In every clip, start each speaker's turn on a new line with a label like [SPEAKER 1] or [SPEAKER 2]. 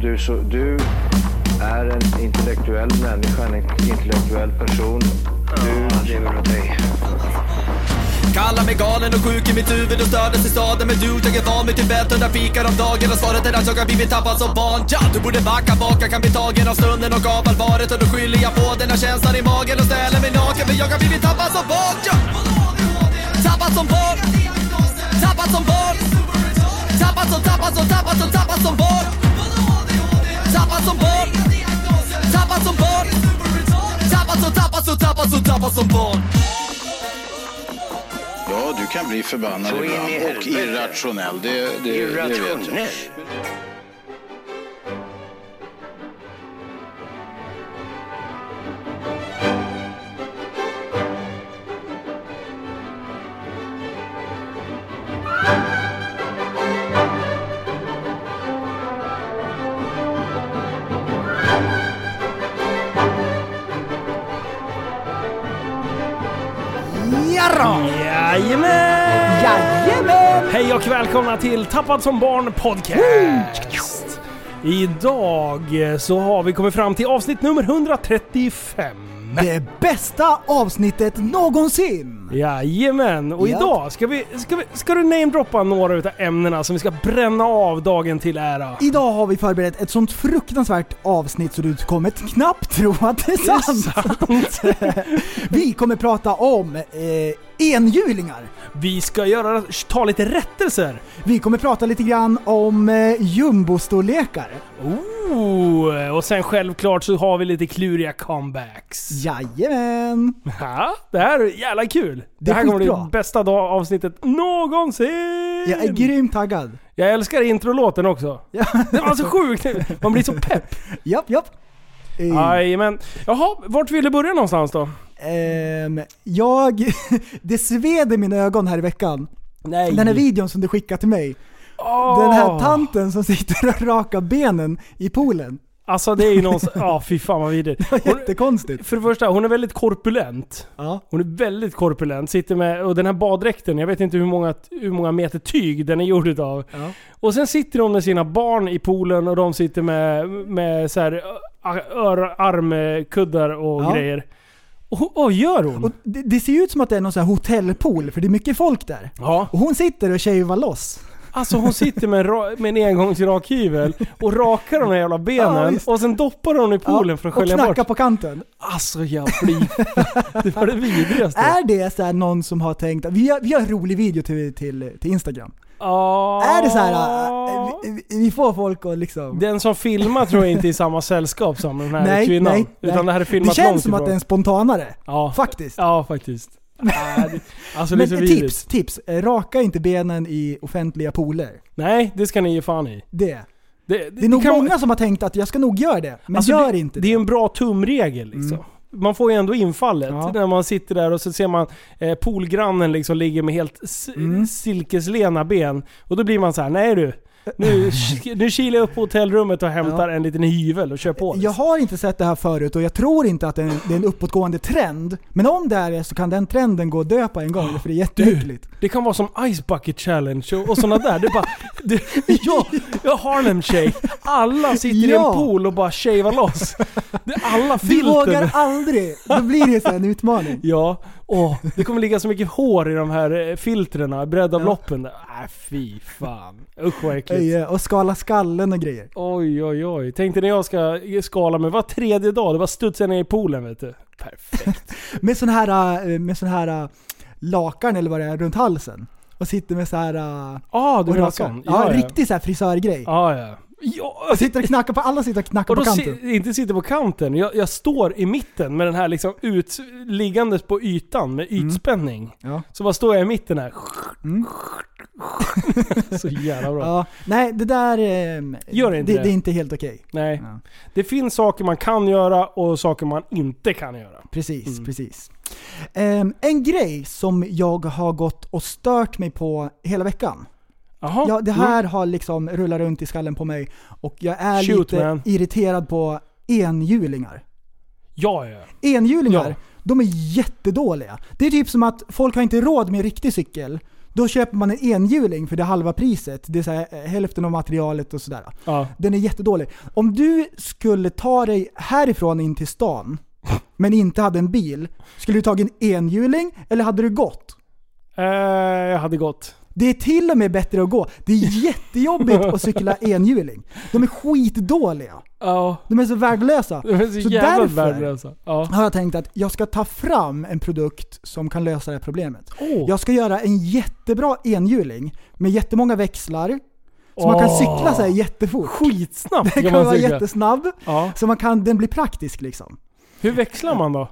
[SPEAKER 1] du, så, du är en intellektuell människa, en intellektuell person. Du lever av dig.
[SPEAKER 2] Kallar mig galen och sjuk i mitt huvud och stördes i staden Men du, jag är van vid Tibet och där fikar om dagen Och svaret är att jag har blivit tappad som barn ja, Du borde backa bak, jag kan bli tagen av stunden och av allvaret Och då skyller jag på den här känslan i magen och ställer mig naken För jag har blivit tappad som barn ja. Tappad som barn Tappad som barn Tappad som, tappad som, tappad som, tappad som barn Tappad som barn Tappad som barn Tappad som, tappad som, tappad som, tappad som barn
[SPEAKER 3] Ja, du kan bli förbannad
[SPEAKER 1] Så in i
[SPEAKER 3] ibland och
[SPEAKER 1] helvete.
[SPEAKER 3] irrationell. Det, det, det vet jag.
[SPEAKER 1] Irrationell.
[SPEAKER 4] Jarra!
[SPEAKER 5] Jajamän!
[SPEAKER 4] Jajamän!
[SPEAKER 5] Hej och välkomna till Tappad som barn podcast! Idag eh, så har vi kommit fram till avsnitt nummer 135.
[SPEAKER 4] Det bästa avsnittet någonsin!
[SPEAKER 5] Jajamän! Och
[SPEAKER 4] Ja.
[SPEAKER 5] idag ska vi, ska vi... Ska du namedroppa några utav ämnena som vi ska bränna av dagen till ära?
[SPEAKER 4] Idag har vi förberett ett sånt fruktansvärt avsnitt så du kommer knappt tro att det är sant. vi kommer prata om eh, enhjulingar.
[SPEAKER 5] Vi ska göra, ta lite rättelser.
[SPEAKER 4] Vi kommer prata lite grann om eh, jumbostorlekar.
[SPEAKER 5] Oh, och sen självklart så har vi lite kluriga comebacks.
[SPEAKER 4] Jajamän!
[SPEAKER 5] Ja, det här är jävla kul! Det,
[SPEAKER 4] Det är
[SPEAKER 5] här kommer bli
[SPEAKER 4] skitbra.
[SPEAKER 5] bästa dag avsnittet någonsin!
[SPEAKER 4] Jag är grymt taggad.
[SPEAKER 5] Jag älskar introlåten också.
[SPEAKER 4] Ja.
[SPEAKER 5] Den var så sjuk! Man blir så pepp.
[SPEAKER 4] Japp, japp. Eh,
[SPEAKER 5] Jajamän. Jaha, vart vill du börja någonstans då?
[SPEAKER 4] ehm, jag... det sved i mina ögon här i veckan.
[SPEAKER 5] Nej.
[SPEAKER 4] Den här videon som du skickade till mig. Den här tanten som sitter och rakar benen i poolen.
[SPEAKER 5] Alltså det är ju någonstans... Ja, fy fan vad vidrigt. Hon-
[SPEAKER 4] Jättekonstigt.
[SPEAKER 5] För det första, hon är väldigt korpulent.
[SPEAKER 4] Ja.
[SPEAKER 5] Hon är väldigt korpulent. Sitter med... Och den här baddräkten, jag vet inte hur många, hur många meter tyg den är gjord utav.
[SPEAKER 4] Ja.
[SPEAKER 5] Och sen sitter de med sina barn i poolen och de sitter med, med så här, ö- ör, armkuddar och
[SPEAKER 4] Ja.
[SPEAKER 5] grejer. Och vad gör hon?
[SPEAKER 4] Och det, det ser ju ut som att det är någon sån här hotellpool, för det är mycket folk där.
[SPEAKER 5] ja.
[SPEAKER 4] Och hon sitter och tjejvar loss.
[SPEAKER 5] Alltså hon sitter med en, ra- med en engångsrakhyvel och rakar de här jävla
[SPEAKER 4] Ja,
[SPEAKER 5] benen
[SPEAKER 4] visst.
[SPEAKER 5] och sen doppar hon i poolen för att
[SPEAKER 4] och
[SPEAKER 5] skölja
[SPEAKER 4] knackar
[SPEAKER 5] bort.
[SPEAKER 4] på kanten.
[SPEAKER 5] Alltså jag blir... det var det vidrigaste.
[SPEAKER 4] Är det så här någon som har tänkt att vi gör, vi gör en rolig video till, till, till Instagram?
[SPEAKER 5] Ja.
[SPEAKER 4] Är det så här, äh, vi, vi får folk att liksom...
[SPEAKER 5] Den som filmar tror jag inte är i samma sällskap som den här
[SPEAKER 4] Nej,
[SPEAKER 5] kvinnan.
[SPEAKER 4] nej,
[SPEAKER 5] utan
[SPEAKER 4] nej.
[SPEAKER 5] det här är
[SPEAKER 4] Det
[SPEAKER 5] filmat långt
[SPEAKER 4] känns som
[SPEAKER 5] ifrån.
[SPEAKER 4] att det är en spontanare.
[SPEAKER 5] Ja.
[SPEAKER 4] Faktiskt.
[SPEAKER 5] Ja, faktiskt. Ja, det- Alltså det är
[SPEAKER 4] Men
[SPEAKER 5] så vidrigt.
[SPEAKER 4] tips, tips. Eh, Raka inte benen i offentliga pooler.
[SPEAKER 5] Nej, det ska ni ge fan i.
[SPEAKER 4] Det.
[SPEAKER 5] Det, det-
[SPEAKER 4] Det är nog
[SPEAKER 5] kan-
[SPEAKER 4] många som har tänkt att jag ska nog göra det, men
[SPEAKER 5] alltså,
[SPEAKER 4] gör
[SPEAKER 5] det,
[SPEAKER 4] inte
[SPEAKER 5] det.
[SPEAKER 4] det.
[SPEAKER 5] är en bra tumregel liksom.
[SPEAKER 4] Mm.
[SPEAKER 5] Man får ju ändå infallet
[SPEAKER 4] Ja.
[SPEAKER 5] när man sitter där och så ser man eh, poolgrannen liksom ligger med helt s-
[SPEAKER 4] Mm.
[SPEAKER 5] silkeslena ben. Och då blir man så här: nej du. Nu, nu kilar jag upp på hotellrummet och hämtar en liten hyvel och kör på.
[SPEAKER 4] Jag har inte sett det här förut och jag tror inte att det är en, det är en uppåtgående trend. Men om det är det så kan den trenden gå och dö på en gång, för det är
[SPEAKER 5] Ah,
[SPEAKER 4] jätteäckligt.
[SPEAKER 5] Det kan vara som Ice Bucket Challenge och, och sådana där. Det är bara, det, ja, ja, Harlem Shake. Alla sitter i
[SPEAKER 4] Ja.
[SPEAKER 5] en pool och bara shavar loss. Det är alla
[SPEAKER 4] Vi
[SPEAKER 5] filter.
[SPEAKER 4] vågar aldrig! Då blir det så här en utmaning.
[SPEAKER 5] Ja, åh, det kommer ligga så mycket hår i de här eh, filtrerna, breddavloppen där. Äh, fy fan. Usch vad äckligt.
[SPEAKER 4] Öje, Eh, Och skala skallen och grejer.
[SPEAKER 5] Oj, oj, oj. Tänkte när jag ska skala mig, var tredje dag, det var studsa ner i poolen vet du. Perfekt.
[SPEAKER 4] Med sån här, eh, med sån här eh, lakan eller vad det är, runt halsen. Och sitter med så här... eh,
[SPEAKER 5] Ah, du
[SPEAKER 4] och
[SPEAKER 5] menar
[SPEAKER 4] rakar.
[SPEAKER 5] sån?
[SPEAKER 4] Ja, riktig så här frisörgrej.
[SPEAKER 5] Ja, ja. ja. alltså,
[SPEAKER 4] Och sitter och knackar på, alla sitter och knackar
[SPEAKER 5] Och
[SPEAKER 4] på
[SPEAKER 5] då
[SPEAKER 4] kanten.
[SPEAKER 5] si, inte sitter på kanten. Jag, jag står i mitten med den här liksom ut, liggandes på ytan med ytspänning.
[SPEAKER 4] Mm. Ja.
[SPEAKER 5] Så bara står jag i mitten här.
[SPEAKER 4] Mm.
[SPEAKER 5] Så jävla bra.
[SPEAKER 4] Ja, nej, det där... eh,
[SPEAKER 5] Gör inte
[SPEAKER 4] det,
[SPEAKER 5] det.
[SPEAKER 4] det är inte helt okej.
[SPEAKER 5] Nej.
[SPEAKER 4] Ja.
[SPEAKER 5] Det finns saker man kan göra och saker man inte kan göra.
[SPEAKER 4] Precis,
[SPEAKER 5] Mm.
[SPEAKER 4] precis. Ehm, en grej som jag har gått och stört mig på hela veckan.
[SPEAKER 5] Jaha. Mm.
[SPEAKER 4] Ja, det här har liksom rullat runt i skallen på mig och jag är
[SPEAKER 5] Shoot,
[SPEAKER 4] lite
[SPEAKER 5] man.
[SPEAKER 4] irriterad på enhjulingar.
[SPEAKER 5] Ja, ja.
[SPEAKER 4] Enhjulingar,
[SPEAKER 5] Ja.
[SPEAKER 4] de är jättedåliga. Det är typ som att folk har inte råd med en riktig cykel. Då köper man en enhjuling för det halva priset. Det är så här, eh, hälften av materialet och sådär.
[SPEAKER 5] Ja.
[SPEAKER 4] Den är jättedålig. Om du skulle ta dig härifrån in till stan, men inte hade en bil, skulle du tagit en enhjuling eller hade du gått?
[SPEAKER 5] Eh, jag hade gått.
[SPEAKER 4] Det är till och med bättre att gå. Det är jättejobbigt att cykla enhjuling. De är skitdåliga.
[SPEAKER 5] Ja.
[SPEAKER 4] De är så värdelösa.
[SPEAKER 5] Det är så,
[SPEAKER 4] Så
[SPEAKER 5] jävla
[SPEAKER 4] därför-
[SPEAKER 5] värdelösa. Ja.
[SPEAKER 4] har jag tänkt att jag ska ta fram en produkt som kan lösa det här problemet.
[SPEAKER 5] Åh.
[SPEAKER 4] Jag ska göra en jättebra enhjuling med jättemånga växlar. Så man kan
[SPEAKER 5] Åh.
[SPEAKER 4] cykla så här jättefort.
[SPEAKER 5] Skitsnabbt kan
[SPEAKER 4] Den kan
[SPEAKER 5] man
[SPEAKER 4] vara
[SPEAKER 5] cykla.
[SPEAKER 4] jättesnabb.
[SPEAKER 5] Ja.
[SPEAKER 4] Så man kan, den blir praktisk liksom.
[SPEAKER 5] Hur växlar man då?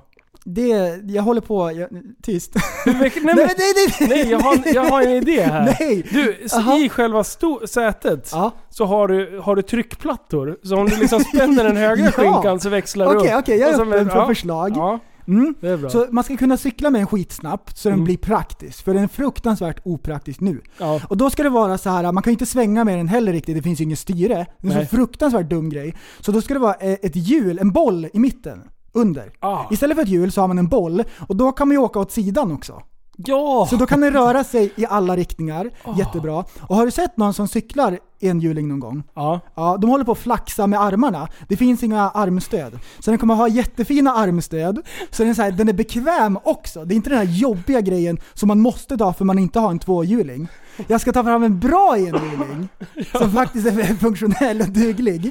[SPEAKER 4] Det, jag håller på, jag, tyst.
[SPEAKER 5] Hur väx- nej,
[SPEAKER 4] Nej
[SPEAKER 5] men,
[SPEAKER 4] men nej nej!
[SPEAKER 5] nej jag, har, jag har en idé här.
[SPEAKER 4] Nej!
[SPEAKER 5] Du, så
[SPEAKER 4] Aha.
[SPEAKER 5] i själva sto- sätet
[SPEAKER 4] Ja.
[SPEAKER 5] så har du, har du tryckplattor. Så om du liksom spänner den högra
[SPEAKER 4] Ja.
[SPEAKER 5] skinkan så växlar du
[SPEAKER 4] Okej okej,
[SPEAKER 5] upp.
[SPEAKER 4] jag
[SPEAKER 5] Och
[SPEAKER 4] är
[SPEAKER 5] så-
[SPEAKER 4] öppen för
[SPEAKER 5] ja.
[SPEAKER 4] förslag.
[SPEAKER 5] Ja,
[SPEAKER 4] Mm.
[SPEAKER 5] det är bra.
[SPEAKER 4] Så man ska kunna cykla med den skitsnabbt så den
[SPEAKER 5] Mm.
[SPEAKER 4] blir praktisk. För den är fruktansvärt opraktisk nu.
[SPEAKER 5] ja.
[SPEAKER 4] Och då ska det vara så här, man kan ju inte svänga med den heller riktigt, det finns ju ingen styre. Det är en
[SPEAKER 5] Nej.
[SPEAKER 4] så fruktansvärt dum grej. Så då ska det vara eh, ett hjul, en boll i mitten, under.
[SPEAKER 5] Ah.
[SPEAKER 4] Istället för ett hjul så har man en boll och då kan man ju åka åt sidan också.
[SPEAKER 5] ja.
[SPEAKER 4] Så då kan den röra sig i alla riktningar, jättebra. Och har du sett någon som cyklar enhjuling någon gång?
[SPEAKER 5] ja.
[SPEAKER 4] Ja, de håller på att flaxa med armarna. Det finns inga armstöd. Så den kommer ha jättefina armstöd. Så den är, så här, den är bekväm också. Det är inte den här jobbiga grejen som man måste ta för man inte har en tvåhjuling. Jag ska ta fram en bra enhjuling som faktiskt är funktionell och duglig.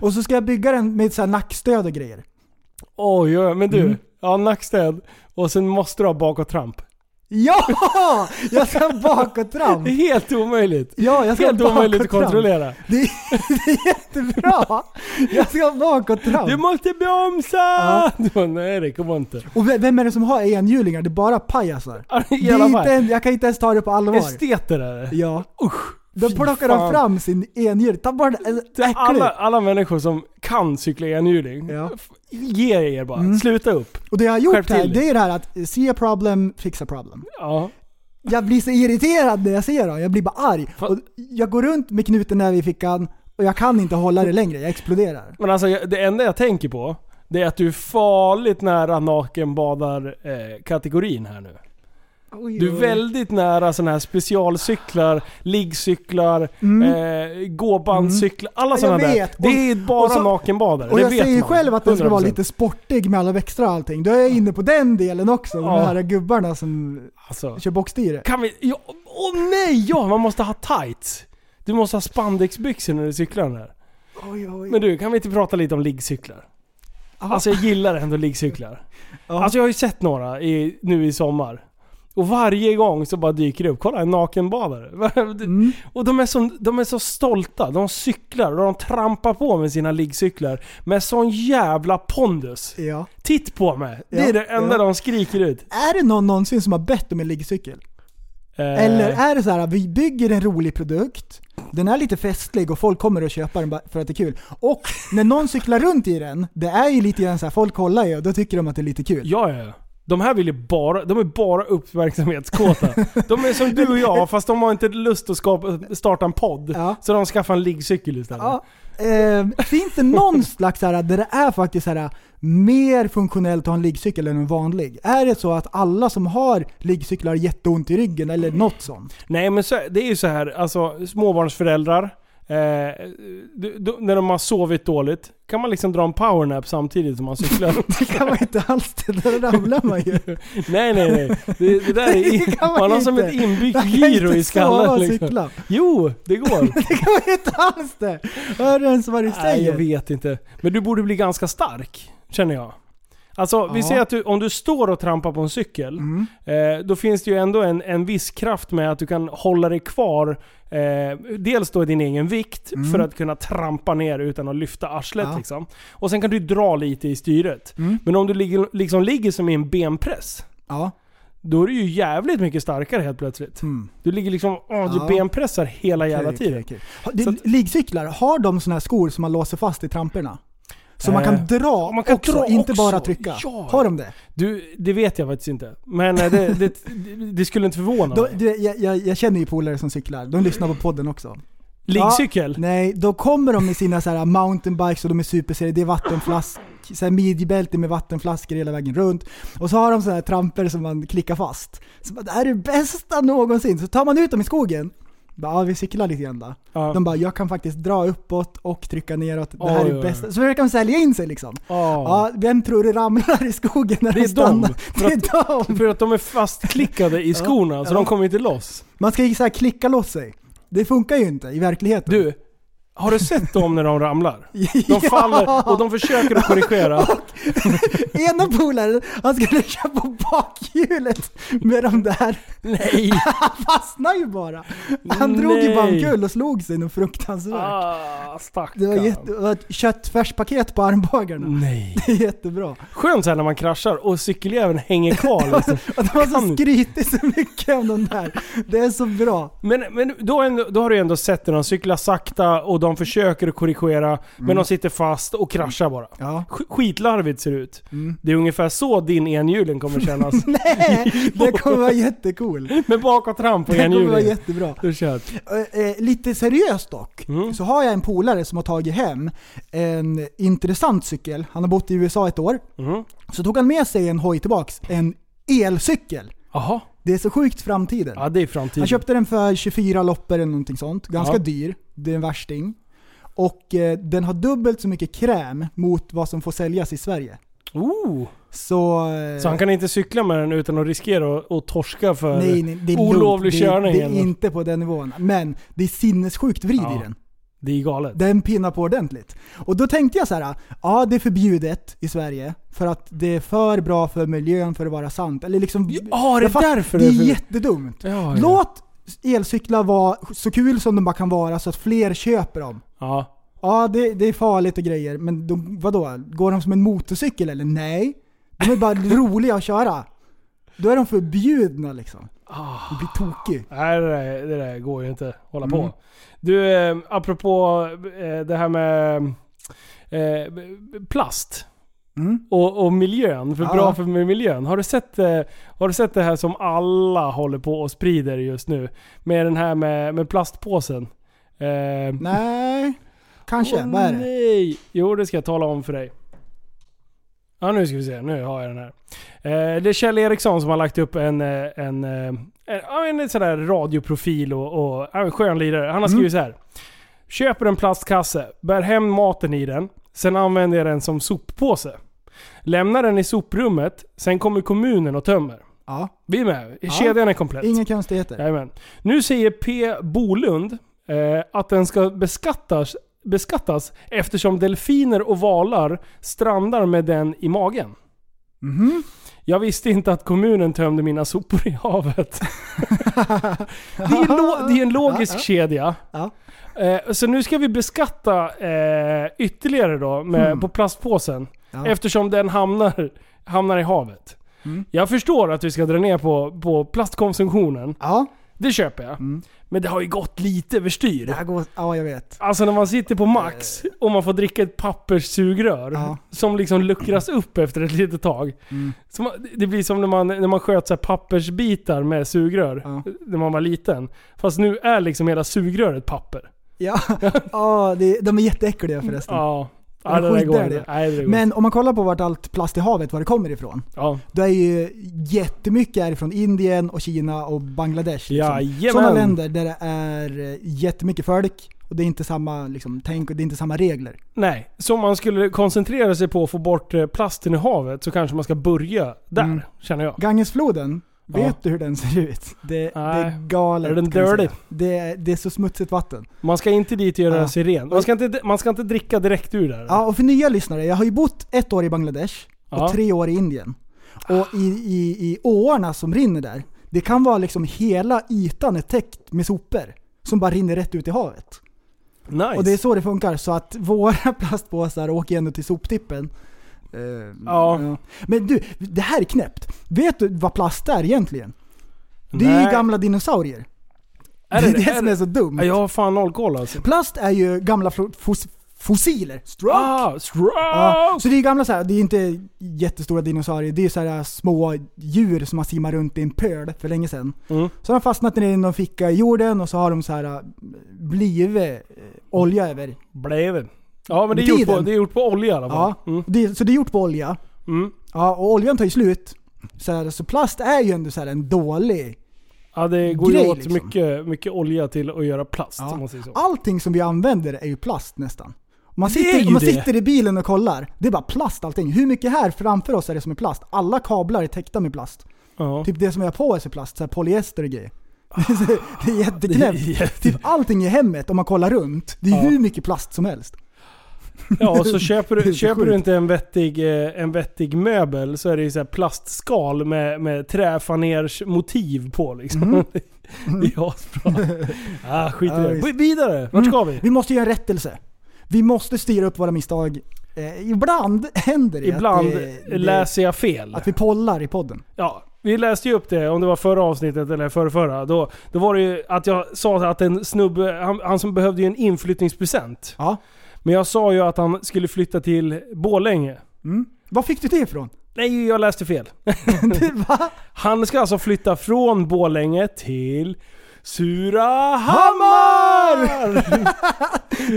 [SPEAKER 4] Och så ska jag bygga den med så här nackstöd och grejer.
[SPEAKER 5] Oj, oj, men
[SPEAKER 4] Mm.
[SPEAKER 5] du. Ja, nackstäd. Och sen måste du ha bak och tramp.
[SPEAKER 4] Ja! Jag ska
[SPEAKER 5] Det är
[SPEAKER 4] bakåt-ramp!
[SPEAKER 5] helt omöjligt.
[SPEAKER 4] Ja, jag ska
[SPEAKER 5] Helt
[SPEAKER 4] bakåt-ramp.
[SPEAKER 5] omöjligt att kontrollera.
[SPEAKER 4] Det är, det är jättebra! Jag ska bakåt-ramp.
[SPEAKER 5] Du måste bromsa!
[SPEAKER 4] Ja.
[SPEAKER 5] Du bara, nej det kommer inte.
[SPEAKER 4] Och ve- vem är det som har enhjulingar? Det är bara pajasar.
[SPEAKER 5] Ja, I
[SPEAKER 4] Det är
[SPEAKER 5] alla
[SPEAKER 4] inte,
[SPEAKER 5] fall.
[SPEAKER 4] en- jag kan inte ens ta det på allvar.
[SPEAKER 5] Esteter är det.
[SPEAKER 4] Ja. Usch. Då
[SPEAKER 5] fy
[SPEAKER 4] plockar de
[SPEAKER 5] fan.
[SPEAKER 4] fram sin enhjuling. Ta bort den. Äckligt.
[SPEAKER 5] Alla, alla människor som kan cykla enhjuling,
[SPEAKER 4] Ja. Mm.
[SPEAKER 5] f- ge er bara. Sluta upp.
[SPEAKER 4] Och det jag har gjort
[SPEAKER 5] Skärp
[SPEAKER 4] här,
[SPEAKER 5] till.
[SPEAKER 4] det är det här att se a problem, fixa problem.
[SPEAKER 5] Ja.
[SPEAKER 4] Jag blir så irriterad när jag ser dem. Jag blir bara arg.
[SPEAKER 5] Fa-
[SPEAKER 4] Och jag går runt med knuten näve i fickan och jag kan inte hålla det längre. Jag exploderar.
[SPEAKER 5] Men alltså jag- det enda jag tänker på, det är att du är farligt nära nakenbadar-kategorin här nu. Du är väldigt nära sådana här specialcyklar, liggcyklar, eh, gåbandscyklar, alla
[SPEAKER 4] Mm. jag
[SPEAKER 5] sådana där.
[SPEAKER 4] vet. Och-
[SPEAKER 5] Det är bara
[SPEAKER 4] och så-
[SPEAKER 5] nakenbadare,
[SPEAKER 4] Och
[SPEAKER 5] det
[SPEAKER 4] jag
[SPEAKER 5] vet
[SPEAKER 4] säger
[SPEAKER 5] man.
[SPEAKER 4] själv att den ska vara
[SPEAKER 5] 100%.
[SPEAKER 4] lite sportig med alla växter och allting. Då är jag inne på den delen också. med
[SPEAKER 5] Ja.
[SPEAKER 4] De här gubbarna som
[SPEAKER 5] Alltså,
[SPEAKER 4] kör bockstyre.
[SPEAKER 5] kan vi... Ja, åh nej! Ja, man måste ha tights! Du måste ha spandexbyxor när du cyklar den här.
[SPEAKER 4] Oj, oj.
[SPEAKER 5] Men du, kan vi inte prata lite om liggcyklar? Alltså jag gillar ändå liggcyklar.
[SPEAKER 4] Ja.
[SPEAKER 5] Alltså jag har ju sett några i, nu i sommar. Och varje gång så bara dyker det upp, kolla en nakenbadare. Det-
[SPEAKER 4] Mm.
[SPEAKER 5] Och de är, så, de är så stolta, de cyklar och de trampar på med sina liggcyklar med sån jävla pondus.
[SPEAKER 4] Ja.
[SPEAKER 5] Titt på mig! Det är
[SPEAKER 4] Ja,
[SPEAKER 5] det enda
[SPEAKER 4] ja.
[SPEAKER 5] de skriker ut.
[SPEAKER 4] Är det någon någonsin som har bett om en liggcykel?
[SPEAKER 5] Eh,
[SPEAKER 4] Eller är det så här, vi bygger en rolig produkt, den är lite festlig och folk kommer att köpa den bara för att det är kul. Och när någon cyklar runt i den, det är ju lite grann så här, folk kollar ju och då tycker de att det är lite kul.
[SPEAKER 5] Ja, ja, ja. De här vill ju bara, de är bara uppmärksamhetskåta. De är som du och jag, fast de har inte lust att skapa, starta en podd.
[SPEAKER 4] Ja.
[SPEAKER 5] Så de skaffar en liggcykel istället.
[SPEAKER 4] Ja. Eh, finns det någon slags så här, där det är faktiskt så här, mer funktionellt att ha en liggcykel än en vanlig? Är det så att alla som har liggcyklar har jätteont i ryggen eller något sånt?
[SPEAKER 5] Nej men så, det är ju så här, alltså småbarnsföräldrar, eh, du, du, när de har sovit dåligt, kan man liksom dra en powernap samtidigt som man cyklar?
[SPEAKER 4] Det kan man inte alls, det där ramlar man ju.
[SPEAKER 5] nej nej nej. Det, det där är,
[SPEAKER 4] Det kan man
[SPEAKER 5] man, har som
[SPEAKER 4] inte.
[SPEAKER 5] ett inbyggt
[SPEAKER 4] Man kan
[SPEAKER 5] gyro
[SPEAKER 4] inte
[SPEAKER 5] i
[SPEAKER 4] sova
[SPEAKER 5] skallen
[SPEAKER 4] och
[SPEAKER 5] liksom.
[SPEAKER 4] cykla.
[SPEAKER 5] Jo, det går.
[SPEAKER 4] Det kan man inte alls det! Hör du ens vad du
[SPEAKER 5] Nej, jag
[SPEAKER 4] säger?
[SPEAKER 5] vet inte. Men du borde bli ganska stark, känner jag. Alltså, vi
[SPEAKER 4] Ja.
[SPEAKER 5] säger att du, om du står och trampar på en cykel,
[SPEAKER 4] Mm.
[SPEAKER 5] eh, då finns det ju ändå en, en viss kraft med att du kan hålla dig kvar. Eh, dels då i din egen vikt, för att kunna trampa ner utan att lyfta arslet.
[SPEAKER 4] Mm. Ja.
[SPEAKER 5] Liksom. Och sen kan du dra lite i styret.
[SPEAKER 4] Mm.
[SPEAKER 5] Men om du ligger, liksom ligger som i en benpress,
[SPEAKER 4] Ja.
[SPEAKER 5] då är du ju jävligt mycket starkare helt plötsligt.
[SPEAKER 4] Mm.
[SPEAKER 5] Du ligger liksom, åh, du
[SPEAKER 4] Ja.
[SPEAKER 5] benpressar hela jävla
[SPEAKER 4] Okej,
[SPEAKER 5] tiden.
[SPEAKER 4] okej, okej. Har- det-
[SPEAKER 5] Så att-
[SPEAKER 4] Liggcyklar, har de sådana här skor som man låser fast i tramporna? Så man
[SPEAKER 5] Eh,
[SPEAKER 4] kan dra
[SPEAKER 5] man kan
[SPEAKER 4] också,
[SPEAKER 5] dra
[SPEAKER 4] inte
[SPEAKER 5] också.
[SPEAKER 4] bara trycka?
[SPEAKER 5] Ja.
[SPEAKER 4] Har de det?
[SPEAKER 5] Du, det vet jag faktiskt inte. Men eh, det, det, det skulle inte förvåna
[SPEAKER 4] Då,
[SPEAKER 5] mig.
[SPEAKER 4] du, jag, jag, jag känner ju polare som cyklar, de lyssnar på podden också.
[SPEAKER 5] Liggcykel?
[SPEAKER 4] Nej, då kommer de med sina så här mountainbikes och de är superseriösa, det är vattenflaskor så här midjebälte med vattenflaskor hela vägen runt. Och så har de så här trampor som man klickar fast. Så bara, det här är det bästa någonsin. Så tar man ut dem i skogen. Bara, ja, vi cyklar lite grann då.
[SPEAKER 5] Ja.
[SPEAKER 4] De bara, jag kan faktiskt dra uppåt och trycka neråt. Det här
[SPEAKER 5] Oj,
[SPEAKER 4] är
[SPEAKER 5] oj,
[SPEAKER 4] det bästa. Så försöker de sälja in sig liksom.
[SPEAKER 5] Ja.
[SPEAKER 4] Ja, vem tror du ramlar i skogen när
[SPEAKER 5] Det
[SPEAKER 4] de
[SPEAKER 5] är de.
[SPEAKER 4] stannar?
[SPEAKER 5] För
[SPEAKER 4] Det är de!
[SPEAKER 5] För att de är fastklickade i skorna, så de kommer inte loss.
[SPEAKER 4] Man ska ju så här klicka loss sig. Det funkar ju inte i verkligheten.
[SPEAKER 5] Du, har du sett dem när de ramlar? De
[SPEAKER 4] Ja.
[SPEAKER 5] faller och de försöker att korrigera.
[SPEAKER 4] Ena polaren, han skulle köra på bakhjulet med de där.
[SPEAKER 5] Nej!
[SPEAKER 4] Han fastnade ju bara. Han drog ju
[SPEAKER 5] Nej.
[SPEAKER 4] bara omkull och slog sig något fruktansvärt.
[SPEAKER 5] Ah, stackarn.
[SPEAKER 4] Det var, jätte, det var ett köttfärspaket på armbågarna.
[SPEAKER 5] Nej.
[SPEAKER 4] Det är jättebra.
[SPEAKER 5] Skönt såhär när man kraschar och cykeljäveln hänger kvar liksom.
[SPEAKER 4] Och de har
[SPEAKER 5] Kan-
[SPEAKER 4] så skrytit så mycket om den där. Det är så bra.
[SPEAKER 5] Men, men då, ändå, då har du ändå sett när de cyklar sakta och de försöker att korrigera,
[SPEAKER 4] Mm.
[SPEAKER 5] men de sitter fast och kraschar bara.
[SPEAKER 4] Ja.
[SPEAKER 5] Sk- Skitlarvigt ser det ut.
[SPEAKER 4] Mm.
[SPEAKER 5] Det är ungefär så din enhjuling kommer kännas.
[SPEAKER 4] Nej, det kommer vara jättecool.
[SPEAKER 5] Med bak och tramp på
[SPEAKER 4] Det kommer vara
[SPEAKER 5] enhjuling.
[SPEAKER 4] jättebra.
[SPEAKER 5] Du kört.
[SPEAKER 4] Eh, eh, lite seriöst dock,
[SPEAKER 5] Mm.
[SPEAKER 4] så har jag en polare som har tagit hem en intressant cykel. Han har bott i USA ett år.
[SPEAKER 5] Mhm.
[SPEAKER 4] Så tog han med sig en hoj tillbaks, en elcykel.
[SPEAKER 5] Jaha.
[SPEAKER 4] Det är så sjukt framtiden.
[SPEAKER 5] Ja det är framtiden.
[SPEAKER 4] Han köpte den för 24 loppor eller någonting sånt. Ganska
[SPEAKER 5] Ja.
[SPEAKER 4] dyr. Det är en värsting. Och eh, den har dubbelt så mycket kräm mot vad som får säljas i Sverige.
[SPEAKER 5] oh.
[SPEAKER 4] Så... eh,
[SPEAKER 5] Så han kan inte cykla med den utan att riskera att, att torska för...
[SPEAKER 4] nej, nej, det är
[SPEAKER 5] eh, olovlig
[SPEAKER 4] lugnt.
[SPEAKER 5] körning
[SPEAKER 4] Det, det
[SPEAKER 5] eller?
[SPEAKER 4] är inte på den nivån. Men det är sinnessjukt vrid
[SPEAKER 5] Ja.
[SPEAKER 4] i den.
[SPEAKER 5] Det är galet.
[SPEAKER 4] Den pinnar på ordentligt. Och då tänkte jag så här, ja det är förbjudet i Sverige för att det är för bra för miljön för att vara sant. Eller liksom,
[SPEAKER 5] Ja, det är
[SPEAKER 4] jag fatt-
[SPEAKER 5] därför
[SPEAKER 4] det
[SPEAKER 5] det är
[SPEAKER 4] är
[SPEAKER 5] för-
[SPEAKER 4] jättedumt.
[SPEAKER 5] Ja, ja.
[SPEAKER 4] Låt elcyklar vara så kul som de bara kan vara så att fler köper dem.
[SPEAKER 5] Ja.
[SPEAKER 4] Ja, det, det är farligt och grejer, men de, vadå? Går de som en motorcykel eller? Nej. De är bara roliga att köra. Då är de förbjudna liksom. Det blir tokig.
[SPEAKER 5] Nej det där, det där går ju inte att hålla
[SPEAKER 4] Mm.
[SPEAKER 5] på. Du, eh, apropå eh, det här med eh, b- b- plast.
[SPEAKER 4] Mm.
[SPEAKER 5] Och, och miljön, för
[SPEAKER 4] Ja.
[SPEAKER 5] bra för miljön. Har du, sett, eh, har du sett det här som alla håller på och sprider just nu? Med den här med, med plastpåsen. Eh,
[SPEAKER 4] Nej, kanske.
[SPEAKER 5] Åh,
[SPEAKER 4] Vad är det?
[SPEAKER 5] nej! Jo, det ska jag tala om för dig. Ja, nu ska vi se. Nu har jag den här. Eh, det är Kjell Eriksson som har lagt upp en, eh, en, eh, en, ja, en, sån där radioprofil och, och ja, en skön lirare.
[SPEAKER 4] Mm.
[SPEAKER 5] Han har skrivit så här. Köper en plastkasse, bär hem maten i den, sen använder jag den som soppåse. Lämnar den i soprummet, sen kommer kommunen och tömmer.
[SPEAKER 4] Ja,
[SPEAKER 5] Vi är med. Kedjan är komplett.
[SPEAKER 4] inga konstigheter.
[SPEAKER 5] Jajamän. Nu säger P. Bolund eh, att den ska beskattas, beskattas eftersom delfiner och valar strandar med den i magen.
[SPEAKER 4] Mhm.
[SPEAKER 5] Jag visste inte att kommunen tömde mina sopor i havet. det, är en lo- det är en logisk
[SPEAKER 4] Ja, ja.
[SPEAKER 5] kedja.
[SPEAKER 4] Ja.
[SPEAKER 5] Eh, så nu ska vi beskatta eh, ytterligare då med, på plastpåsen.
[SPEAKER 4] Mm. Ja. Mm.
[SPEAKER 5] Eftersom den hamnar, hamnar i havet. Jag förstår att vi ska dra ner på, på plastkonsumtionen.
[SPEAKER 4] Ja,
[SPEAKER 5] Det köper jag. Men det har ju gått lite överstyr.
[SPEAKER 4] Mm. det här går... Ja, jag vet.
[SPEAKER 5] Alltså när man sitter på max och man får dricka ett papperssugrör
[SPEAKER 4] Ja. Mm.
[SPEAKER 5] som liksom luckras upp efter ett litet tag. Så man, det blir som när man, när man sköt så här pappersbitar med sugrör
[SPEAKER 4] Ja.
[SPEAKER 5] när man var liten. Fast nu är liksom hela sugröret
[SPEAKER 4] Mm.
[SPEAKER 5] papper.
[SPEAKER 4] Ja, ja det, de är jätteäckliga förresten.
[SPEAKER 5] Ja.
[SPEAKER 4] Men
[SPEAKER 5] det där
[SPEAKER 4] skit
[SPEAKER 5] går
[SPEAKER 4] är
[SPEAKER 5] inte.
[SPEAKER 4] det.
[SPEAKER 5] Nej, det där går inte.
[SPEAKER 4] Men om man kollar på vart allt plast i havet, var det kommer ifrån.
[SPEAKER 5] Ja.
[SPEAKER 4] Det är ju jättemycket är från Indien och Kina och Bangladesh. liksom.
[SPEAKER 5] Jajamän.
[SPEAKER 4] Sådana länder där det är eh, jättemycket folk och det är inte samma liksom, tänk och det är inte samma regler.
[SPEAKER 5] Nej, så om man skulle koncentrera sig på att få bort eh, plasten i havet så kanske man ska börja där,
[SPEAKER 4] Mm.
[SPEAKER 5] känner jag.
[SPEAKER 4] Gangesfloden,
[SPEAKER 5] Ja.
[SPEAKER 4] vet du hur den ser ut? Det, det
[SPEAKER 5] Nej.
[SPEAKER 4] är galet.
[SPEAKER 5] Är den
[SPEAKER 4] kan jag
[SPEAKER 5] dirty?
[SPEAKER 4] säga. Det, är- det är så smutsigt vatten.
[SPEAKER 5] Man ska inte dit och göra
[SPEAKER 4] Ja.
[SPEAKER 5] sig ren. Man ska, inte, man ska inte dricka direkt ur där.
[SPEAKER 4] Ja, och för nya lyssnare, jag har ju bott ett år i Bangladesh och
[SPEAKER 5] Ja.
[SPEAKER 4] tre år i Indien. Och i, i, i åarna som rinner där, det kan vara liksom hela ytan är täckt med sopor som bara rinner rätt ut i havet.
[SPEAKER 5] Nice.
[SPEAKER 4] Och det är så det funkar, så att våra plastpåsar åker ändå till soptippen. Eh,
[SPEAKER 5] Ja.
[SPEAKER 4] Men du, det här är knäppt. Vet du vad plast är egentligen? Det är ju
[SPEAKER 5] Nej.
[SPEAKER 4] gamla dinosaurier.
[SPEAKER 5] Är
[SPEAKER 4] det är
[SPEAKER 5] det?
[SPEAKER 4] det,
[SPEAKER 5] Är
[SPEAKER 4] som
[SPEAKER 5] det?
[SPEAKER 4] är så dumt.
[SPEAKER 5] Ja, jag har fan noll koll alltså.
[SPEAKER 4] Plast är ju gamla flo- fos- fossiler. Stroke!
[SPEAKER 5] Ah, stroke!
[SPEAKER 4] Ja, så det är gamla så här, det är inte jättestora dinosaurier, det är så här små djur som har simmat runt i en pöl för länge sedan.
[SPEAKER 5] Mm.
[SPEAKER 4] Så har de fastnat ner i någon ficka i jorden och så har de så här blivit eh, olja över
[SPEAKER 5] Blev. Ja men det är,
[SPEAKER 4] Med
[SPEAKER 5] gjort på,
[SPEAKER 4] tiden.
[SPEAKER 5] det är gjort på olja i alla fall.
[SPEAKER 4] Ja,
[SPEAKER 5] Mm.
[SPEAKER 4] det, så det är gjort på olja.
[SPEAKER 5] Mm.
[SPEAKER 4] Ja, och oljan tar ju slut. Så, här, så plast är ju ändå så här en dålig...
[SPEAKER 5] ja det går
[SPEAKER 4] Grej,
[SPEAKER 5] ju åt
[SPEAKER 4] liksom.
[SPEAKER 5] mycket, mycket olja till att göra plast
[SPEAKER 4] Ja.
[SPEAKER 5] om man säger så.
[SPEAKER 4] Allting som vi använder är ju plast nästan. Om man,
[SPEAKER 5] Det är
[SPEAKER 4] sitter,
[SPEAKER 5] ju
[SPEAKER 4] om man
[SPEAKER 5] det.
[SPEAKER 4] sitter i bilen och kollar, det är bara plast allting. Hur mycket här framför oss är det som är plast? Alla kablar är täckta med plast.
[SPEAKER 5] Ja. Ah,
[SPEAKER 4] Typ det som jag har på oss är plast, så här polyester och grejer. det är jätteknäppt.
[SPEAKER 5] Det är jätte-
[SPEAKER 4] Typ allting i hemmet, om man kollar runt, det är
[SPEAKER 5] Ja.
[SPEAKER 4] hur mycket plast som helst.
[SPEAKER 5] Ja, och så köper
[SPEAKER 4] Det är
[SPEAKER 5] du,
[SPEAKER 4] så
[SPEAKER 5] köper du
[SPEAKER 4] sjukt.
[SPEAKER 5] inte en vettig, eh, en vettig möbel så är det ju så här plastskal med, med träfanersmotiv på liksom. det är asbra. Ah, skit i
[SPEAKER 4] Mhm. Ja,
[SPEAKER 5] det.
[SPEAKER 4] visst. Mm.
[SPEAKER 5] Vi- Vidare, vart ska vi?
[SPEAKER 4] Vi måste göra en rättelse. Vi måste styra upp våra misstag. Eh, ibland händer det
[SPEAKER 5] Ibland
[SPEAKER 4] att, eh, det- det-
[SPEAKER 5] läser jag fel.
[SPEAKER 4] att vi pollar i podden.
[SPEAKER 5] Ja, vi läste ju upp det, om det var förra avsnittet eller förra, förra då, då var det ju att jag sa att en snubbe, han, han som behövde ju en inflyttningspresent.
[SPEAKER 4] Ja.
[SPEAKER 5] Men jag sa ju att han skulle flytta till Borlänge.
[SPEAKER 4] Mm. Var fick du det ifrån?
[SPEAKER 5] Nej, jag läste fel.
[SPEAKER 4] Det- Va?
[SPEAKER 5] Han ska alltså flytta från Borlänge till Surahammar!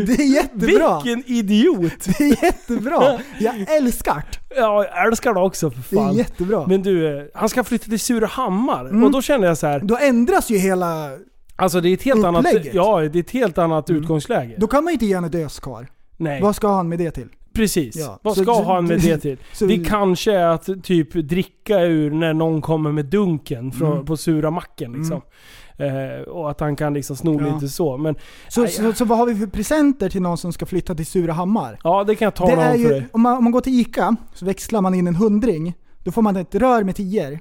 [SPEAKER 4] Det är jättebra!
[SPEAKER 5] Vilken idiot!
[SPEAKER 4] Det är jättebra! Jag älskar det!
[SPEAKER 5] Ja, jag älskar det också för
[SPEAKER 4] Det är
[SPEAKER 5] fan.
[SPEAKER 4] jättebra. Mm.
[SPEAKER 5] Men du, eh, han ska flytta till Surahammar. Och då kände jag så här,
[SPEAKER 4] Då ändras ju hela...
[SPEAKER 5] alltså det är ett helt annat,
[SPEAKER 4] Upplägget. Mm.
[SPEAKER 5] ja, det är ett helt annat utgångsläge.
[SPEAKER 4] Då kan man ju inte ge honom ett öskar.
[SPEAKER 5] Nej,
[SPEAKER 4] Vad ska han med det till?
[SPEAKER 5] precis.
[SPEAKER 4] Ja,
[SPEAKER 5] Vad
[SPEAKER 4] så-
[SPEAKER 5] ska
[SPEAKER 4] så-
[SPEAKER 5] han med det till?
[SPEAKER 4] så-
[SPEAKER 5] det kanske är att typ dricka ur när någon kommer med dunken från,
[SPEAKER 4] Mm.
[SPEAKER 5] på sura macken liksom. Eh, och att han kan liksom sno
[SPEAKER 4] Ja.
[SPEAKER 5] lite så. Men
[SPEAKER 4] Så,
[SPEAKER 5] Aj,
[SPEAKER 4] så, så vad har vi för presenter till någon som ska flytta till Surahammar?
[SPEAKER 5] ja, det kan jag
[SPEAKER 4] Det
[SPEAKER 5] tala
[SPEAKER 4] är
[SPEAKER 5] om för
[SPEAKER 4] ju,
[SPEAKER 5] dig.
[SPEAKER 4] om, man, om man går till Ica så växlar man in en hundring. Då får man ett rör med tior.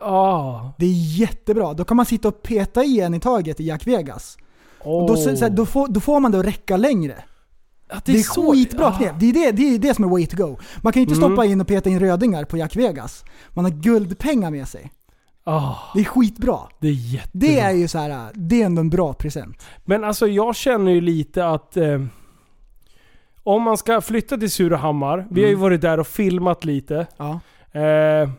[SPEAKER 5] Ah.
[SPEAKER 4] Det är jättebra. Då kan man sitta och peta i en i taget i Jack Vegas. Och då, så, så här, då, får, då får man det att räcka längre.
[SPEAKER 5] Oh. Att
[SPEAKER 4] Det är, Ah. skitbra knep. Det är det, det är det som är way to go. Man kan ju inte stoppa in och peta in rödingar på Jack Vegas. Man har guldpengar med sig.
[SPEAKER 5] Ah, ah,
[SPEAKER 4] Det är skitbra.
[SPEAKER 5] det är jättebra.
[SPEAKER 4] Det är ju så här, det är ändå en bra present.
[SPEAKER 5] Men alltså jag känner ju lite att eh, om man ska flytta till Surahammar, vi
[SPEAKER 4] Mm.
[SPEAKER 5] har ju varit där och filmat lite.
[SPEAKER 4] Ja.
[SPEAKER 5] Eh,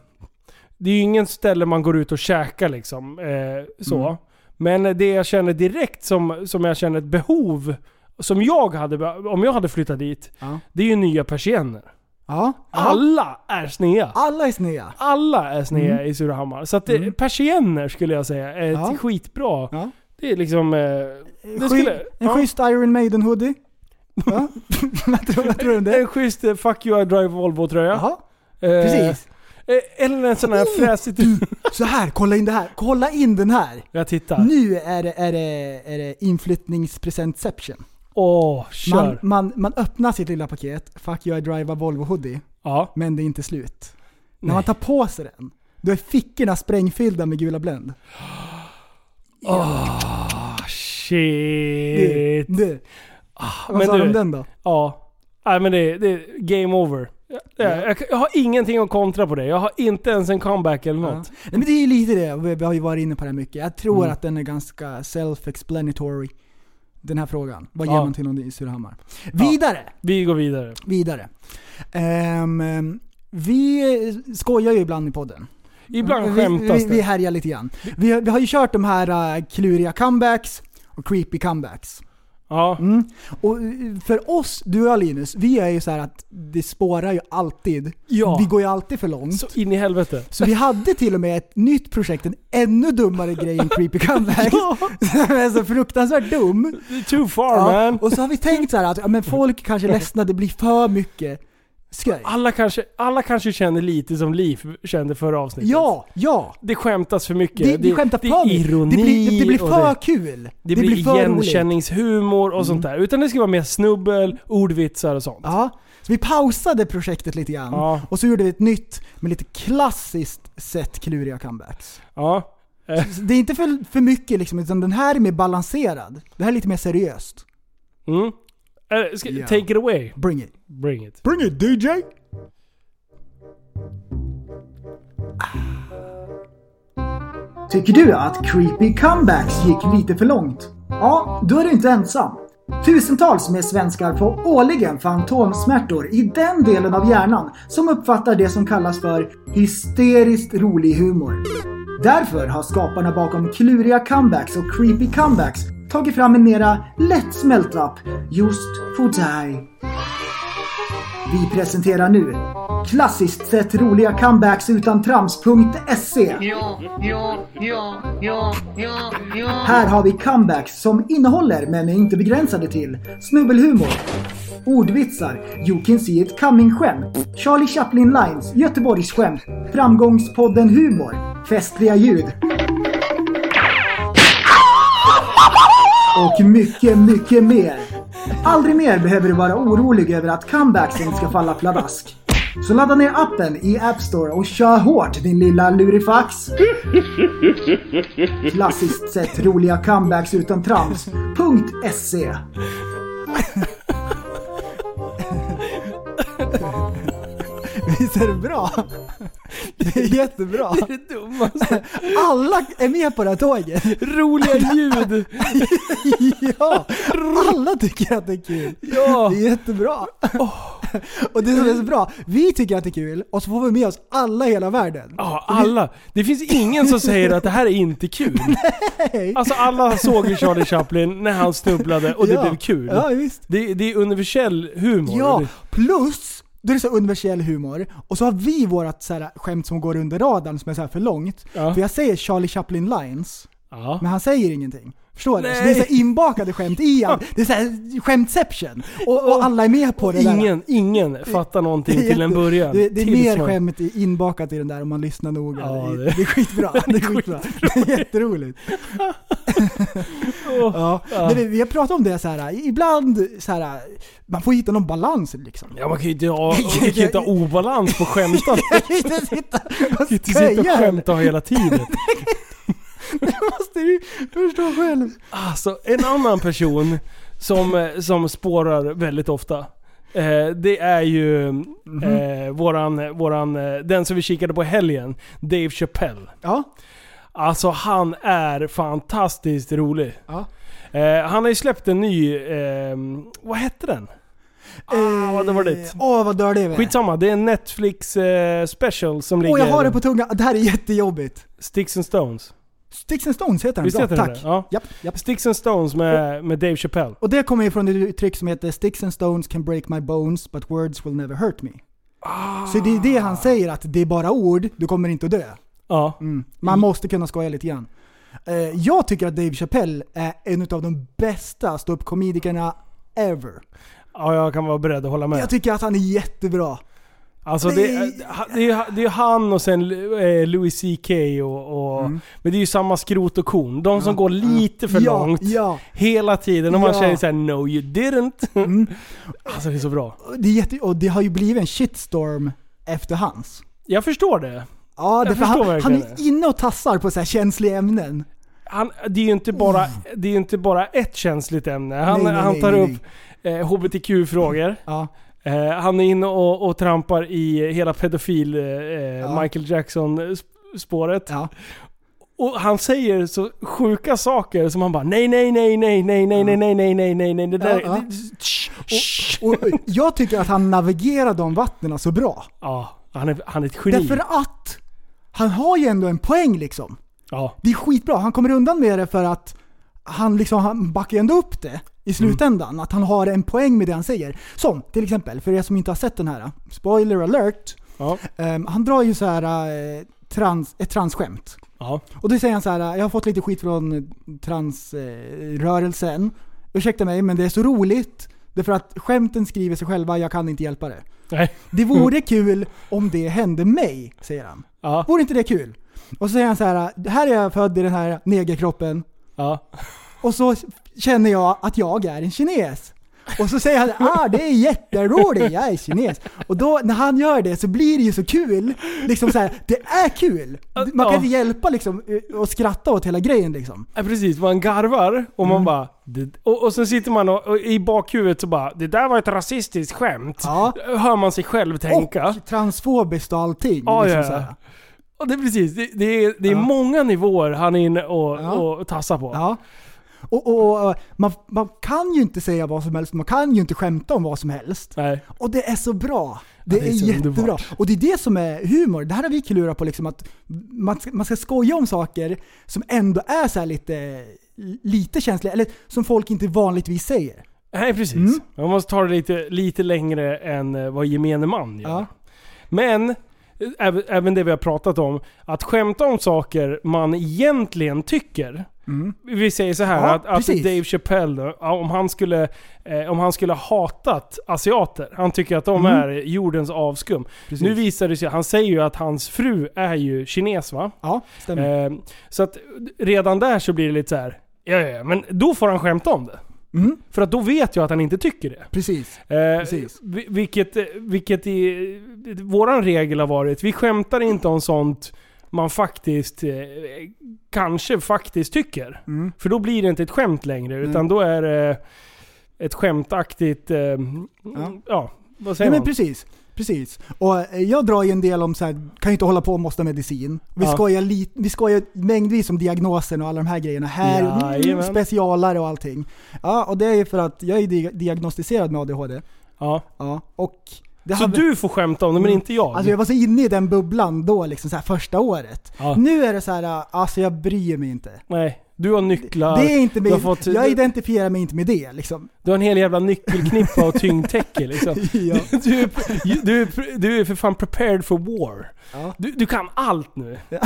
[SPEAKER 5] det är ju ingen ställe man går ut och käkar liksom. Eh, så.
[SPEAKER 4] Mm.
[SPEAKER 5] Men det jag känner direkt som, som jag känner ett behov, som jag hade, be- om jag hade flyttat dit,
[SPEAKER 4] Ja.
[SPEAKER 5] det är ju nya persienner.
[SPEAKER 4] Ja.
[SPEAKER 5] Alla är snea.
[SPEAKER 4] Alla är sneda.
[SPEAKER 5] Alla är snea i Surahammar. Så att det, persienner skulle jag säga är
[SPEAKER 4] Mm. Ja.
[SPEAKER 5] ett skitbra.
[SPEAKER 4] Ja.
[SPEAKER 5] Det är liksom... Eh, det
[SPEAKER 4] Sky,
[SPEAKER 5] skulle,
[SPEAKER 4] en
[SPEAKER 5] ja.
[SPEAKER 4] schysst Iron Maiden hoodie. Ja. vad, tror, vad tror du om
[SPEAKER 5] Det är en
[SPEAKER 4] det?
[SPEAKER 5] schysst eh, 'Fuck you I drive Volvo'-tröja.
[SPEAKER 4] Jaha,
[SPEAKER 5] Eh,
[SPEAKER 4] precis.
[SPEAKER 5] eh, Eller en sån här
[SPEAKER 4] Oh,
[SPEAKER 5] fräsigt...
[SPEAKER 4] Så här, kolla in det här. Kolla in den här.
[SPEAKER 5] Jag tittar.
[SPEAKER 4] Nu är det, är det, är det inflyttningspresentception.
[SPEAKER 5] Åh, kör.
[SPEAKER 4] Man, man, man öppnar sitt lilla paket, fuck you I drive a Volvo hoodie,
[SPEAKER 5] ja.
[SPEAKER 4] men det är inte slut. När
[SPEAKER 5] Nej.
[SPEAKER 4] man tar på sig den, då är fickorna sprängfyllda med gula Blend. Du,
[SPEAKER 5] Ah, Shit.
[SPEAKER 4] du. Vad
[SPEAKER 5] men
[SPEAKER 4] sa du
[SPEAKER 5] du-
[SPEAKER 4] om den då?
[SPEAKER 5] Ja. Nej men det, det är game over. Jag, jag, jag har ingenting att kontra på det. Jag har inte ens en comeback eller
[SPEAKER 4] Ja.
[SPEAKER 5] något. Mm.
[SPEAKER 4] Nej, men det är ju lite det, och vi vi har ju varit inne på det här mycket. Jag tror att den är ganska self-explanatory. Den här frågan. Vad ger
[SPEAKER 5] Ja.
[SPEAKER 4] man till någon i Surahammar? Vidare!
[SPEAKER 5] Vi går vidare.
[SPEAKER 4] Vidare. Ehm, ehm, vi skojar ju ibland i podden.
[SPEAKER 5] Ibland
[SPEAKER 4] vi,
[SPEAKER 5] skämtas
[SPEAKER 4] vi, vi
[SPEAKER 5] det.
[SPEAKER 4] härjar lite grann. Vi, har- vi har ju kört de här eh, kluriga comebacks och creepy comebacks.
[SPEAKER 5] Ja.
[SPEAKER 4] Mm. Och eh, för oss, du och jag Linus, vi är ju så här att det spårar ju alltid.
[SPEAKER 5] Ja.
[SPEAKER 4] Vi går ju alltid för långt.
[SPEAKER 5] Så in i helvete.
[SPEAKER 4] Så vi hade till och med ett nytt projekt, en ännu dummare grej än Creepy Comeback. Som är så fruktansvärt dum.
[SPEAKER 5] Too far
[SPEAKER 4] Ja,
[SPEAKER 5] man.
[SPEAKER 4] och så har vi tänkt så här att ja, men folk kanske är ledsna, det blir för mycket skoj.
[SPEAKER 5] Alla kanske, alla kanske känner lite som Liv kände förra avsnittet.
[SPEAKER 4] Ja, ja.
[SPEAKER 5] Det skämtas för mycket.
[SPEAKER 4] Det, vi skämtar
[SPEAKER 5] det
[SPEAKER 4] för
[SPEAKER 5] är
[SPEAKER 4] mycket.
[SPEAKER 5] ironi.
[SPEAKER 4] det, blir, det blir
[SPEAKER 5] och
[SPEAKER 4] för kul.
[SPEAKER 5] det, det blir
[SPEAKER 4] för roligt. Mm.
[SPEAKER 5] igenkänningshumor och sånt där. Utan det ska vara mer snubbel, ordvitsar och sånt.
[SPEAKER 4] Ja, så vi pausade projektet lite grann.
[SPEAKER 5] Ja.
[SPEAKER 4] Och så gjorde vi ett nytt med lite klassiskt sett kluriga comebacks.
[SPEAKER 5] Ja.
[SPEAKER 4] Så Det är inte för, för mycket liksom, utan den här är mer balanserad. Det här är lite mer seriöst.
[SPEAKER 5] Mm. Eh, Ska,
[SPEAKER 4] Ja.
[SPEAKER 5] Take it away.
[SPEAKER 4] Bring it.
[SPEAKER 5] Bring it.
[SPEAKER 4] Bring it DJ! Tycker du att creepy comebacks gick lite för långt? Ja, då är du inte ensam. Tusentals med svenskar får årligen fantomsmärtor i den delen av hjärnan som uppfattar det som kallas för hysteriskt rolig humor. Därför har skaparna bakom kluriga comebacks och creepy comebacks tagit fram en mera lättsmält lapp just för dig. Vi presenterar nu klassiskt sett roliga comebacks utan trams.se.
[SPEAKER 6] Yo, yo, yo, yo, yo, yo.
[SPEAKER 4] Här har vi comebacks som innehåller, men är inte begränsade till, snubbelhumor, ordvitsar, You can see it coming-skämt, Charlie Chaplin Lines, Göteborgsskämt, Framgångspodden Humor, festliga ljud. Och mycket, mycket mer. Aldrig mer behöver du vara orolig över att comebacksen ska falla pladask. Så ladda ner appen i App Store och kör hårt din lilla lurifax. Klassiskt sett roliga comebacks utan trams. Punkt SE. Visst är det bra? Det är jättebra.
[SPEAKER 5] Det är det dummaste.
[SPEAKER 4] Alla är med på det här tåget.
[SPEAKER 5] Roliga ljud.
[SPEAKER 4] Ja, alla tycker att det är kul.
[SPEAKER 5] Ja. Oh.
[SPEAKER 4] Det är jättebra. Och det som är så bra, vi tycker att det är kul och så får vi med oss alla i hela världen.
[SPEAKER 5] Ja, alla. Det finns ingen som säger att det här är inte kul.
[SPEAKER 4] Hej.
[SPEAKER 5] Alltså alla såg ju Charlie Chaplin när han snubblade och det
[SPEAKER 4] Ja.
[SPEAKER 5] blev kul.
[SPEAKER 4] Ja, visst.
[SPEAKER 5] Det, det är universell humor.
[SPEAKER 4] Ja, plus då är det så universell humor och så har vi vårat så här, skämt som går under radarn som är så här för långt.
[SPEAKER 5] Ja.
[SPEAKER 4] För jag säger Charlie Chaplin lines,
[SPEAKER 5] Ja.
[SPEAKER 4] men han säger ingenting. Förstår du? Så
[SPEAKER 5] Nej.
[SPEAKER 4] det är så här inbakade skämt i allt. Det är så här skämtception. Och, och alla är med på det där.
[SPEAKER 5] Ingen, ingen fattar någonting
[SPEAKER 4] Det är
[SPEAKER 5] till en
[SPEAKER 4] jätte-
[SPEAKER 5] början.
[SPEAKER 4] Det, det är
[SPEAKER 5] Tills
[SPEAKER 4] mer
[SPEAKER 5] man-
[SPEAKER 4] skämt i- inbakat i den där om man lyssnar noga.
[SPEAKER 5] Ja,
[SPEAKER 4] det,
[SPEAKER 5] det-
[SPEAKER 4] det är skitbra. Det är, skitbra. Det är jätteroligt. ja. Nej, vi- vi har pratat om det så här. ibland så här, man får hitta någon balans liksom.
[SPEAKER 5] Ja, man kan ju inte ha, man kan ju inte ha obalans på skämtan.
[SPEAKER 4] Jag kan inte sitta och
[SPEAKER 5] Du sitter och
[SPEAKER 4] skämta.
[SPEAKER 5] skämtar hela tiden.
[SPEAKER 4] måste ju förstå själv.
[SPEAKER 5] Alltså, en annan person som, eh, som spårar väldigt ofta. Eh, det är ju
[SPEAKER 4] Mhm.
[SPEAKER 5] eh, våran, våran, eh, den som vi kikade på i helgen, Dave Chappelle.
[SPEAKER 4] Ja.
[SPEAKER 5] Alltså han är fantastiskt rolig.
[SPEAKER 4] Ja.
[SPEAKER 5] Eh, han har ju släppt en ny, eh, vad hette den?
[SPEAKER 4] Eh.
[SPEAKER 5] Ah, vad dåligt.
[SPEAKER 4] Åh, vad dålig vi är.
[SPEAKER 5] Skitsamma, det är en Netflix eh, special som ligger...
[SPEAKER 4] Åh, jag har det på tungan. Det här är jättejobbigt.
[SPEAKER 5] Sticks and Stones.
[SPEAKER 4] Sticks and Stones heter den.
[SPEAKER 5] Visst
[SPEAKER 4] Bra,
[SPEAKER 5] heter den
[SPEAKER 4] Tack.
[SPEAKER 5] det? Ja.
[SPEAKER 4] Japp, japp.
[SPEAKER 5] Sticks and Stones med, med Dave Chappelle.
[SPEAKER 4] Och det kommer ju från ett uttryck som heter “Sticks and stones can break my bones but words will never hurt me”. Så det är det
[SPEAKER 5] Ah.
[SPEAKER 4] han säger, att det är bara ord, du kommer inte att dö.
[SPEAKER 5] Ja.
[SPEAKER 4] Man
[SPEAKER 5] Mm.
[SPEAKER 4] måste kunna skoja lite grann. Eh, jag tycker att Dave Chappelle är en av de bästa ståuppkomikerna ever.
[SPEAKER 5] ja, jag kan vara beredd att hålla med.
[SPEAKER 4] Jag tycker att han är jättebra.
[SPEAKER 5] Alltså det, är- det, är, det är han och sen eh, Louis CK och... och
[SPEAKER 4] Mm.
[SPEAKER 5] Men det är ju samma skrot och korn. De som går lite för
[SPEAKER 4] ja,
[SPEAKER 5] långt.
[SPEAKER 4] Ja,
[SPEAKER 5] Hela tiden. Och man
[SPEAKER 4] Ja.
[SPEAKER 5] säger
[SPEAKER 4] Mm.
[SPEAKER 5] såhär “No you didn't”. Alltså det är så bra.
[SPEAKER 4] Och det är jätte, och det har ju blivit en shitstorm efter hans.
[SPEAKER 5] Jag förstår det.
[SPEAKER 4] Ja, därför
[SPEAKER 5] förstår
[SPEAKER 4] han, han
[SPEAKER 5] verkligen
[SPEAKER 4] är inne och tassar på så här känsliga ämnen.
[SPEAKER 5] Han, det är ju inte bara, det är ju inte bara ett känsligt ämne. Han,
[SPEAKER 4] Nej, nej,
[SPEAKER 5] han
[SPEAKER 4] nej,
[SPEAKER 5] tar
[SPEAKER 4] nej,
[SPEAKER 5] upp eh, HBTQ-frågor.
[SPEAKER 4] Ja.
[SPEAKER 5] Eh, han är inne och, och trampar i hela pedofil eh, Michael Jackson-spåret.
[SPEAKER 4] Ja.
[SPEAKER 5] Och han säger så sjuka saker som han bara nej, nej, nej, nej, nej, nej, nej, nej, nej, nej, nej, nej, det där...
[SPEAKER 4] Mm. Ja, ja.
[SPEAKER 5] det- tsch, tsch.
[SPEAKER 4] Och jag tycker att han navigerar de vattnen så bra.
[SPEAKER 5] Ja, han är, han är ett geni.
[SPEAKER 4] Därför att han har ju ändå en poäng liksom.
[SPEAKER 5] Ja,
[SPEAKER 4] Det är skitbra. Han kommer undan med det för att han, liksom, han backar ju ändå upp det
[SPEAKER 5] Mm.
[SPEAKER 4] i slutändan. Att han har en poäng med det han säger. Som till exempel, för er som inte har sett den här, eh, spoiler alert.
[SPEAKER 5] ja,
[SPEAKER 4] Ehm, han drar ju så här eh, trans, ett transskämt.
[SPEAKER 5] ja.
[SPEAKER 4] Och då säger han så här, jag har fått lite skit från transrörelsen. Ursäkta mig, men det är så roligt. Därför att skämten skriver sig själva, jag kan inte hjälpa det.
[SPEAKER 5] Nej.
[SPEAKER 4] Det vore kul om det hände mig, säger han.
[SPEAKER 5] Ja,
[SPEAKER 4] Vore inte det kul? Och så säger han så här, här är jag född i den här negerkroppen.
[SPEAKER 5] ja.
[SPEAKER 4] Och så känner jag att jag är en kines. Och så säger han ah det är jätteroligt, jag är kines. Och då när han gör det så blir det ju så kul. Liksom så här, det är kul! Man kan
[SPEAKER 5] Ja.
[SPEAKER 4] inte hjälpa liksom och skratta åt hela grejen liksom.
[SPEAKER 5] Ja, precis. Man garvar och
[SPEAKER 4] Mm.
[SPEAKER 5] man bara... Det, och, och sen sitter man och, och i bakhuvudet så bara “Det där var ett rasistiskt skämt”.
[SPEAKER 4] Ja.
[SPEAKER 5] Hör man sig själv tänka.
[SPEAKER 4] Och transfobiskt och allting.
[SPEAKER 5] Ja,
[SPEAKER 4] liksom
[SPEAKER 5] ja,
[SPEAKER 4] så
[SPEAKER 5] ja.
[SPEAKER 4] här.
[SPEAKER 5] Och det är precis. Det, det är, det är många nivåer han är inne och,
[SPEAKER 4] Ja.
[SPEAKER 5] och tassar på.
[SPEAKER 4] ja. Och, och, och man, man kan ju inte säga vad som helst, man kan ju inte skämta om vad som helst.
[SPEAKER 5] Nej.
[SPEAKER 4] Och det är så bra! Det,
[SPEAKER 5] det är
[SPEAKER 4] är,
[SPEAKER 5] så
[SPEAKER 4] jättebra.
[SPEAKER 5] underbart.
[SPEAKER 4] Och det är det som är humor. Det här har vi klurat på, liksom att man ska, man ska skoja om saker som ändå är så här lite, lite känsliga, eller som folk inte vanligtvis säger.
[SPEAKER 5] Nej precis.
[SPEAKER 4] Mm.
[SPEAKER 5] Man måste ta det lite, lite längre än eh, vad gemene man gör.
[SPEAKER 4] Ja.
[SPEAKER 5] Men, eh, äv- även det vi har pratat om, att skämta om saker man egentligen tycker.
[SPEAKER 4] Mm.
[SPEAKER 5] Vi säger så här
[SPEAKER 4] Ja,
[SPEAKER 5] att, att
[SPEAKER 4] precis.
[SPEAKER 5] Dave Chappelle, då, ja, om han, skulle, eh, om han skulle ha hatat asiater, han tycker att de
[SPEAKER 4] Mm.
[SPEAKER 5] är jordens avskum.
[SPEAKER 4] Precis.
[SPEAKER 5] Nu visar det sig, han säger ju att hans fru är ju kines va?
[SPEAKER 4] Ja, stämmer.
[SPEAKER 5] Eh, så att redan där så blir det lite så här. Ja, ja, ja, men då får han skämta om det.
[SPEAKER 4] Mm.
[SPEAKER 5] För att då vet jag att han inte tycker det.
[SPEAKER 4] Precis.
[SPEAKER 5] Eh,
[SPEAKER 4] Precis.
[SPEAKER 5] vi- Vilket, eh, vilket i, våran regel har varit, vi skämtar inte om sånt man faktiskt, eh, kanske faktiskt tycker.
[SPEAKER 4] Mm.
[SPEAKER 5] För då blir det inte ett skämt längre, utan då är det ett skämtaktigt, eh, ja. vad säger
[SPEAKER 4] Ja, men
[SPEAKER 5] man?
[SPEAKER 4] precis. Precis. Och eh, jag drar ju en del om så här, kan ju inte hålla på och måste ha medicin. Vi,
[SPEAKER 5] Ja.
[SPEAKER 4] skojar li, vi skojar mängdvis om diagnosen och alla de här grejerna. Här, mm,
[SPEAKER 5] Jajamän.
[SPEAKER 4] specialare och allting. Ja, och det är ju för att jag är di- diagnostiserad med ADHD.
[SPEAKER 5] Ja.
[SPEAKER 4] Ja, och det
[SPEAKER 5] Så
[SPEAKER 4] hade-
[SPEAKER 5] du får skämta om det, men inte jag?
[SPEAKER 4] Alltså jag var så inne i den bubblan då, liksom så här första året.
[SPEAKER 5] Ja.
[SPEAKER 4] Nu är det så här, äh, alltså jag bryr mig inte.
[SPEAKER 5] Nej, du har nycklar,
[SPEAKER 4] Det är inte
[SPEAKER 5] du, har
[SPEAKER 4] min,
[SPEAKER 5] fått,
[SPEAKER 4] jag
[SPEAKER 5] du,
[SPEAKER 4] identifierar mig inte med det liksom.
[SPEAKER 5] du har en hel jävla nyckelknippa och tyngdtäcke liksom.
[SPEAKER 4] Ja.
[SPEAKER 5] Du, är, du, är, du är för fan prepared for war.
[SPEAKER 4] Ja.
[SPEAKER 5] Du, du kan allt nu.
[SPEAKER 4] Ja,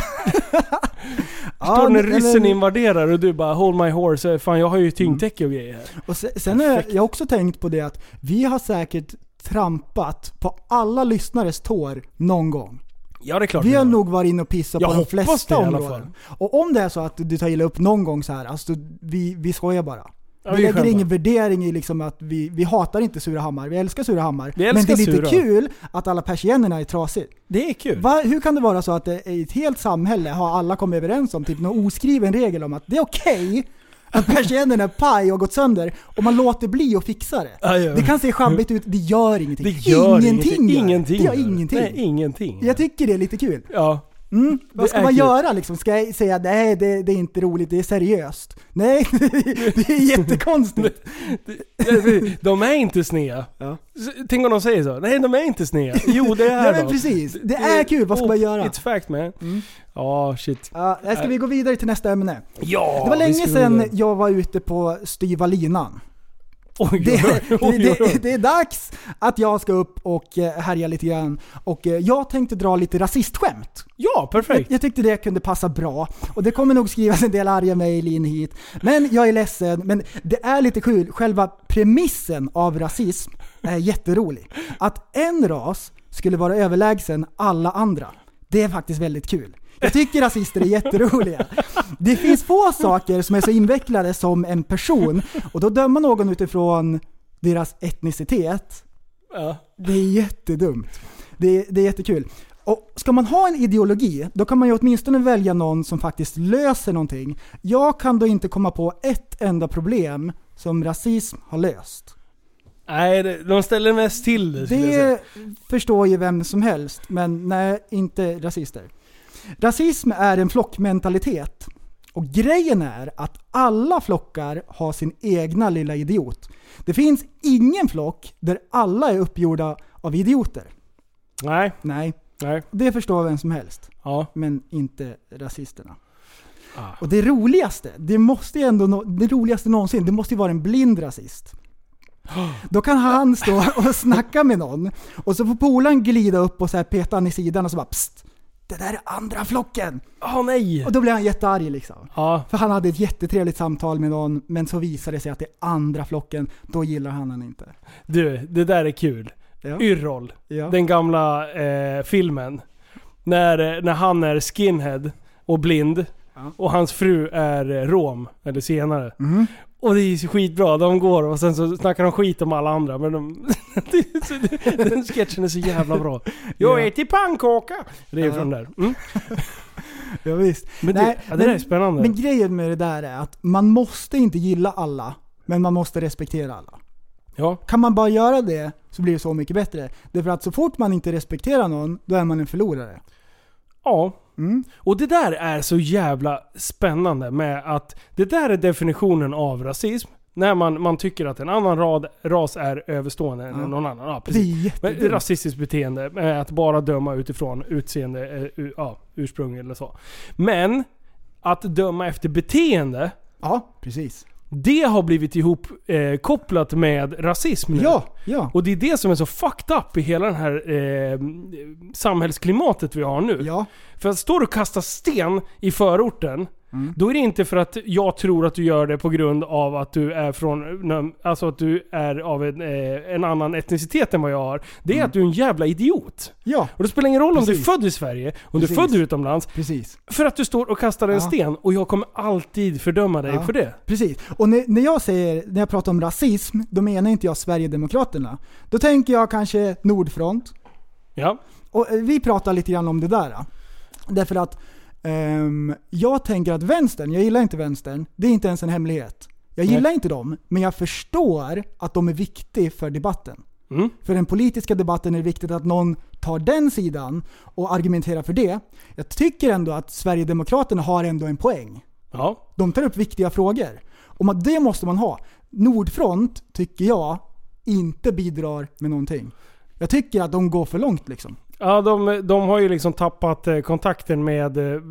[SPEAKER 5] Står när
[SPEAKER 4] men-
[SPEAKER 5] ryssen
[SPEAKER 4] eller-
[SPEAKER 5] invaderar och du bara 'Hold my horse' eh, fan jag har ju tyngdtäcke och grejer här.
[SPEAKER 4] Och se- sen har jag- jag har också tänkt på det att vi har säkert trampat på alla lyssnares tår någon gång.
[SPEAKER 5] Ja det är klart
[SPEAKER 4] Vi
[SPEAKER 5] jag
[SPEAKER 4] har
[SPEAKER 5] har.
[SPEAKER 4] nog varit inne och pissat
[SPEAKER 5] Jag
[SPEAKER 4] på de
[SPEAKER 5] hoppas
[SPEAKER 4] flesta
[SPEAKER 5] det i alla
[SPEAKER 4] områden. Och om det är så att du tar illa upp någon gång så här, alltså vi, vi skojar bara.
[SPEAKER 5] Ja,
[SPEAKER 4] vi
[SPEAKER 5] vi
[SPEAKER 4] lägger
[SPEAKER 5] skämtar.
[SPEAKER 4] ingen värdering i liksom att vi, vi hatar inte Surahammar, vi älskar Surahammar.
[SPEAKER 5] Vi
[SPEAKER 4] men det
[SPEAKER 5] älskar
[SPEAKER 4] är lite
[SPEAKER 5] Sura.
[SPEAKER 4] kul att alla persiennerna är trasiga.
[SPEAKER 5] Det är kul.
[SPEAKER 4] Va, hur kan det vara så att det i ett helt samhälle har alla kommit överens om typ någon oskriven regel om att det är okej att persiennerna är paj och har gått sönder och man låter bli att fixa det.
[SPEAKER 5] Ja, ja.
[SPEAKER 4] Det kan se sjabbigt ut, det gör ingenting.
[SPEAKER 5] Det gör
[SPEAKER 4] ingenting. gör det.
[SPEAKER 5] ingenting.
[SPEAKER 4] Det gör
[SPEAKER 5] Nej,
[SPEAKER 4] ingenting.
[SPEAKER 5] ingenting.
[SPEAKER 4] Jag tycker det är lite kul.
[SPEAKER 5] ja.
[SPEAKER 4] Mm. Vad ska
[SPEAKER 5] är
[SPEAKER 4] man
[SPEAKER 5] kul.
[SPEAKER 4] göra liksom? Ska jag säga nej det, det är inte roligt, det är seriöst? Nej, det är jättekonstigt.
[SPEAKER 5] De är inte snea.
[SPEAKER 4] Ja.
[SPEAKER 5] S- Tänk om de säger så. Nej de är inte snea. Jo det är
[SPEAKER 4] Nej men
[SPEAKER 5] de.
[SPEAKER 4] precis, det är kul, vad ska
[SPEAKER 5] oh,
[SPEAKER 4] man göra? Mm.
[SPEAKER 5] It's fact man. Ja shit.
[SPEAKER 4] Ja, här ska vi gå vidare till nästa ämne?
[SPEAKER 5] Ja,
[SPEAKER 4] Det var
[SPEAKER 5] vi
[SPEAKER 4] länge
[SPEAKER 5] ska gå
[SPEAKER 4] sedan
[SPEAKER 5] vidare.
[SPEAKER 4] jag var ute på styva linan.
[SPEAKER 5] Oj,
[SPEAKER 4] Det,
[SPEAKER 5] oj, oj,
[SPEAKER 4] det,
[SPEAKER 5] oj.
[SPEAKER 4] det, det är dags att jag ska upp och eh, härja lite grann. Och eh, jag tänkte dra lite rasistskämt.
[SPEAKER 5] Ja, perfekt.
[SPEAKER 4] Jag tyckte det kunde passa bra. Och det kommer nog skrivas en del arga mejl in hit. Men jag är ledsen, men det är lite kul. Själva premissen av rasism är jätterolig. Att en ras skulle vara överlägsen alla andra. Det är faktiskt väldigt kul. Jag tycker rasister är jätteroliga. Det finns få saker som är så invecklade som en person och då dömer någon utifrån deras etnicitet
[SPEAKER 5] Ja.
[SPEAKER 4] det är jättedumt. Det är, det är jättekul. Och ska man ha en ideologi, då kan man ju åtminstone välja någon som faktiskt löser någonting. Jag kan då inte komma på ett enda problem som rasism har löst.
[SPEAKER 5] Nej, det- de ställer mest till det, skulle jag säga.
[SPEAKER 4] Det förstår ju vem som helst, men nej, inte rasister. Rasism är en flockmentalitet. Och grejen är att alla flockar har sin egna lilla idiot. Det finns ingen flock där alla är uppgjorda av idioter.
[SPEAKER 5] Nej,
[SPEAKER 4] Nej,
[SPEAKER 5] nej.
[SPEAKER 4] det förstår vem som helst,
[SPEAKER 5] Ja.
[SPEAKER 4] men inte rasisterna.
[SPEAKER 5] Ah.
[SPEAKER 4] Och det roligaste, det måste ju ändå, nå- det roligaste någonsin, det måste ju vara en blind rasist. Då kan han stå och snacka med någon och så får polaren glida upp och så här peta han i sidan och så bara psst, det där är andra flocken!
[SPEAKER 5] Åh nej!
[SPEAKER 4] Och då blir han jättearg liksom.
[SPEAKER 5] Ja,
[SPEAKER 4] För han hade ett jättetrevligt samtal med någon, men så visar det sig att det är andra flocken, då gillar han han inte.
[SPEAKER 5] du, det där är kul.
[SPEAKER 4] Ja.
[SPEAKER 5] Yrrol,
[SPEAKER 4] Ja.
[SPEAKER 5] den gamla eh, filmen. När, eh, när han är skinhead och blind
[SPEAKER 4] Ja.
[SPEAKER 5] och hans fru är eh, rom, eller senare.
[SPEAKER 4] Mhm.
[SPEAKER 5] Och det är ju skitbra, de går och sen så snackar de skit om alla andra. Men de, det är så- den sketchen är så jävla bra. Jag
[SPEAKER 4] Ja.
[SPEAKER 5] äter pannkaka! Det är ju
[SPEAKER 4] Ja.
[SPEAKER 5] från där. Mm.
[SPEAKER 4] Ja, visst.
[SPEAKER 5] Men
[SPEAKER 4] Nej,
[SPEAKER 5] det, ja, det där
[SPEAKER 4] men-
[SPEAKER 5] är spännande.
[SPEAKER 4] Men grejen med det där är att man måste inte gilla alla, men man måste respektera alla.
[SPEAKER 5] ja.
[SPEAKER 4] Kan man bara göra det så blir det så mycket bättre. Därför att så fort man inte respekterar någon, då är man en förlorare.
[SPEAKER 5] Ja.
[SPEAKER 4] Mm.
[SPEAKER 5] Och det där är så jävla spännande med att det där är definitionen av rasism. När man, man tycker att en annan rad, ras är överstående än
[SPEAKER 4] Ja.
[SPEAKER 5] någon annan. Ja,
[SPEAKER 4] Det är
[SPEAKER 5] precis. Men det är
[SPEAKER 4] jättedumt.
[SPEAKER 5] rasistiskt beteende eh, att bara döma utifrån utseende, eh, u- ja, ursprung eller så. Men att döma efter beteende,
[SPEAKER 4] Ja, precis.
[SPEAKER 5] Det har blivit ihop eh, kopplat med rasism nu.
[SPEAKER 4] Ja, ja.
[SPEAKER 5] Och det är det som är så fucked up i hela det här eh, samhällsklimatet vi har nu.
[SPEAKER 4] Ja,
[SPEAKER 5] För att står du och kastar sten i förorten,
[SPEAKER 4] Mm.
[SPEAKER 5] då är det inte för att jag tror att du gör det på grund av att du är från, alltså att du är av en, eh, en annan etnicitet än vad jag har. Det är att du är en jävla idiot.
[SPEAKER 4] ja,
[SPEAKER 5] Och det spelar ingen roll om du
[SPEAKER 4] Mm. Precis.
[SPEAKER 5] är född i Sverige, om
[SPEAKER 4] Precis.
[SPEAKER 5] du är född utomlands,
[SPEAKER 4] precis.
[SPEAKER 5] för att du står och kastar en
[SPEAKER 4] Ja.
[SPEAKER 5] sten och jag kommer alltid fördöma dig
[SPEAKER 4] Ja.
[SPEAKER 5] för det.
[SPEAKER 4] Precis. Och när, när jag säger, när jag pratar om rasism, då menar inte jag Sverigedemokraterna. Då tänker jag kanske Nordfront.
[SPEAKER 5] Ja.
[SPEAKER 4] Och eh, vi pratar lite grann om det där. eh. Därför att ehm, jag tänker att vänstern, jag gillar inte vänstern, det är inte ens en hemlighet. Jag gillar inte dem, men jag förstår att de är viktiga för debatten.
[SPEAKER 5] Mm.
[SPEAKER 4] För den politiska debatten är det viktigt att någon tar den sidan och argumenterar för det. Jag tycker ändå att Sverigedemokraterna har ändå en poäng.
[SPEAKER 5] Ja.
[SPEAKER 4] De tar upp viktiga frågor. Och man, det måste man ha. Nordfront tycker jag inte bidrar med någonting. Jag tycker att de går för långt liksom.
[SPEAKER 5] Ja, de, de har ju liksom tappat eh, kontakten med... eh, eh,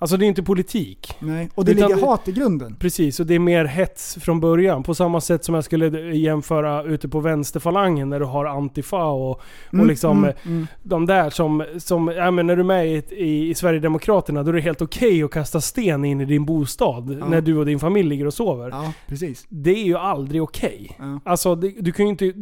[SPEAKER 5] Alltså det är ju inte politik.
[SPEAKER 4] Nej. Och det
[SPEAKER 5] Utan-
[SPEAKER 4] ligger hat i grunden.
[SPEAKER 5] Precis, och det är mer hets från början. På samma sätt som jag skulle eh, jämföra ute på vänsterfalangen när du har Antifa och, och liksom
[SPEAKER 4] mm,
[SPEAKER 5] eh, de där som... som ja, men när du är med i, ett- i, i Sverigedemokraterna då är det helt okej att kasta sten in i din bostad när du och din familj ligger och sover.
[SPEAKER 4] Ja, precis.
[SPEAKER 5] Det är ju aldrig okej.
[SPEAKER 4] Ja.
[SPEAKER 5] Alltså det, du kan ju inte...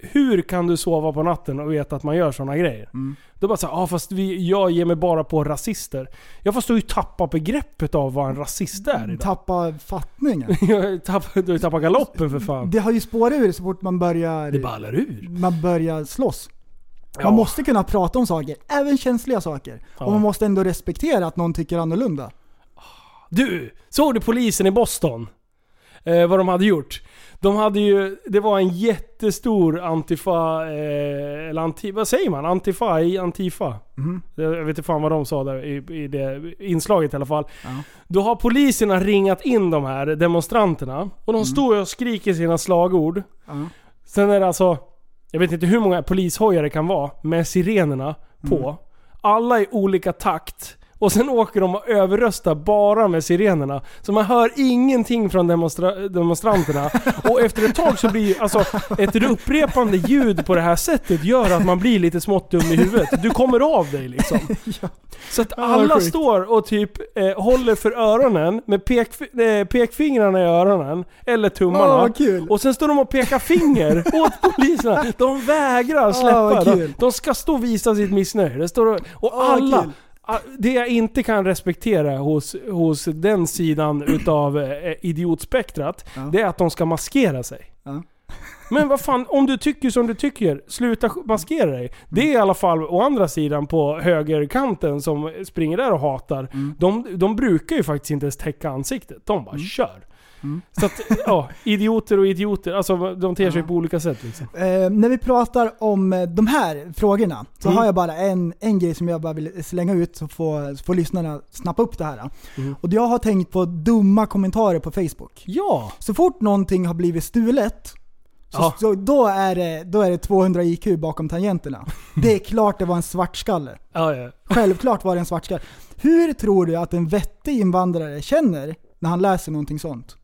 [SPEAKER 5] Hur kan du sova på natten och veta att man gör sådana grejer?
[SPEAKER 4] Mm.
[SPEAKER 5] Då bara såhär, ah, fast vi, jag ger mig bara på rasister. Jag förstår ju tappa begreppet av vad en rasist
[SPEAKER 4] Mm.
[SPEAKER 5] är idag.
[SPEAKER 4] Tappa fattningen.
[SPEAKER 5] Jag tappar, du har ju tappat galoppen för fan.
[SPEAKER 4] Det har ju spårat ur så fort man börjar,
[SPEAKER 5] Det ballar ur.
[SPEAKER 4] man börjar slåss.
[SPEAKER 5] Ja.
[SPEAKER 4] Man måste kunna prata om saker, även känsliga saker.
[SPEAKER 5] Ja.
[SPEAKER 4] Och man måste ändå respektera att någon tycker annorlunda.
[SPEAKER 5] Du! Såg du polisen i Boston? Eh, vad de hade gjort? De hade ju, det var en jättestor antifa, eh, eller anti, vad säger man? Antifa i antifa. Jag jag vet inte fan vad de sa där i, i det inslaget i alla fall. Då har poliserna ringat in de här demonstranterna. Och de står och skriker sina slagord. Sen är det alltså, jag vet inte hur många polishojar det kan vara, med sirenerna på.
[SPEAKER 4] Mm.
[SPEAKER 5] Alla i olika takt. Och sen åker de och överröstar bara med sirenerna. Så man hör ingenting från demonstra- demonstranterna. Och efter ett tag så blir ju, alltså ett upprepande ljud på det här sättet gör att man blir lite smått dum i huvudet. Du kommer av dig liksom. Så att
[SPEAKER 4] vad
[SPEAKER 5] alla
[SPEAKER 4] sjukt.
[SPEAKER 5] står och typ eh, håller för öronen med pekf- eh, pekfingrarna i öronen. Eller tummarna.
[SPEAKER 4] Åh, vad kul.
[SPEAKER 5] Och sen står de och pekar finger åt poliserna. De vägrar
[SPEAKER 4] Åh,
[SPEAKER 5] släppa.
[SPEAKER 4] vad
[SPEAKER 5] de,
[SPEAKER 4] kul.
[SPEAKER 5] de ska stå och visa sitt missnöje. Det står och, och
[SPEAKER 4] Åh, vad
[SPEAKER 5] alla...
[SPEAKER 4] kul.
[SPEAKER 5] a- Det jag inte kan respektera hos, hos den sidan utav eh, idiotspektrat,
[SPEAKER 4] Ja.
[SPEAKER 5] det är att de ska maskera sig.
[SPEAKER 4] Ja.
[SPEAKER 5] Men vad fan, om du tycker som du tycker, sluta sk- maskera dig. Det är i alla fall å andra sidan på högerkanten som springer där och hatar.
[SPEAKER 4] Mm.
[SPEAKER 5] De, de brukar ju faktiskt inte ens täcka ansiktet. De bara kör.
[SPEAKER 4] Mm.
[SPEAKER 5] Så att, ja, idioter och idioter. Alltså de ter sig på olika sätt liksom.
[SPEAKER 4] Eh, när vi pratar om eh, de här frågorna så
[SPEAKER 5] Mm.
[SPEAKER 4] har jag bara en, en grej som jag bara vill slänga ut så får, så får lyssnarna snappa upp det här.
[SPEAKER 5] Mm.
[SPEAKER 4] Och jag har tänkt på dumma kommentarer på Facebook.
[SPEAKER 5] Ja!
[SPEAKER 4] Så fort någonting har blivit stulet, så,
[SPEAKER 5] Ja.
[SPEAKER 4] så, då, är det, då är det 200 IQ bakom tangenterna. Det är klart det var en svartskalle.
[SPEAKER 5] ja, ja.
[SPEAKER 4] Självklart var det en svartskalle. Hur tror du att en vettig invandrare känner när han läser någonting sånt?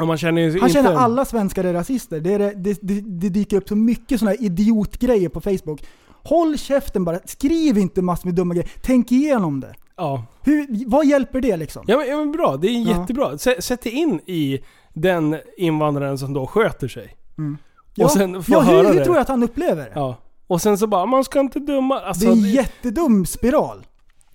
[SPEAKER 5] Ja, man känner ju
[SPEAKER 4] Han
[SPEAKER 5] inte...
[SPEAKER 4] känner alla svenskar är rasister. Det, är det, det, det, det dyker upp så mycket sådana här idiotgrejer på Facebook. Håll käften bara. Skriv inte massor med dumma grejer. Tänk igenom det.
[SPEAKER 5] Ja.
[SPEAKER 4] Hur, vad hjälper det liksom?
[SPEAKER 5] Ja, men, ja, men bra. Det är
[SPEAKER 4] Ja.
[SPEAKER 5] jättebra. Sä- Sätt dig in i den invandraren som då sköter sig. Och
[SPEAKER 4] Mm. Ja.
[SPEAKER 5] sen få
[SPEAKER 4] ja,
[SPEAKER 5] höra
[SPEAKER 4] hur,
[SPEAKER 5] det.
[SPEAKER 4] hur tror jag att han upplever det?
[SPEAKER 5] Ja. Och sen så bara, man ska inte döma. Alltså,
[SPEAKER 4] det är en jättedum spiral.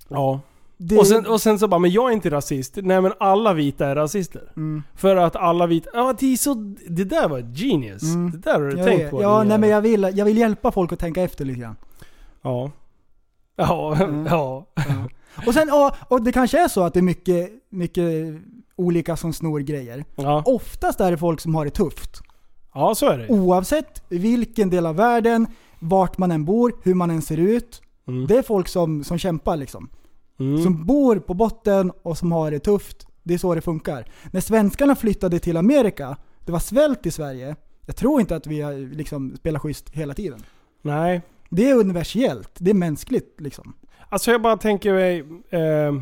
[SPEAKER 5] ja.
[SPEAKER 4] Det,
[SPEAKER 5] och, sen, och sen så bara, men jag är inte rasist. Nej men alla vita är rasister.
[SPEAKER 4] Mm.
[SPEAKER 5] För att alla vita, ja det är så, det där var genius. Det där har du
[SPEAKER 4] jag
[SPEAKER 5] tänkt
[SPEAKER 4] är-
[SPEAKER 5] på.
[SPEAKER 4] Mm. ja,
[SPEAKER 5] din
[SPEAKER 4] nej,
[SPEAKER 5] jävel.
[SPEAKER 4] men jag, vill, jag vill hjälpa folk att tänka efter lite grann.
[SPEAKER 5] Ja. Ja,
[SPEAKER 4] Mm.
[SPEAKER 5] ja.
[SPEAKER 4] Och sen, ja, och det kanske är så att det är mycket, mycket olika som snor grejer.
[SPEAKER 5] Ja.
[SPEAKER 4] Oftast är det folk som har det tufft.
[SPEAKER 5] ja, så är det.
[SPEAKER 4] Oavsett vilken del av världen, vart man än bor, hur man än ser ut.
[SPEAKER 5] Mm.
[SPEAKER 4] Det är folk som, som kämpar liksom.
[SPEAKER 5] Mm.
[SPEAKER 4] Som bor på botten och som har det tufft. Det är så det funkar. När svenskarna flyttade till Amerika, det var svält i Sverige. Jag tror inte att vi har liksom spelar schysst hela tiden.
[SPEAKER 5] Nej.
[SPEAKER 4] Det är universellt, det är mänskligt liksom.
[SPEAKER 5] Alltså jag bara tänker mig... Eh,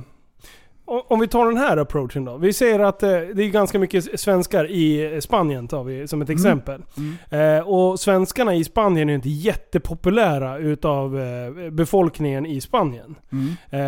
[SPEAKER 5] o- om vi tar den här approachen då. Vi ser att eh, det är ganska mycket svenskar i Spanien tar vi som ett exempel. Eh, och svenskarna i Spanien är ju inte jättepopulära utav eh, befolkningen i Spanien. Eh,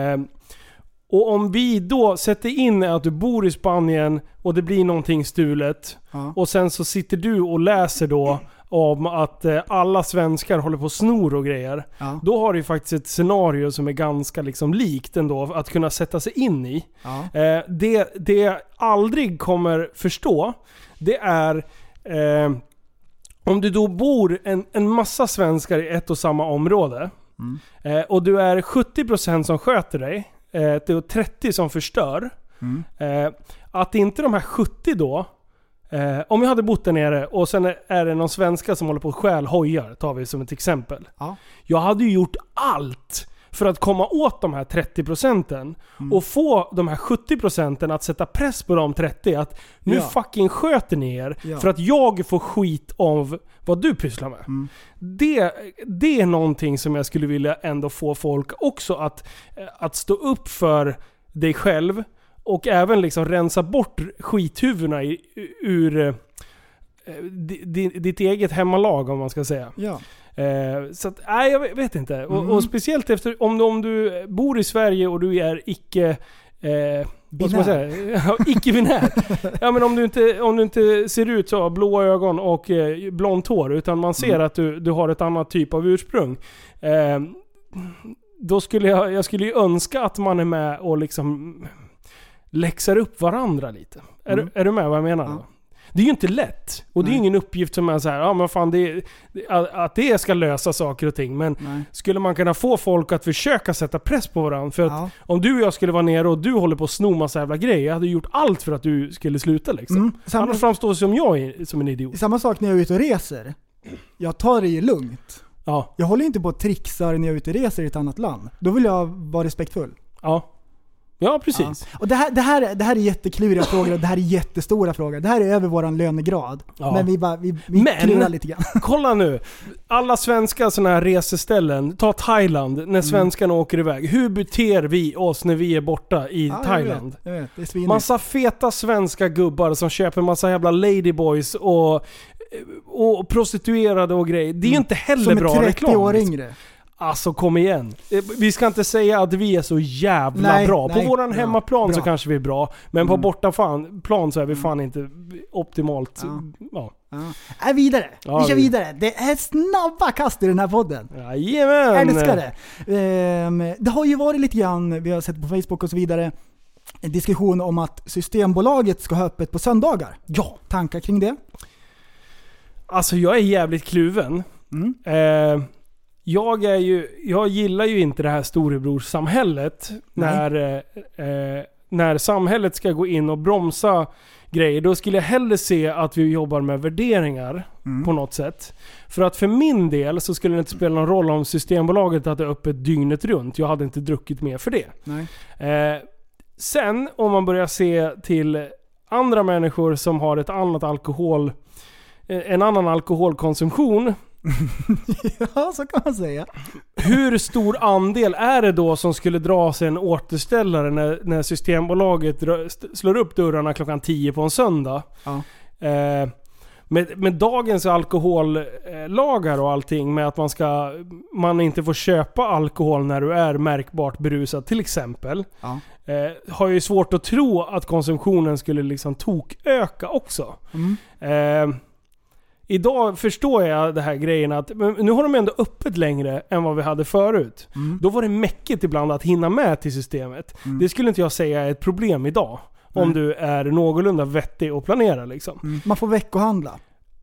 [SPEAKER 5] och om vi då sätter in att du bor i Spanien och det blir någonting stulet.
[SPEAKER 4] Ja.
[SPEAKER 5] Och sen så sitter du och läser då om att eh, alla svenskar håller på och snor och grejer.
[SPEAKER 4] Ja.
[SPEAKER 5] Då har du ju faktiskt ett scenario som är ganska liksom likt ändå att kunna sätta sig in i.
[SPEAKER 4] Ja.
[SPEAKER 5] Eh, det, det jag aldrig kommer förstå, det är eh, om du då bor en, en massa svenskar i ett och samma område eh, och du är 70% som sköter dig, eh, det är 30% som förstör. Eh, att inte de här 70 då, eh, om jag hade bott där nere och sen är, är det någon svenska som håller på och stjäl hojar, tar vi som ett exempel.
[SPEAKER 4] Ja.
[SPEAKER 5] Jag hade ju gjort allt för att komma åt de här 30 procenten
[SPEAKER 4] Mm.
[SPEAKER 5] och få de här 70 procenten att sätta press på de 30 att nu
[SPEAKER 4] Ja.
[SPEAKER 5] fucking sköter ni er
[SPEAKER 4] Ja.
[SPEAKER 5] för att jag får skit av vad du pysslar med.
[SPEAKER 4] Mm.
[SPEAKER 5] Det, det är någonting som jag skulle vilja ändå få folk också att, eh, att stå upp för dig själv och även liksom rensa bort skithuvudena i, ur eh, di- di- ditt eget hemmalag om man ska säga.
[SPEAKER 4] Ja.
[SPEAKER 5] Eh, så att, nej jag vet- vet inte. Och, och speciellt efter, om, du- om du bor i Sverige och du är icke... Eh, vad ska man
[SPEAKER 4] Binär.
[SPEAKER 5] säga? Ja, Icke-binär. ja men om du, inte, om du inte ser ut så, blåa ögon och eh, blont hår, utan man ser att du, du har ett annat typ av ursprung. Eh, då skulle jag, jag skulle ju önska att man är med och liksom läxar upp varandra lite. Är, du, är du med vad jag menar?
[SPEAKER 4] Ja.
[SPEAKER 5] Det är ju inte lätt. Och det är ju
[SPEAKER 4] Nej.
[SPEAKER 5] ingen uppgift som är så här, ja men fan det är, att- att det ska lösa saker och ting. Men
[SPEAKER 4] Nej.
[SPEAKER 5] skulle man kunna få folk att försöka sätta press på varandra? För att
[SPEAKER 4] Ja.
[SPEAKER 5] om du och jag skulle vara nere och du håller på att sno massa jävla grejer, jag hade gjort allt för att du skulle sluta liksom.
[SPEAKER 4] Mm. Samma-
[SPEAKER 5] Annars framstår som jag är- som en idiot.
[SPEAKER 4] Samma sak när jag är ute och reser. Jag tar det ju lugnt.
[SPEAKER 5] Ja,
[SPEAKER 4] Jag håller inte på och trixar när jag är ute och reser i ett annat land. Då vill jag vara respektfull.
[SPEAKER 5] ja. Ja, precis.
[SPEAKER 4] Ja. Och det, här, det, här, är- det här är jättekluriga frågor och det här är jättestora frågor. Det här är över vår lönegrad.
[SPEAKER 5] Ja.
[SPEAKER 4] Men vi, bara, vi, vi
[SPEAKER 5] Men-
[SPEAKER 4] klurar lite grann.
[SPEAKER 5] Kolla nu. Alla svenska sådana här reseställen, ta Thailand,
[SPEAKER 4] Mm.
[SPEAKER 5] när svenskarna åker iväg. Hur beter vi oss när vi är borta i
[SPEAKER 4] Ja,
[SPEAKER 5] Thailand?
[SPEAKER 4] Jag vet, jag vet. det är svinigt.
[SPEAKER 5] Massa feta svenska gubbar som köper massa jävla ladyboys och, och prostituerade och grejer. Det är ju inte heller
[SPEAKER 4] Mm. Som
[SPEAKER 5] bra
[SPEAKER 4] är 30
[SPEAKER 5] reklam.
[SPEAKER 4] år
[SPEAKER 5] liksom.
[SPEAKER 4] yngre.
[SPEAKER 5] Alltså kom igen. Eh, Vi ska inte säga att vi är så jävla
[SPEAKER 4] Nej,
[SPEAKER 5] bra. På
[SPEAKER 4] nej,
[SPEAKER 5] våran
[SPEAKER 4] bra,
[SPEAKER 5] hemmaplan så
[SPEAKER 4] bra.
[SPEAKER 5] kanske vi är bra, men på
[SPEAKER 4] Mm.
[SPEAKER 5] bortaplan plan så är vi fan inte optimalt...
[SPEAKER 4] Ja.
[SPEAKER 5] Ja.
[SPEAKER 4] Ja. Äh, vidare.
[SPEAKER 5] Ja,
[SPEAKER 4] vi kör
[SPEAKER 5] vi-
[SPEAKER 4] vidare. Det är snabba kast i den här podden.
[SPEAKER 5] Jajamän!
[SPEAKER 4] Jag älskar det. Ehm, det har ju varit lite grann, vi har sett på Facebook och så vidare, en diskussion om att Systembolaget ska ha öppet på söndagar. Ja. Tankar kring det?
[SPEAKER 5] Alltså jag är jävligt kluven.
[SPEAKER 4] Mm.
[SPEAKER 5] Eh, jag, är ju, jag gillar ju inte det här storebrorssamhället.
[SPEAKER 4] Nej.
[SPEAKER 5] När, eh, eh, när samhället ska gå in och bromsa grejer. Då skulle jag hellre se att vi jobbar med värderingar
[SPEAKER 4] Mm.
[SPEAKER 5] på något sätt. För att för min del så skulle det inte spela någon roll om Systembolaget hade öppet dygnet runt. Jag hade inte druckit mer för det.
[SPEAKER 4] Nej.
[SPEAKER 5] Eh, sen om man börjar se till andra människor som har ett annat alkohol, eh, en annan alkoholkonsumtion.
[SPEAKER 4] Ja, så kan man säga.
[SPEAKER 5] Hur stor andel är det då som skulle dra sig en återställare när, när Systembolaget dra- st- slår upp dörrarna klockan 10 på en söndag?
[SPEAKER 4] Ja.
[SPEAKER 5] Eh, med, med dagens alkohollagar och allting med att man, ska, man inte får köpa alkohol när du är märkbart berusad till exempel.
[SPEAKER 4] Ja.
[SPEAKER 5] Eh, har ju svårt att tro att konsumtionen skulle liksom toköka också.
[SPEAKER 4] Mm.
[SPEAKER 5] Eh, idag förstår jag det här grejen att men nu har de ändå öppet längre än vad vi hade förut.
[SPEAKER 4] Mm.
[SPEAKER 5] Då var det mäckigt ibland att hinna med till systemet.
[SPEAKER 4] Mm.
[SPEAKER 5] Det skulle inte jag säga är ett problem idag. Om
[SPEAKER 4] Nej.
[SPEAKER 5] du är någorlunda vettig och planerar liksom.
[SPEAKER 4] Mm. Man får veckohandla.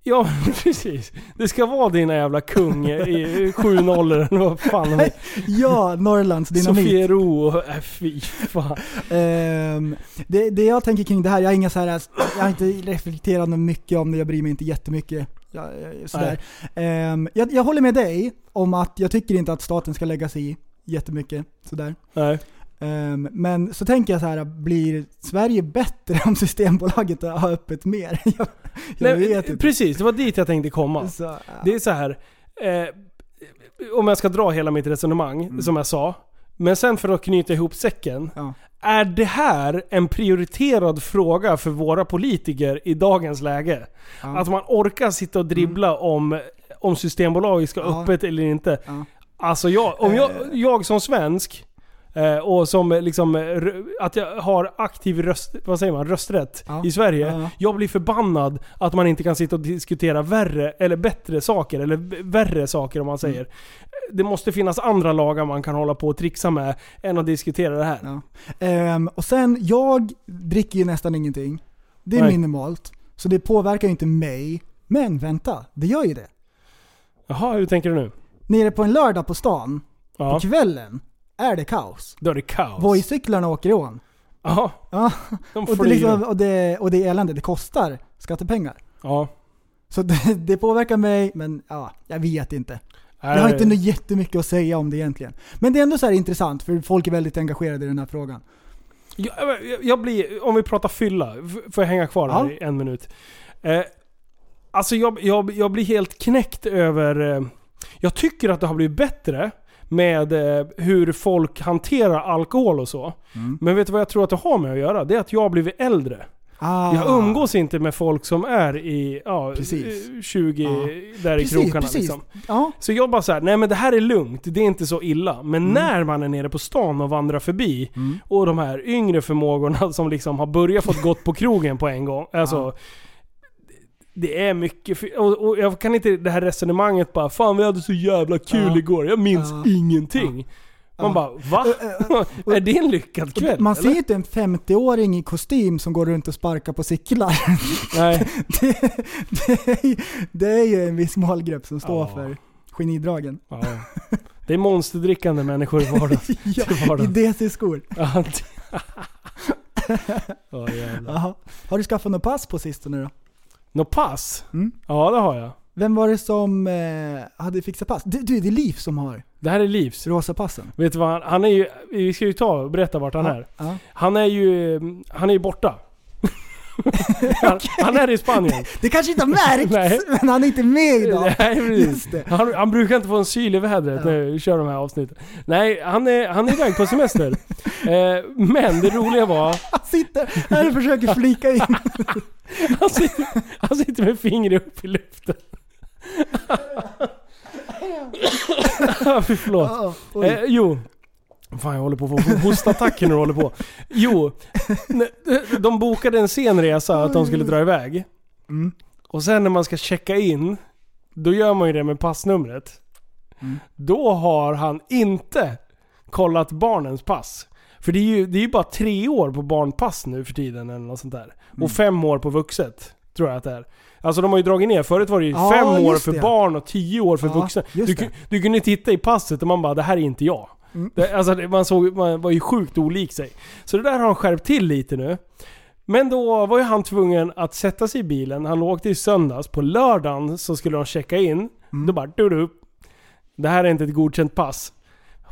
[SPEAKER 5] Ja, precis. Det ska vara dina jävla kung i sju nollor eller vad fan
[SPEAKER 4] Mm.
[SPEAKER 5] de är.
[SPEAKER 4] Ja, Norrlands dynamit.
[SPEAKER 5] Sofiero och... Äh, fy fan.
[SPEAKER 4] Ehm, det, det jag tänker kring det här, jag har inga så här, jag har inte reflekterat något mycket om det, jag bryr mig inte jättemycket. Jag, jag- sådär. Ehm, jag, jag håller med dig om att jag tycker inte att staten ska lägga sig i jättemycket. Sådär.
[SPEAKER 5] Nej.
[SPEAKER 4] Ehm, men så tänker jag så här, blir Sverige bättre om Systembolaget har öppet mer? Jag, jag
[SPEAKER 5] Nej,
[SPEAKER 4] vet inte.
[SPEAKER 5] Precis, det var dit jag tänkte komma.
[SPEAKER 4] Så, ja.
[SPEAKER 5] Det är så här. Eh, om jag ska dra hela mitt resonemang, som jag sa. Men sen för att knyta ihop säcken.
[SPEAKER 4] Mm. Ja.
[SPEAKER 5] Är det här en prioriterad fråga för våra politiker i dagens läge? Att man orkar sitta och dribbla om, om Systembolaget ska
[SPEAKER 4] Mm. Ja.
[SPEAKER 5] öppet eller inte.
[SPEAKER 4] Ja. Eh.
[SPEAKER 5] Alltså jag, om jag, jag som svensk eh, och som eh, liksom, eh, r- att jag har aktiv röst, vad säger man, rösträtt
[SPEAKER 4] Ja.
[SPEAKER 5] i Sverige.
[SPEAKER 4] Ja, ja.
[SPEAKER 5] Jag blir förbannad att man inte kan sitta och diskutera värre eller bättre saker, eller v- värre saker om man
[SPEAKER 4] Mm.
[SPEAKER 5] säger. Eh, Det måste finnas andra lagar man kan hålla på och trixa med än att diskutera det här.
[SPEAKER 4] Ja. Ehm, och sen, jag dricker ju nästan ingenting. Det är
[SPEAKER 5] Nej.
[SPEAKER 4] minimalt. Så det påverkar ju inte mig. Men vänta, det gör ju det.
[SPEAKER 5] Jaha, hur tänker du nu?
[SPEAKER 4] Nere på en lördag på stan,
[SPEAKER 5] Ja,
[SPEAKER 4] på kvällen, är det kaos.
[SPEAKER 5] då är det kaos.
[SPEAKER 4] Voi-cyklarna åker i ån.
[SPEAKER 5] Jaha,
[SPEAKER 4] Ja.
[SPEAKER 5] de
[SPEAKER 4] Och det,
[SPEAKER 5] flyger.
[SPEAKER 4] liksom, och, det, och det är elände. Det kostar skattepengar.
[SPEAKER 5] Ja.
[SPEAKER 4] Så det, det påverkar mig, men ja, jag vet inte. Jag
[SPEAKER 5] Nej.
[SPEAKER 4] har inte något jättemycket att säga om det egentligen. Men det är ändå så här intressant, för folk är väldigt engagerade i den här frågan.
[SPEAKER 5] Jag, jag- jag blir, om vi pratar fylla, f- får jag hänga kvar här
[SPEAKER 4] Ja.
[SPEAKER 5] i en minut? Eh, alltså jag, jag, jag blir helt knäckt över... Eh, jag tycker att det har blivit bättre med eh, hur folk hanterar alkohol och så.
[SPEAKER 4] Mm.
[SPEAKER 5] Men vet du vad jag tror att det har med att göra? Det är att jag har blivit äldre.
[SPEAKER 4] Ah.
[SPEAKER 5] Jag umgås inte med folk som är i ja,
[SPEAKER 4] Precis. Ah.
[SPEAKER 5] eh, 20,
[SPEAKER 4] Ja.
[SPEAKER 5] där i krokarna liksom.
[SPEAKER 4] Ja,
[SPEAKER 5] Så jag bara så här, nej men det här är lugnt, det är inte så illa. Men
[SPEAKER 4] Mm.
[SPEAKER 5] när man är nere på stan och vandrar förbi och de här yngre förmågorna som liksom har börjat fått gått på krogen på en gång. Alltså, Det är mycket, fy- och, och jag kan inte det här resonemanget bara 'Fan vi hade så jävla kul
[SPEAKER 4] Ja.
[SPEAKER 5] igår, jag minns
[SPEAKER 4] Ja.
[SPEAKER 5] ingenting' Man
[SPEAKER 4] Ja.
[SPEAKER 5] bara 'Va?
[SPEAKER 4] och-
[SPEAKER 5] är det en lyckad
[SPEAKER 4] Och
[SPEAKER 5] kväll?'
[SPEAKER 4] Man ser
[SPEAKER 5] eller?"
[SPEAKER 4] ju inte en 50-åring i kostym som går runt och sparkar på cyklar.
[SPEAKER 5] Nej.
[SPEAKER 4] Det, det, är ju- det är ju en viss målgrupp som
[SPEAKER 5] Ja.
[SPEAKER 4] står för genidragen.
[SPEAKER 5] Ja. Det är monsterdrickande människor i vardagen.
[SPEAKER 4] Ja,
[SPEAKER 5] Till
[SPEAKER 4] I
[SPEAKER 5] vardagen.
[SPEAKER 4] DC-skor.
[SPEAKER 5] Ja, oh, jävlar.
[SPEAKER 4] Jaha. Har du skaffat något pass på sistone då?
[SPEAKER 5] Nå pass?
[SPEAKER 4] Mm.
[SPEAKER 5] Ja det har jag.
[SPEAKER 4] Vem var det som eh, hade fixat pass? Du, du, det är Liv som har
[SPEAKER 5] Det här är Livs.
[SPEAKER 4] rosa passen.
[SPEAKER 5] Vet du vad han, han är ju, vi ska ju ta och berätta vart han är.
[SPEAKER 4] Ja.
[SPEAKER 5] Han är ju, han är ju borta. han, han är i Spanien.
[SPEAKER 4] Det kanske inte har
[SPEAKER 5] Nej.
[SPEAKER 4] märkts, men han är inte med idag.
[SPEAKER 5] Nej, precis.
[SPEAKER 4] Just det.
[SPEAKER 5] Han, han brukar inte få en syl i vädret när vi kör de här avsnitten. Nej, han är, han är iväg på semester. eh, men det roliga var,
[SPEAKER 4] Han sitter här och försöker flika in.
[SPEAKER 5] han sitter, han sitter med fingret upp i luften. Fy, Förlåt.
[SPEAKER 4] Ja, oj.
[SPEAKER 5] Eh, jo. Fan jag håller på att få hostattacker när du håller på. Jo. ne- De bokade en sen resa att de skulle dra iväg.
[SPEAKER 4] Mm.
[SPEAKER 5] Och sen när man ska checka in. Då gör man ju det med passnumret. Mm. Då har han inte kollat barnens pass. För det är ju, det är ju bara tre år på barnpass nu för tiden eller något sånt där. Och fem år på vuxet. Tror jag att det är. Alltså de har ju dragit ner. Förut var det ju
[SPEAKER 4] Ja,
[SPEAKER 5] fem år
[SPEAKER 4] just
[SPEAKER 5] för
[SPEAKER 4] det.
[SPEAKER 5] barn och tio år för
[SPEAKER 4] Ja,
[SPEAKER 5] vuxna.
[SPEAKER 4] just
[SPEAKER 5] Du,
[SPEAKER 4] det. Mm.
[SPEAKER 5] kun- du kunde titta i passet och man bara, det här är inte jag. Det, alltså, det- man, såg, man var ju sjukt olik sig. Så det där har han skärpt till lite nu. Men då var ju han tvungen att sätta sig i bilen. Han åkte i söndags. På lördagen så skulle de checka in.
[SPEAKER 4] Mm.
[SPEAKER 5] Då bara du, du Det här är inte ett godkänt pass.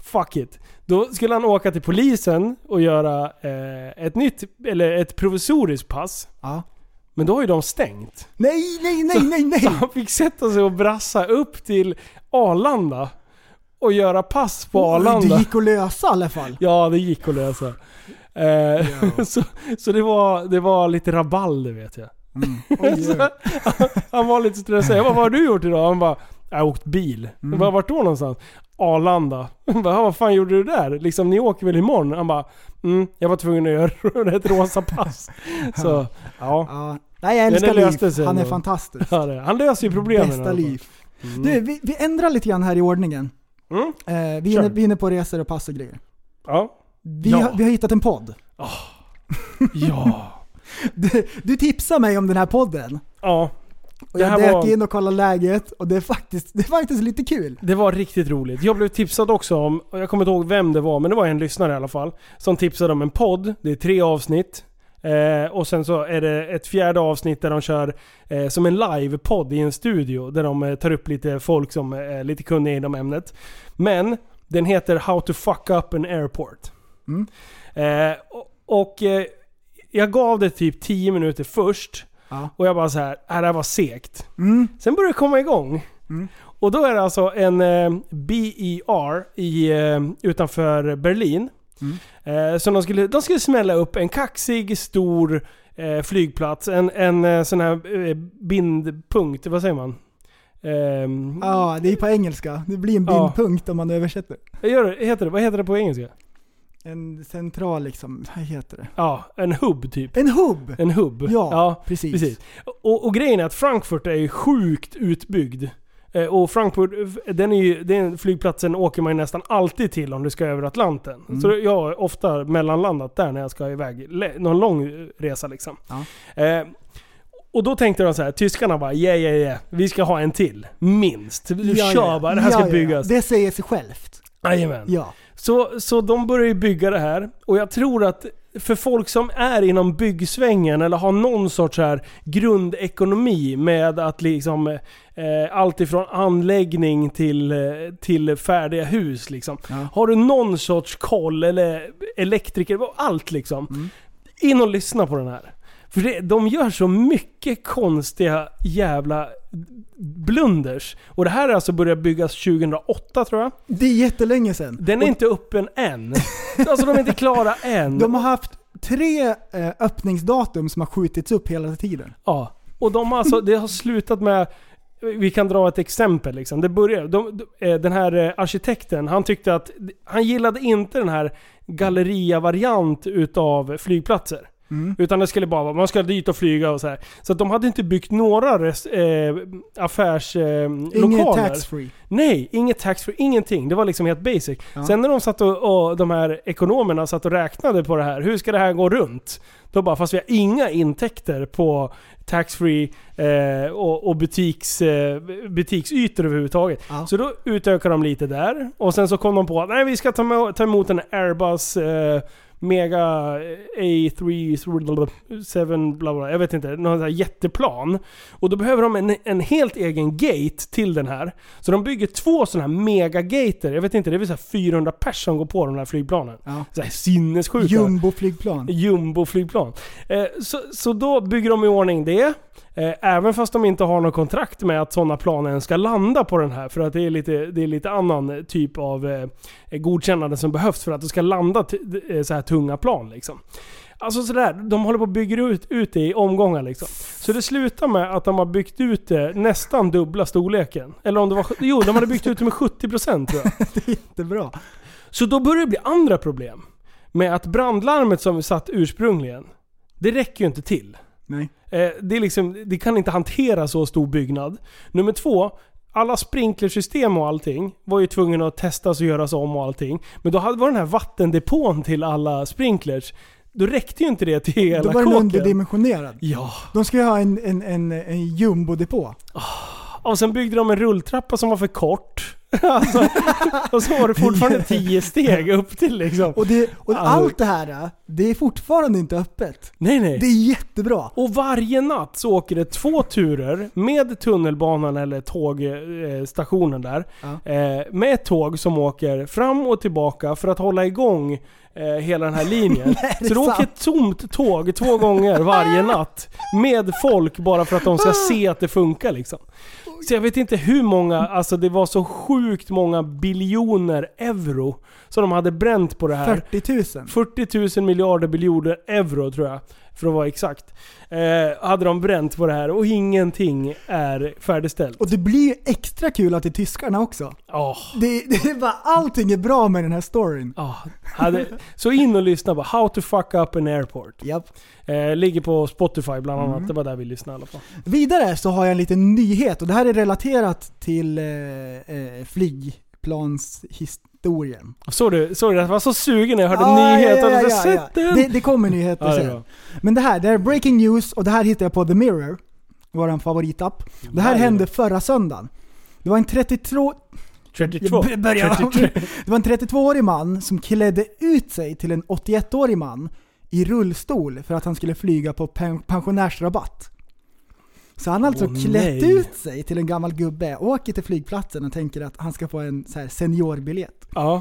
[SPEAKER 5] Fuck it. Då skulle han åka till polisen och göra eh, ett nytt, eller ett provisoriskt pass.
[SPEAKER 4] Ja.
[SPEAKER 5] Men då har ju de stängt.
[SPEAKER 4] Nej, nej, nej, nej, nej!
[SPEAKER 5] Han fick sätta sig och brassa upp till Arlanda och göra pass på
[SPEAKER 4] Det
[SPEAKER 5] Arlanda.
[SPEAKER 4] gick att lösa i alla fall.
[SPEAKER 5] Ja, det gick att lösa. Eh, så så det, var, det var lite rabalder vet jag.
[SPEAKER 4] Oj, oj.
[SPEAKER 5] Han var lite stressad. Jag bara, vad har du gjort idag? Han bara, jag har åkt bil.
[SPEAKER 4] Mm.
[SPEAKER 5] Jag bara, vart då någonstans? Arlanda. Jag bara, vad fan gjorde du där? Liksom, ni åker väl imorgon? Han bara, mm, jag var tvungen att göra ett rosa pass. Så, ja.
[SPEAKER 4] Ja. Nej, jag
[SPEAKER 5] Men
[SPEAKER 4] älskar
[SPEAKER 5] det löste sig
[SPEAKER 4] Liv. Han är
[SPEAKER 5] ändå.
[SPEAKER 4] fantastisk.
[SPEAKER 5] Ja, det- Han löser ju problemen. i alla
[SPEAKER 4] Bästa
[SPEAKER 5] fall.
[SPEAKER 4] Liv. Du, vi, vi ändrar lite grann här i ordningen.
[SPEAKER 5] Mm.
[SPEAKER 4] Eh, vi, är
[SPEAKER 5] Kör.
[SPEAKER 4] inne, vi är inne på resor och pass och grejer.
[SPEAKER 5] Ja.
[SPEAKER 4] Vi,
[SPEAKER 5] Ja.
[SPEAKER 4] har, vi har hittat en podd.
[SPEAKER 5] Ja.
[SPEAKER 4] Du, du tipsade mig om den här podden.
[SPEAKER 5] Ja.
[SPEAKER 4] Och
[SPEAKER 5] Det
[SPEAKER 4] jag
[SPEAKER 5] här
[SPEAKER 4] dök
[SPEAKER 5] var-
[SPEAKER 4] in och kollade läget och det är faktiskt, det är faktiskt lite kul.
[SPEAKER 5] Det var riktigt roligt. Jag blev tipsad också om, och jag kommer inte ihåg vem det var, men det var en lyssnare i alla fall. Som tipsade om en podd. Det är tre avsnitt. Eh, och sen så är det ett fjärde avsnitt där de kör eh, som en live-podd i en studio. Där de eh, tar upp lite folk som är lite kunniga inom ämnet. Men den heter How to fuck up an airport. Eh, och och eh, jag gav det typ 10 minuter först.
[SPEAKER 4] Ja.
[SPEAKER 5] Och jag bara så här, "Äh, det här var segt.
[SPEAKER 4] Mm.
[SPEAKER 5] Sen började det komma igång. Och då är det alltså en eh, BER i, eh, utanför Berlin. Eh, så de skulle, de skulle smälla upp en kaxig, stor eh, flygplats. En, en eh, sån här eh, bindpunkt, vad säger man? Ehm,
[SPEAKER 4] Ja, det är på engelska. Det blir en
[SPEAKER 5] Ja.
[SPEAKER 4] bindpunkt om man översätter.
[SPEAKER 5] gör det, heter det, vad heter det på engelska?
[SPEAKER 4] En central liksom, vad heter det?
[SPEAKER 5] Ja, en hubb typ.
[SPEAKER 4] En hubb!
[SPEAKER 5] En hubb.
[SPEAKER 4] Ja, precis.
[SPEAKER 5] precis. Och, och grejen är att Frankfurt är ju sjukt utbyggd. Eh, Och Frankfurt, den, är ju, den flygplatsen åker man ju nästan alltid till om du ska över Atlanten.
[SPEAKER 4] Mm.
[SPEAKER 5] Så jag har ofta mellanlandat där när jag ska iväg. Le- Någon lång resa liksom.
[SPEAKER 4] Ja.
[SPEAKER 5] Eh, och då tänkte de så här, tyskarna bara yeah yeah yeah, vi ska ha en till. Minst. Du
[SPEAKER 4] Ja,
[SPEAKER 5] kör
[SPEAKER 4] ja.
[SPEAKER 5] bara, det här
[SPEAKER 4] Ja,
[SPEAKER 5] ska
[SPEAKER 4] ja.
[SPEAKER 5] byggas.
[SPEAKER 4] Det säger sig självt.
[SPEAKER 5] Jajamän.
[SPEAKER 4] Ja.
[SPEAKER 5] Så, så de börjar ju bygga det här och jag tror att för folk som är inom byggsvängen eller har någon sorts så här grundekonomi med att liksom eh, allt ifrån anläggning till, eh, till färdiga hus liksom. Har du någon sorts koll eller elektriker, allt liksom. In och lyssna på den här. För det, de gör så mycket konstiga jävla blunders. Och det här är alltså börjat byggas 2008 tror jag.
[SPEAKER 4] Det är jättelänge sedan.
[SPEAKER 5] Den är inte öppen än. Alltså de är inte klara än.
[SPEAKER 4] De har haft tre eh, öppningsdatum som har skjutits upp hela tiden.
[SPEAKER 5] Ja. Och de har alltså, det har slutat med... Vi kan dra ett exempel liksom. Det börjar, de, de- eh, den här eh, arkitekten, han tyckte att... Han gillade inte den här galleria-variant utav flygplatser.
[SPEAKER 4] Mm.
[SPEAKER 5] Utan det skulle bara vara, man ska dit och flyga och så här. Så att de hade inte byggt några res, eh, affärslokaler. Eh,
[SPEAKER 4] Inget
[SPEAKER 5] lokaler.
[SPEAKER 4] taxfree.
[SPEAKER 5] Nej, inget taxfree, ingenting. Det var liksom helt basic.
[SPEAKER 4] Ja.
[SPEAKER 5] Sen när de satt och, och de här ekonomerna satt och räknade på det här, hur ska det här gå runt? Då bara, fast vi har inga intäkter på taxfree eh, och, och butiks, eh, butiksytor överhuvudtaget.
[SPEAKER 4] Ja.
[SPEAKER 5] Så då utökade de lite där. Och sen så kom de på att nej, vi ska ta, med, ta emot en Airbus eh, Mega A3, 7, bla bla, jag vet inte, någon sån här jätteplan. Och då behöver de en, en helt egen gate till den här. Så de bygger två sådana här megagater. Jag vet inte, det är väl så här 400 personer går på de här flygplanen.
[SPEAKER 4] Ja.
[SPEAKER 5] Så här sinnessjuka.
[SPEAKER 4] Jumboflygplan.
[SPEAKER 5] Jumbo-flygplan. Eh, så, så då bygger de i ordning det. Eh, även fast de inte har något kontrakt med att sådana plan ens ska landa på den här. För att det är lite, det är lite annan typ av eh, godkännande som behövs för att det ska landa t- eh, så här tunga plan. Liksom. Alltså sådär, de håller på att bygga ut, ut det i omgångar liksom. Så det slutar med att de har byggt ut det nästan dubbla storleken. Eller om det var... Jo, de hade byggt ut det med 70% tror jag.
[SPEAKER 4] Det är bra.
[SPEAKER 5] Så då börjar det bli andra problem. Med att brandlarmet som vi satt ursprungligen, det räcker ju inte till.
[SPEAKER 4] Nej.
[SPEAKER 5] Eh, det, är liksom, det kan inte hantera så stor byggnad. Nummer två, alla sprinklersystem och allting var ju tvungna att testas och göras om och allting. Men då hade- var den här vattendepån till alla sprinklers, då räckte ju inte det till
[SPEAKER 4] Då
[SPEAKER 5] hela
[SPEAKER 4] var den
[SPEAKER 5] kåken.
[SPEAKER 4] underdimensionerad.
[SPEAKER 5] Ja.
[SPEAKER 4] De ska ju ha en, en, en, en jumbodepå.
[SPEAKER 5] Och sen byggde de en rulltrappa som var för kort. alltså, och så var det fortfarande tio steg upp till liksom.
[SPEAKER 4] Och, det, och
[SPEAKER 5] Alltså-
[SPEAKER 4] allt det här, eh, det är fortfarande inte öppet.
[SPEAKER 5] nej nej.
[SPEAKER 4] Det är jättebra.
[SPEAKER 5] Och varje natt så åker det två turer med tunnelbanan eller tågstationen där.
[SPEAKER 4] Ja.
[SPEAKER 5] Eh, med ett tåg som åker fram och tillbaka för att hålla igång eh, hela den här linjen.
[SPEAKER 4] det
[SPEAKER 5] så det åker
[SPEAKER 4] sant?
[SPEAKER 5] ett tomt tåg två gånger varje natt med folk bara för att de ska se att det funkar liksom. Så jag vet inte hur många, alltså det var så sjukt många biljoner euro som de hade bränt på det här.
[SPEAKER 4] 40 000.
[SPEAKER 5] 40 000 miljarder biljoner euro tror jag. För att vara exakt. Eh, hade de bränt på det här och ingenting är färdigställt.
[SPEAKER 4] Och det blir ju extra kul att det är tyskarna också.
[SPEAKER 5] Åh,
[SPEAKER 4] Det, det är bara, allting är bra med den här storyn.
[SPEAKER 5] ah. Hade, så in och lyssna på How to fuck up an airport.
[SPEAKER 4] Japp. Mm.
[SPEAKER 5] Eh, ligger på Spotify bland annat. Det var där vi lyssnade i alla fall.
[SPEAKER 4] Vidare så har jag en liten nyhet och det här är relaterat till eh, eh, flygplanshistorien.
[SPEAKER 5] Såg du? Såg du? Jag var så sugen när jag hörde
[SPEAKER 4] Ah,
[SPEAKER 5] nyheten.
[SPEAKER 4] ja, ja,
[SPEAKER 5] så
[SPEAKER 4] ja,
[SPEAKER 5] Sätt
[SPEAKER 4] ja.
[SPEAKER 5] den!
[SPEAKER 4] Det, det kommer nyheter
[SPEAKER 5] Ja, det är
[SPEAKER 4] sen.
[SPEAKER 5] bra.
[SPEAKER 4] Men det här, det här är breaking news och det här hittar jag på The Mirror. Våran favoritapp. Det här
[SPEAKER 5] Varje.
[SPEAKER 4] hände förra söndagen. Det var en 32...
[SPEAKER 5] 32.
[SPEAKER 4] Jag börjar om.
[SPEAKER 5] 33.
[SPEAKER 4] Det var en 32-årig man som klädde ut sig till en 81-årig man i rullstol för att han skulle flyga på pen- pensionärsrabatt. Så han har alltså
[SPEAKER 5] Åh,
[SPEAKER 4] klätt
[SPEAKER 5] nej.
[SPEAKER 4] ut sig till en gammal gubbe, åker till flygplatsen och tänker att han ska få en så här seniorbiljett.
[SPEAKER 5] Ja.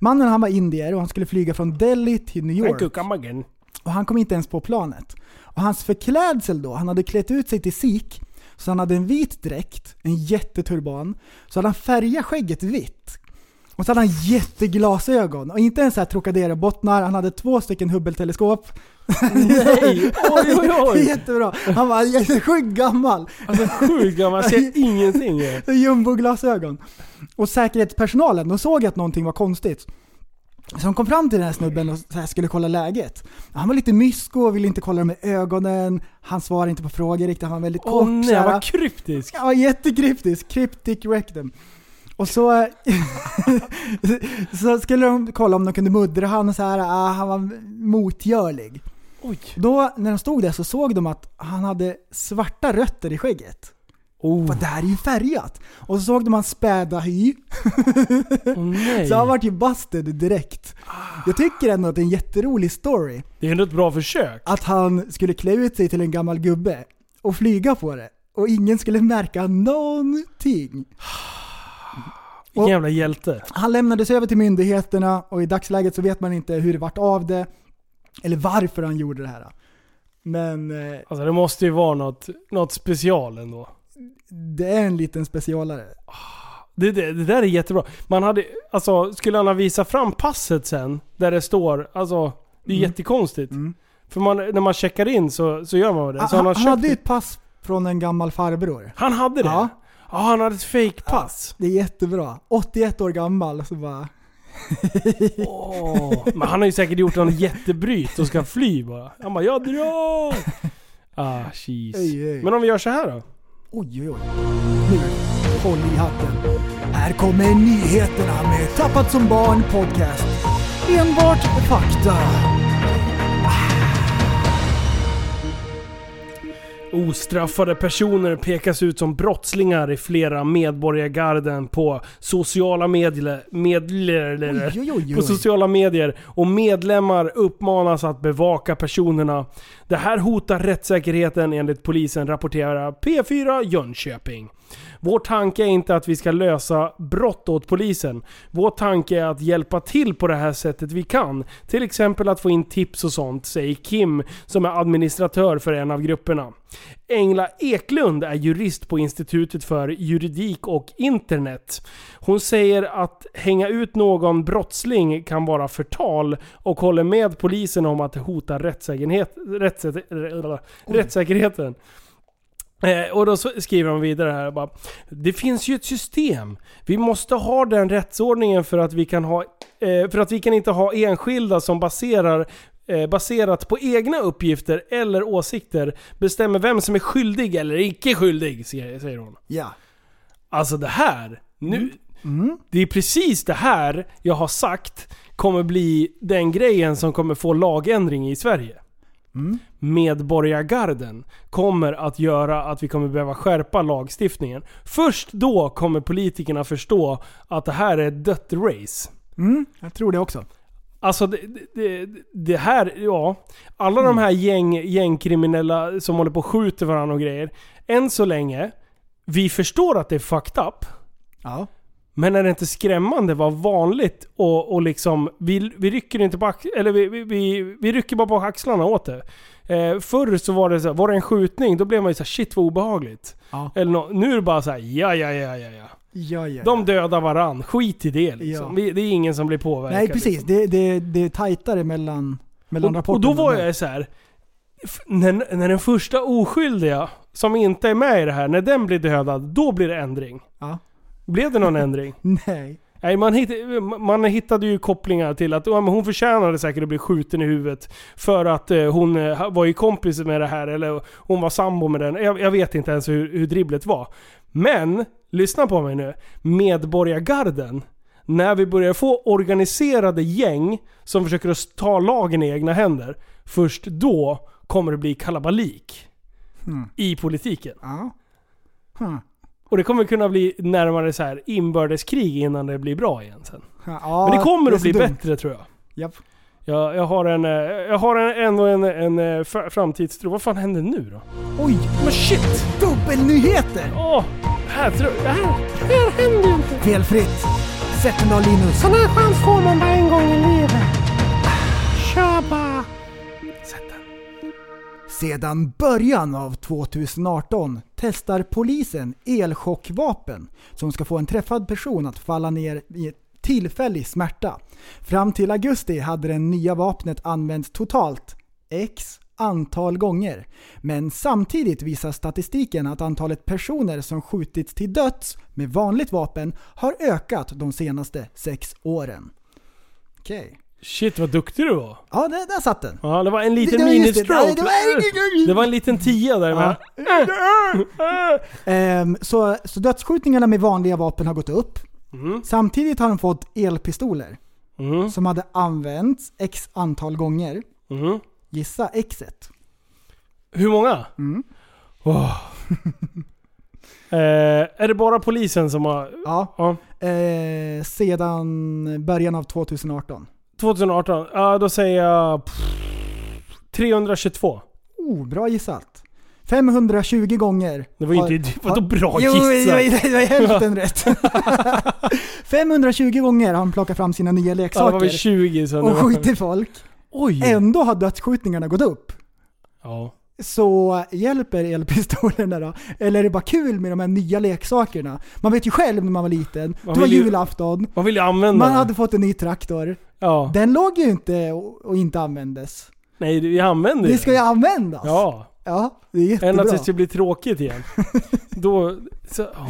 [SPEAKER 4] Mannen han var indier och han skulle flyga från Delhi till New
[SPEAKER 5] Jag
[SPEAKER 4] York.
[SPEAKER 5] kuckar magen.
[SPEAKER 4] Och han kom inte ens på planet. Och hans förklädsel då, han hade klätt ut sig till sik Så han hade en vit dräkt, en jätteturban. Så hade han färgat skägget vitt. Och så hade han jätteglasögon. Och inte ens så här Trocadero-bottnar, han hade två stycken Hubble-teleskop.
[SPEAKER 5] Nej! Oj, oj, oj!
[SPEAKER 4] Jättebra. Han var jättesjukt gammal.
[SPEAKER 5] Alltså sjukt gammal, jag ser ingenting ju.
[SPEAKER 4] Jumbo-glasögon. Och säkerhetspersonalen, de såg att någonting var konstigt. Så de kom fram till den här snubben och så här skulle kolla läget. Han var lite mysko, ville inte kolla med ögonen, han svarade inte på frågor riktigt, han var väldigt
[SPEAKER 5] Åh
[SPEAKER 4] kort. så
[SPEAKER 5] nej,
[SPEAKER 4] här.
[SPEAKER 5] vad kryptisk!
[SPEAKER 4] Ja, jättekryptisk. Cryptic rectum. Och så, så skulle de kolla om de kunde muddra han och så här, ah, han var motgörlig.
[SPEAKER 5] Oj!
[SPEAKER 4] Då när de stod där så såg de att han hade svarta rötter i skägget.
[SPEAKER 5] Oh,
[SPEAKER 4] För det här är ju färgat. Och så såg de hans späda hy.
[SPEAKER 5] åh, nej.
[SPEAKER 4] Så han vart ju busted direkt. Jag tycker ändå att det är en jätterolig story.
[SPEAKER 5] Det är ändå ett bra försök.
[SPEAKER 4] Att han skulle klä ut sig till en gammal gubbe och flyga på det. Och ingen skulle märka någonting.
[SPEAKER 5] Vilken jävla hjälte.
[SPEAKER 4] Han lämnades över till myndigheterna och i dagsläget så vet man inte hur det vart av det. Eller varför han gjorde det här. Men eh,
[SPEAKER 5] Alltså det måste ju vara något, något special ändå.
[SPEAKER 4] det är en liten specialare.
[SPEAKER 5] Det, det, det där är jättebra. Man hade, alltså, skulle han ha visat fram passet sen, där det står, alltså, det är
[SPEAKER 4] Mm.
[SPEAKER 5] jättekonstigt. För man, när man checkar in så, så gör man det.
[SPEAKER 4] Han,
[SPEAKER 5] Så han, har
[SPEAKER 4] Ah, han
[SPEAKER 5] köpt
[SPEAKER 4] hade ju
[SPEAKER 5] det.
[SPEAKER 4] ett pass från en gammal farbror.
[SPEAKER 5] han hade det?
[SPEAKER 4] Ja.
[SPEAKER 5] Ja. han hade ett fake-pass.
[SPEAKER 4] Det är jättebra. 81 år gammal så bara... Ah.
[SPEAKER 5] Åh. Men han har ju säkert gjort någon jättebryt och ska fly bara. Han bara 'Jag drar!' Ah,
[SPEAKER 4] Ej, ej.
[SPEAKER 5] jeez. Men om vi gör så här då?
[SPEAKER 4] Oj oj oj. Nu, håll i hatten. Här kommer nyheterna med Tappat som barn podcast. Enbart fakta.
[SPEAKER 5] Ostraffade personer pekas ut som brottslingar i flera medborgargarden på sociala medier, medler,
[SPEAKER 4] Oj, oj, oj, oj.
[SPEAKER 5] på sociala medier och medlemmar uppmanas att bevaka personerna. Det här hotar rättssäkerheten enligt polisen rapporterar P4 Jönköping. Vår tanke är inte att vi ska lösa brott åt polisen. Vår tanke är att hjälpa till på det här sättet vi kan. Till exempel att få in tips och sånt, säger Kim som är administratör för en av grupperna. Engla Eklund är jurist på Institutet för juridik och internet. Hon säger att hänga ut någon brottsling kan vara förtal och håller med polisen om att det hotar rättssäkerhet, rättssäker, rättssäkerheten. Eh, och då så skriver de vidare här bara. Det finns ju ett system. Vi måste ha den rättsordningen för att vi kan, ha, eh, för att vi kan inte ha enskilda som baserar eh, baserat på egna uppgifter eller åsikter bestämmer vem som är skyldig eller icke skyldig, säger säger hon.
[SPEAKER 4] Ja.
[SPEAKER 5] Alltså det här, nu... Det är precis det här jag har sagt kommer bli den grejen som kommer få lagändring i Sverige. Medborgargarden kommer att göra att vi kommer behöva skärpa lagstiftningen. Först då kommer politikerna förstå att det här är ett dött race.
[SPEAKER 4] Mm, jag tror det också.
[SPEAKER 5] Alltså det, det, det- det här, ja. Alla de här gäng, gängkriminella som håller på och skjuter varandra och grejer. Än så länge, vi förstår att det är fucked up.
[SPEAKER 4] Ja.
[SPEAKER 5] Men är det inte skrämmande vad vanligt och, och liksom, vi, vi rycker inte på ax- eller vi, vi, vi, vi rycker bara på axlarna åt det. Eh, förr så var det så här, var det en skjutning, då blev man ju såhär shit vad obehagligt.
[SPEAKER 4] Ja.
[SPEAKER 5] Eller nå- nu är det bara så här, ja ja ja ja ja.
[SPEAKER 4] Ja, ja.
[SPEAKER 5] De dödar varann, skit i det liksom.
[SPEAKER 4] Ja.
[SPEAKER 5] Vi, det är ingen som blir påverkad.
[SPEAKER 4] Nej precis,
[SPEAKER 5] liksom.
[SPEAKER 4] det, det, det är tajtare mellan, mellan
[SPEAKER 5] och, och
[SPEAKER 4] rapporterna.
[SPEAKER 5] då var jag så här. f- När, när den första oskyldiga, som inte är med i det här, när den blir dödad, då blir det ändring.
[SPEAKER 4] Ja.
[SPEAKER 5] Blev det någon ändring?
[SPEAKER 4] Nej.
[SPEAKER 5] Nej, man, hitt, man hittade ju kopplingar till att ja, men hon förtjänade säkert att bli skjuten i huvudet för att eh, hon eh, var ju kompis med det här eller hon var sambo med den. Jag, jag vet inte ens hur, hur dribblet var. Men, lyssna på mig nu. Medborgargarden. När vi börjar få organiserade gäng som försöker att ta lagen i egna händer. Först då kommer det bli kalabalik. I politiken.
[SPEAKER 4] Ja. Hm.
[SPEAKER 5] Och det kommer kunna bli närmare så här inbördeskrig innan det blir bra igen sen.
[SPEAKER 4] Ja,
[SPEAKER 5] Men det kommer
[SPEAKER 4] är
[SPEAKER 5] att
[SPEAKER 4] så
[SPEAKER 5] bli
[SPEAKER 4] dumt.
[SPEAKER 5] bättre tror jag.
[SPEAKER 4] Japp.
[SPEAKER 5] Jag, jag har en, eh, jag har en, ändå en, en eh, f- framtidstro. Vad fan händer nu då?
[SPEAKER 4] Oj,
[SPEAKER 5] Men shit!
[SPEAKER 4] dubbelnyheter!
[SPEAKER 5] Åh! det här tror jag... Det här, det här händer ju inte.
[SPEAKER 4] Felfritt. Zetterdahl Linus.
[SPEAKER 5] Sån här chans får man bara en gång i livet. Kör bara. Sätt den.
[SPEAKER 4] Sedan början av 2018 testar polisen elchockvapen som ska få en träffad person att falla ner i tillfällig smärta. Fram till augusti hade det nya vapnet använts totalt X antal gånger. Men samtidigt visar statistiken att antalet personer som skjutits till döds med vanligt vapen har ökat de senaste sex åren. Okej.
[SPEAKER 5] Shit vad duktig du var.
[SPEAKER 4] Ja, där, där satt den.
[SPEAKER 5] Ja, det var en liten
[SPEAKER 4] Det- det var just det.
[SPEAKER 5] mini-stroke.
[SPEAKER 4] Nej, det var-
[SPEAKER 5] Det var en liten tia där med.
[SPEAKER 4] Ehm, så, så dödsskjutningarna med vanliga vapen har gått upp. Samtidigt har de fått elpistoler
[SPEAKER 5] Mm,
[SPEAKER 4] som hade använts x antal gånger.
[SPEAKER 5] mm.
[SPEAKER 4] Gissa xet.
[SPEAKER 5] Hur många?
[SPEAKER 4] Mm.
[SPEAKER 5] Åh. eh, är det bara polisen som har...
[SPEAKER 4] Ja.
[SPEAKER 5] Ja.
[SPEAKER 4] Ehm, sedan början av 2018.
[SPEAKER 5] 2018? Ja, då säger jag... pff, 322.
[SPEAKER 4] Oh, bra gissat. 520 gånger.
[SPEAKER 5] Det var ju
[SPEAKER 4] har-
[SPEAKER 5] inte...
[SPEAKER 4] har-
[SPEAKER 5] Vadå bra
[SPEAKER 4] Jo, det
[SPEAKER 5] gissat?
[SPEAKER 4] var- det var hälften rätt. 520 gånger har de plockat fram sina nya
[SPEAKER 5] Ja, det var väl
[SPEAKER 4] leksaker
[SPEAKER 5] 20 sen.
[SPEAKER 4] och skjutit folk.
[SPEAKER 5] Oj!
[SPEAKER 4] Ändå har dödsskjutningarna gått upp.
[SPEAKER 5] Ja.
[SPEAKER 4] Så hjälper elpistolerna då? Eller är det bara kul med de här nya leksakerna? Man vet ju själv när man var liten,
[SPEAKER 5] Man
[SPEAKER 4] det var
[SPEAKER 5] vill ju-
[SPEAKER 4] julafton,
[SPEAKER 5] Man vill ju använda
[SPEAKER 4] man
[SPEAKER 5] den.
[SPEAKER 4] hade fått en ny traktor.
[SPEAKER 5] Ja.
[SPEAKER 4] Den låg ju inte och och inte användes.
[SPEAKER 5] Nej, vi använder
[SPEAKER 4] Det ska
[SPEAKER 5] den.
[SPEAKER 4] ju användas!
[SPEAKER 5] Ja.
[SPEAKER 4] Ja, det är
[SPEAKER 5] Ända
[SPEAKER 4] jättebra.
[SPEAKER 5] tills det blir tråkigt igen. Då... Så, ja.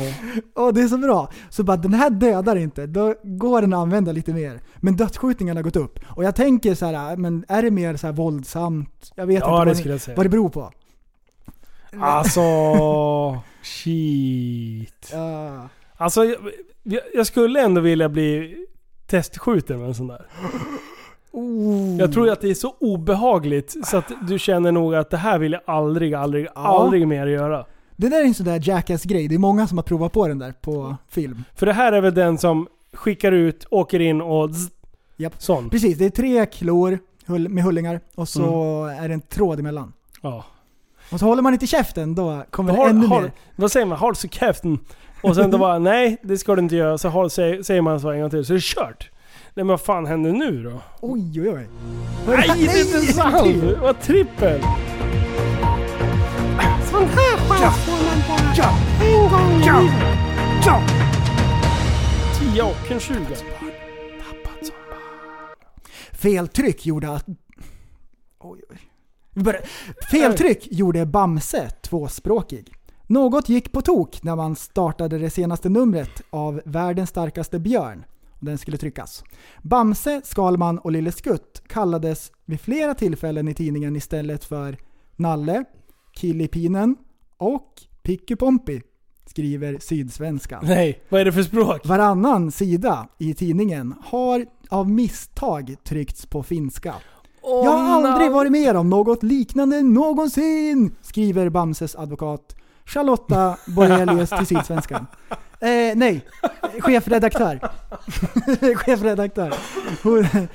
[SPEAKER 4] Åh, det är så bra. Så bara, den här dödar inte. Då går den att använda lite mer. Men dödsskjutningarna har gått upp. Och jag tänker så här, men är det mer så här våldsamt? Jag vet
[SPEAKER 5] Ja, det
[SPEAKER 4] inte
[SPEAKER 5] skulle
[SPEAKER 4] vad,
[SPEAKER 5] jag säga.
[SPEAKER 4] vad det beror på.
[SPEAKER 5] Alltså... Shit.
[SPEAKER 4] Ja.
[SPEAKER 5] Alltså, jag, jag- jag skulle ändå vilja bli testskjuten med en sån där.
[SPEAKER 4] oh.
[SPEAKER 5] Jag tror att det är så obehagligt så att du känner nog att det här vill jag aldrig, aldrig, aldrig mer göra.
[SPEAKER 4] Det där är en sån där jackass-grej. Det är många som har provat på den där på film.
[SPEAKER 5] För det här är väl den som skickar ut, åker in och zzz,
[SPEAKER 4] Japp.
[SPEAKER 5] sån.
[SPEAKER 4] Precis, det är tre klor hull- med hullingar och så
[SPEAKER 5] Mm.
[SPEAKER 4] är det en tråd emellan.
[SPEAKER 5] Ja.
[SPEAKER 4] Och så håller man inte käften, då kommer det ännu
[SPEAKER 5] Har, har,
[SPEAKER 4] mer.
[SPEAKER 5] vad säger man? Håll så käften. Och sen då bara, nej det ska du inte göra. Så håll, säger, säger man så en gång till så är det kört. Nej men vad fan händer nu då?
[SPEAKER 4] Oj, oj, oj.
[SPEAKER 5] Nej det är inte sant! Vad trippel! Tio och en tjugo.
[SPEAKER 4] Fel tryck gjorde att... Oj, oj. Vi börjar- Fel tryck gjorde Bamse tvåspråkig. Något gick på tok när man startade det senaste numret av Världens starkaste björn. Och Den skulle tryckas. Bamse, Skalman och Lille Skutt kallades vid flera tillfällen i tidningen istället för Nalle, Killipinen och Picky Pompi, skriver Sydsvenskan.
[SPEAKER 5] Nej, vad är det för språk?
[SPEAKER 4] Varannan sida i tidningen har av misstag tryckts på finska. Jag har aldrig varit med om något liknande någonsin, skriver Bamses advokat Charlotta Borelius till Sydsvenskan. Eh, nej, chefredaktör. chefredaktör. Hon-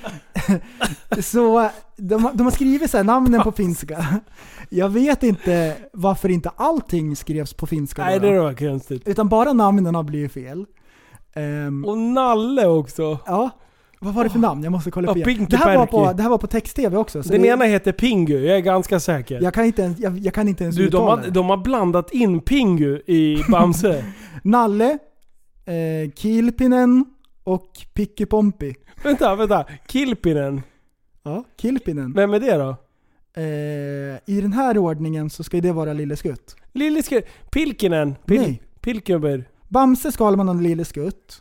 [SPEAKER 4] så de, har- de har skrivit så här, namnen på finska. Jag vet inte varför inte allting skrevs på finska.
[SPEAKER 5] Nej
[SPEAKER 4] då.
[SPEAKER 5] det var konstigt.
[SPEAKER 4] Utan bara namnen har blivit fel. Ehm,
[SPEAKER 5] Och Nalle också.
[SPEAKER 4] ja. Vad var det för namn? Jag måste kolla upp
[SPEAKER 5] Ja,
[SPEAKER 4] igen.
[SPEAKER 5] Pinky
[SPEAKER 4] Det här, var
[SPEAKER 5] Perky.
[SPEAKER 4] på, det här var på text-tv också. Så
[SPEAKER 5] Den
[SPEAKER 4] det,
[SPEAKER 5] ena heter Pingu, jag är ganska säker.
[SPEAKER 4] jag, kan inte ens, jag, jag kan inte ens
[SPEAKER 5] du, de
[SPEAKER 4] uttala
[SPEAKER 5] har,
[SPEAKER 4] det.
[SPEAKER 5] de har blandat in Pingu i Bamse.
[SPEAKER 4] Nalle, eh, Kilpinen och Picky Pompi.
[SPEAKER 5] vänta, vänta. Kilpinen.
[SPEAKER 4] Ja, Kilpinen.
[SPEAKER 5] Vem är det då?
[SPEAKER 4] Eh, I den här ordningen så ska ju det vara Lille Skutt.
[SPEAKER 5] Lille Sk- Pilkinen. Pil-
[SPEAKER 4] Nej.
[SPEAKER 5] Pilkeber.
[SPEAKER 4] Bamse, Skalman och Lille Skutt.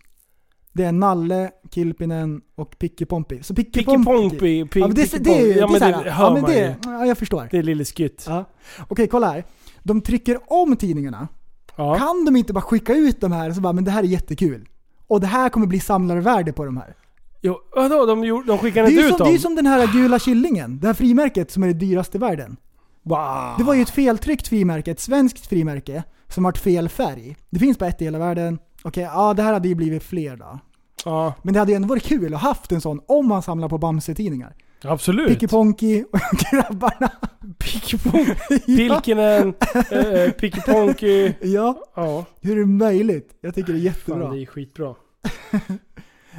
[SPEAKER 4] Det är Nalle, Kilpinen och Picky Pompi. Så Picky
[SPEAKER 5] Picke
[SPEAKER 4] Pompi.
[SPEAKER 5] Pompi. Pil-
[SPEAKER 4] Ja men det, det,
[SPEAKER 5] Picke
[SPEAKER 4] det, är
[SPEAKER 5] Pompi.
[SPEAKER 4] ju-
[SPEAKER 5] ja,
[SPEAKER 4] det
[SPEAKER 5] men
[SPEAKER 4] är såhär,
[SPEAKER 5] det hör
[SPEAKER 4] ja men
[SPEAKER 5] man
[SPEAKER 4] det,
[SPEAKER 5] ju.
[SPEAKER 4] ja, jag förstår.
[SPEAKER 5] Det är Lille Skutt.
[SPEAKER 4] Ja. Okej, kolla här. De trycker om tidningarna.
[SPEAKER 5] Ja.
[SPEAKER 4] Kan de inte bara skicka ut de här och så bara, men det här är jättekul. Och det här kommer bli samlarvärde på de här.
[SPEAKER 5] Jo, vadå, de, gjorde- de
[SPEAKER 4] Det
[SPEAKER 5] skickade
[SPEAKER 4] är,
[SPEAKER 5] inte
[SPEAKER 4] ju
[SPEAKER 5] ut
[SPEAKER 4] som, det är
[SPEAKER 5] dem? Ah.
[SPEAKER 4] ju som den här gula killingen, det här frimärket som är det dyraste i världen.
[SPEAKER 5] Wow.
[SPEAKER 4] Det var ju ett feltryckt frimärke, ett svenskt frimärke, som har ett fel färg. Det finns bara ett i hela världen. Okej, ja det här hade ju blivit fler då.
[SPEAKER 5] Ja,
[SPEAKER 4] Men det hade ju ändå varit kul att haft en sån om man samlar på Bamse-tidningar.
[SPEAKER 5] absolut.
[SPEAKER 4] Picky Ponky och grabbarna. Picky ja,
[SPEAKER 5] Pilkinen, eh, Picke Ponky.
[SPEAKER 4] ja,
[SPEAKER 5] Ja,
[SPEAKER 4] hur är det möjligt? Jag tycker det är
[SPEAKER 5] fan,
[SPEAKER 4] jättebra.
[SPEAKER 5] det är skitbra.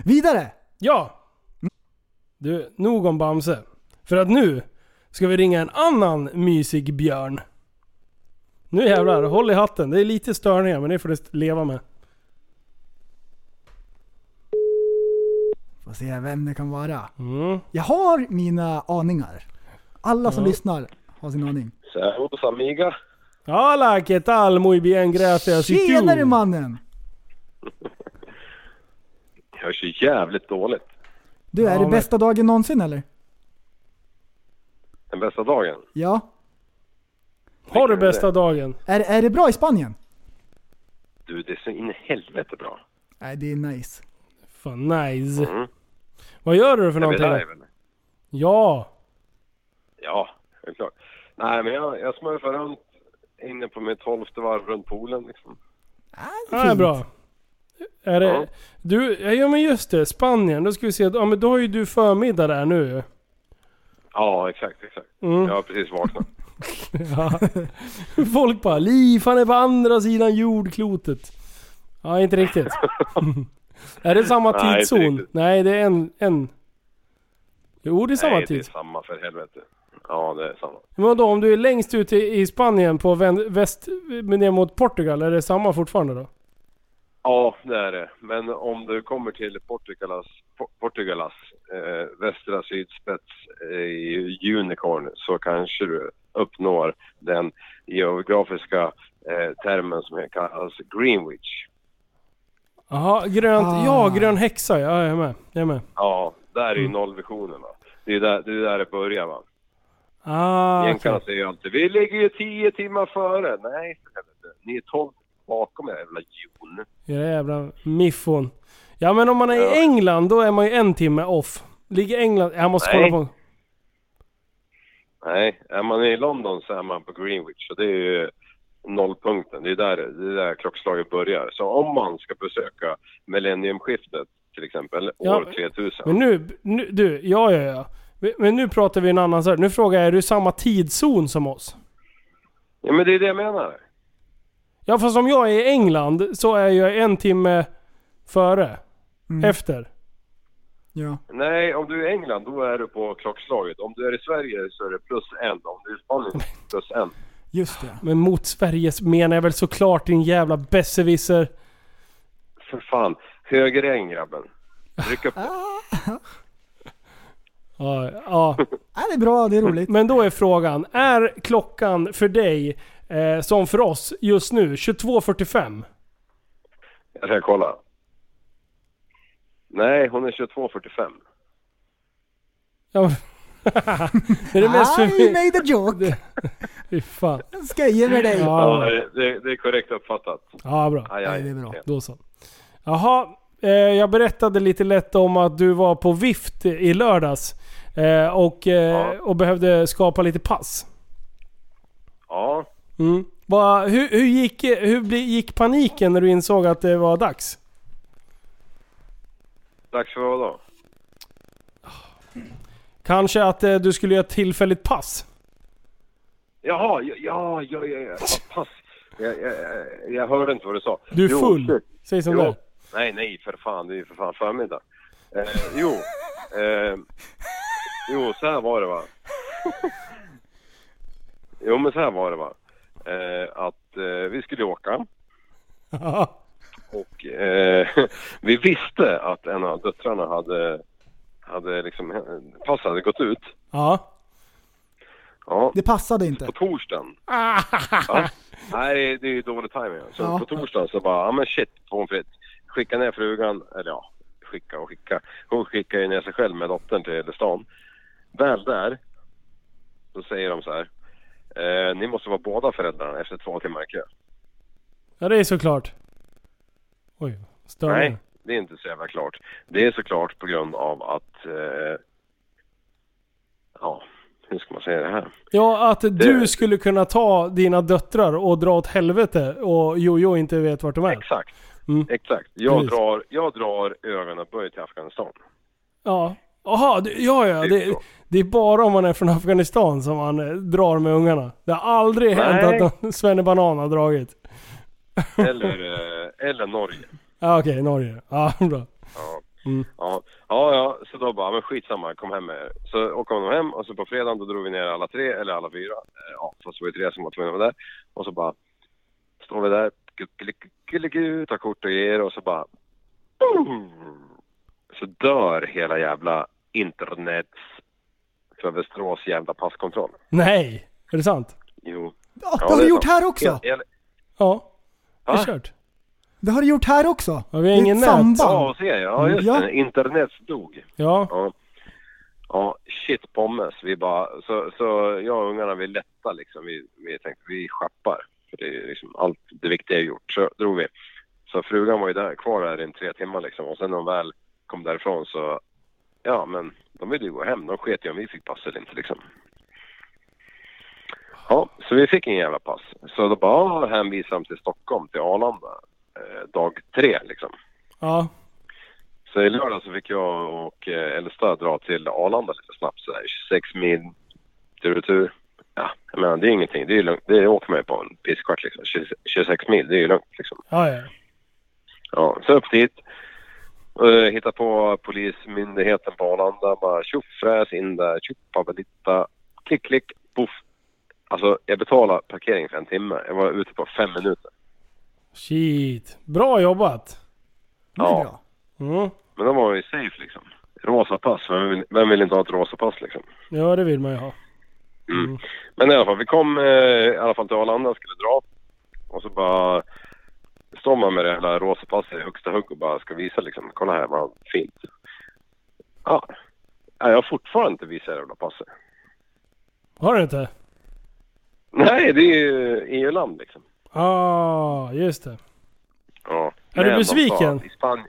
[SPEAKER 4] Vidare!
[SPEAKER 5] Ja! Du, nog om Bamse. För att nu ska vi ringa en annan mysig björn. Nu jävlar, håll i hatten. Det är lite störningar men det får du leva med.
[SPEAKER 4] Får se vem det kan vara.
[SPEAKER 5] Mm.
[SPEAKER 4] Jag har mina aningar. Alla som lyssnar har sin aning.
[SPEAKER 7] Servus amiga.
[SPEAKER 5] Hola, ¿qué tal? Muy bien, gracias. ¿Y tú?
[SPEAKER 4] Tjenare mannen!
[SPEAKER 7] Hörs ju jävligt dåligt.
[SPEAKER 4] Du, är
[SPEAKER 5] Ja,
[SPEAKER 4] det
[SPEAKER 5] men-
[SPEAKER 4] bästa dagen någonsin eller?
[SPEAKER 7] Den bästa dagen.
[SPEAKER 4] Ja.
[SPEAKER 5] Har du bästa dagen?
[SPEAKER 4] Är, är det bra i Spanien?
[SPEAKER 7] Du, det är så in i helvete bra.
[SPEAKER 4] Nej, det är nice.
[SPEAKER 5] Fan, nice.
[SPEAKER 7] Mm.
[SPEAKER 5] Vad gör du för
[SPEAKER 7] Är vi
[SPEAKER 5] någonting?
[SPEAKER 7] live eller?
[SPEAKER 5] Ja.
[SPEAKER 7] Ja, självklart. Nej, men jag, jag smurfar runt inne på mitt tolfte varv runt poolen liksom.
[SPEAKER 5] Ja, det är
[SPEAKER 4] Ah, Fint.
[SPEAKER 5] bra. Är det...
[SPEAKER 7] Ja.
[SPEAKER 5] Du, ja, ja men just det. Spanien. Då ska vi se. Ja men då har ju du förmiddag där nu ju.
[SPEAKER 7] Ja, exakt, exakt.
[SPEAKER 5] Mm.
[SPEAKER 7] Jag har precis vaknat.
[SPEAKER 5] Ja. Folk bara “Liv, han är på andra sidan jordklotet”. Ja, inte riktigt. är det samma
[SPEAKER 7] Nej, inte
[SPEAKER 5] tidszon? Nej,
[SPEAKER 7] riktigt.
[SPEAKER 5] det är en... en. Jo, det är samma
[SPEAKER 7] Nej, det är
[SPEAKER 5] tid.
[SPEAKER 7] samma för helvete. Ja, det är samma.
[SPEAKER 5] Men vadå, om du är längst ut i, i Spanien på vän- väst, men ner mot Portugal, är det samma fortfarande då?
[SPEAKER 7] Ja, det är det. Men om du kommer till Portugalas, Po- Portugalas eh, västra sydspets eh, i Unicorn så kanske du uppnår den geografiska eh, termen som kallas Greenwich.
[SPEAKER 5] Jaha, grönt.
[SPEAKER 4] Ah.
[SPEAKER 5] Ja, grön häxa. Ja, jag är med. Jag är med.
[SPEAKER 7] Ja, där är ju nollvisionen va. Det är där det, är där det börjar va.
[SPEAKER 5] Ah,
[SPEAKER 7] Jänkarna
[SPEAKER 5] okej.
[SPEAKER 7] säger ju alltid vi ligger ju tio timmar före. Nej, för helvete. Ni är tolv bakom era jävla jon.
[SPEAKER 5] Jävla miffon. Ja, men om man är i England, då är man ju en timme off. Ligger England... Jag måste
[SPEAKER 7] Nej.
[SPEAKER 5] kolla på...
[SPEAKER 7] Nej, är man i London så är man på Greenwich och det är ju nollpunkten. Det är där, det är där klockslaget börjar. Så om man ska besöka millenniumskiftet till exempel,
[SPEAKER 5] Ja,
[SPEAKER 7] år 3000.
[SPEAKER 5] Men nu, nu, du, ja ja ja. Men- Men nu pratar vi en annan sak. Nu frågar jag, är du i samma tidszon som oss?
[SPEAKER 7] Ja men det är det jag menar.
[SPEAKER 5] Ja fast om jag är i England så är jag en timme före. Efter.
[SPEAKER 4] Ja.
[SPEAKER 7] Nej, om du är i England då är du på klockslaget. Om du är i Sverige så är det plus en. Om du är i Spanien plus en.
[SPEAKER 4] Just det.
[SPEAKER 5] Men mot Sverige menar jag väl såklart din jävla besserwisser.
[SPEAKER 7] För fan, högeräng grabben. Tryck upp det.
[SPEAKER 5] Ja, ja.
[SPEAKER 4] Äh, det är bra, det är roligt.
[SPEAKER 5] Men då är frågan, är klockan för dig eh, som för oss just nu 22.45?
[SPEAKER 7] Jag ska kolla. Nej, hon är 22.45.
[SPEAKER 5] Ja. det är det mest
[SPEAKER 4] Ah, I
[SPEAKER 5] för...
[SPEAKER 4] made a joke!
[SPEAKER 5] Fy fan.
[SPEAKER 4] Skojar med dig!
[SPEAKER 5] Ja,
[SPEAKER 7] Ja, det, det är korrekt uppfattat.
[SPEAKER 5] ja bra.
[SPEAKER 7] Aj,
[SPEAKER 4] Nej,
[SPEAKER 7] aj.
[SPEAKER 4] det är bra.
[SPEAKER 5] Då så. Jaha, eh, jag berättade lite lätt om att du var på vift i lördags. Eh, och, eh,
[SPEAKER 7] Ja.
[SPEAKER 5] och behövde skapa lite pass.
[SPEAKER 7] Ja,
[SPEAKER 5] Mm. Va, hur hur, gick, hur bli, gick paniken när du insåg att det var dags?
[SPEAKER 7] dags för vad då?
[SPEAKER 5] Kanske att eh, du skulle göra ett tillfälligt pass?
[SPEAKER 7] Jaha, ja, ja, ja, ja, ja. pass. Jag, jag, jag- jag hörde inte vad du sa.
[SPEAKER 5] Du är full.
[SPEAKER 7] shit.
[SPEAKER 5] Säg som det
[SPEAKER 7] Jo.
[SPEAKER 5] är.
[SPEAKER 7] Nej, nej, för fan. Det är ju för fan förmiddag. Eh, jo, eh, jo, så här var det va. Jo, men så här var det va. Eh, att eh, vi skulle åka
[SPEAKER 5] Ja.
[SPEAKER 7] och eh, vi visste att en av döttrarna hade, hade liksom, pass hade gått ut.
[SPEAKER 5] Ja.
[SPEAKER 7] Ja,
[SPEAKER 4] Det passade inte.
[SPEAKER 7] på torsdagen.
[SPEAKER 5] Ah.
[SPEAKER 7] Ja. Nej, det är- det är ju dålig timing. Så
[SPEAKER 4] Ja.
[SPEAKER 7] på torsdagen så bara, ja men shit, pommes frites. Skicka ner frugan, eller ja, skicka och skicka. Hon skickar ju ner sig själv med dottern till stan. Väl där, så säger de så här. Eh, ni måste vara båda föräldrarna efter två timmar i kö.
[SPEAKER 5] Ja, det är såklart. Oj, störde.
[SPEAKER 7] Nej, det är inte så jävla klart. Det är såklart på grund av att, eh, ja, hur ska man säga det här?
[SPEAKER 5] Ja, att du skulle kunna ta dina döttrar och dra åt helvete och Jojo inte vet vart de är.
[SPEAKER 7] Exakt,
[SPEAKER 5] Mm.
[SPEAKER 7] exakt. Jag
[SPEAKER 5] Precis.
[SPEAKER 7] drar, jag drar ögonaböj till Afghanistan.
[SPEAKER 5] Ja. Aha, det, ja, ja.
[SPEAKER 7] Typ
[SPEAKER 5] Det,
[SPEAKER 7] så.
[SPEAKER 5] det är bara om man är från Afghanistan som man eh, drar med ungarna. Det har aldrig
[SPEAKER 7] Nej.
[SPEAKER 5] hänt att någon svennebanan har dragit.
[SPEAKER 7] Eller, eh, eller Norge.
[SPEAKER 5] Ja, okej, Norge. Ja, bra.
[SPEAKER 7] Ja. Ja, ja, ja, så då bara, men skitsamma, kom hem med er. Så och kom de hem och så på fredagen då drog vi ner alla tre, eller alla fyra. Eh, Ja, fast det var ju tre som var tvungna att vara där. Och så bara, står vi där, kuckeliku, tar kort och ger och så bara, boom! Så dör hela jävla internets för Västerås jävla passkontroll.
[SPEAKER 5] Nej! Är det sant?
[SPEAKER 7] Jo.
[SPEAKER 4] Ja, det
[SPEAKER 7] det
[SPEAKER 4] har
[SPEAKER 7] är
[SPEAKER 4] du gjort
[SPEAKER 7] sant.
[SPEAKER 4] här också!
[SPEAKER 7] El- el-
[SPEAKER 5] Ja. Det är
[SPEAKER 7] Va?
[SPEAKER 5] kört.
[SPEAKER 4] Det har du gjort här också!
[SPEAKER 5] Ja, vi har
[SPEAKER 4] Det är
[SPEAKER 5] ingen
[SPEAKER 4] ett
[SPEAKER 5] nät.
[SPEAKER 7] Ja,
[SPEAKER 4] samband.
[SPEAKER 7] och se, ja just
[SPEAKER 4] Ja.
[SPEAKER 7] det. Internet dog.
[SPEAKER 5] Ja.
[SPEAKER 7] Ja. Ja, shit pommes. Vi bara, så, så jag och ungarna vi lättar liksom. Vi, vi tänkte vi schappar. För det är liksom allt det viktiga är gjort. Så drog vi. Så frugan var ju där, kvar där i en tre timmar liksom. Och sen när hon väl kom därifrån så, ja men de ville ju gå hem. De sket ju om vi fick pass eller inte liksom. Ja, så vi fick en jävla pass. Så då bara "Ah, hänvisade de till Stockholm, till Arlanda. Eh, dag tre liksom.
[SPEAKER 5] Ja.
[SPEAKER 7] Så i lördag så fick jag och eh, Elsta dra till Arlanda lite snabbt så här, 26 mil tur och tur. Ja, jag menar det är ingenting. Det, är lugnt. det åker man ju på en pisskvart liksom. 20 26 mil, det är ju lugnt liksom.
[SPEAKER 5] Ja, ja.
[SPEAKER 7] Ja, så upp dit. Eh, Hitta på polismyndigheten på Arlanda. Bara tjoff fräs in där. Tjoppabelitta. Klick, klick, poff. Alltså jag betalade parkering för en timme. Jag var ute på fem minuter.
[SPEAKER 5] Shit. Bra jobbat.
[SPEAKER 4] Det är
[SPEAKER 7] Ja.
[SPEAKER 4] bra.
[SPEAKER 5] Mm.
[SPEAKER 7] Men de var ju safe liksom. Rosa pass. Vem vill, vem vill inte ha ett rosa pass liksom?
[SPEAKER 5] Ja, det vill man ju ha.
[SPEAKER 7] Mm. Men i alla fall, vi kom eh, i alla fall till Arlanda skulle dra. Och så bara står man med det hela rosa passet i högsta hugg och bara ska visa liksom. Kolla här vad fint. Ja. Nej, Jag har fortfarande inte visat det jävla passet.
[SPEAKER 5] Har du inte?
[SPEAKER 7] Nej, det är ju EU-land liksom.
[SPEAKER 5] Ja, ah, just det.
[SPEAKER 7] Ja.
[SPEAKER 5] Är du
[SPEAKER 7] Men de sa
[SPEAKER 5] besviken?
[SPEAKER 7] att I Spanien...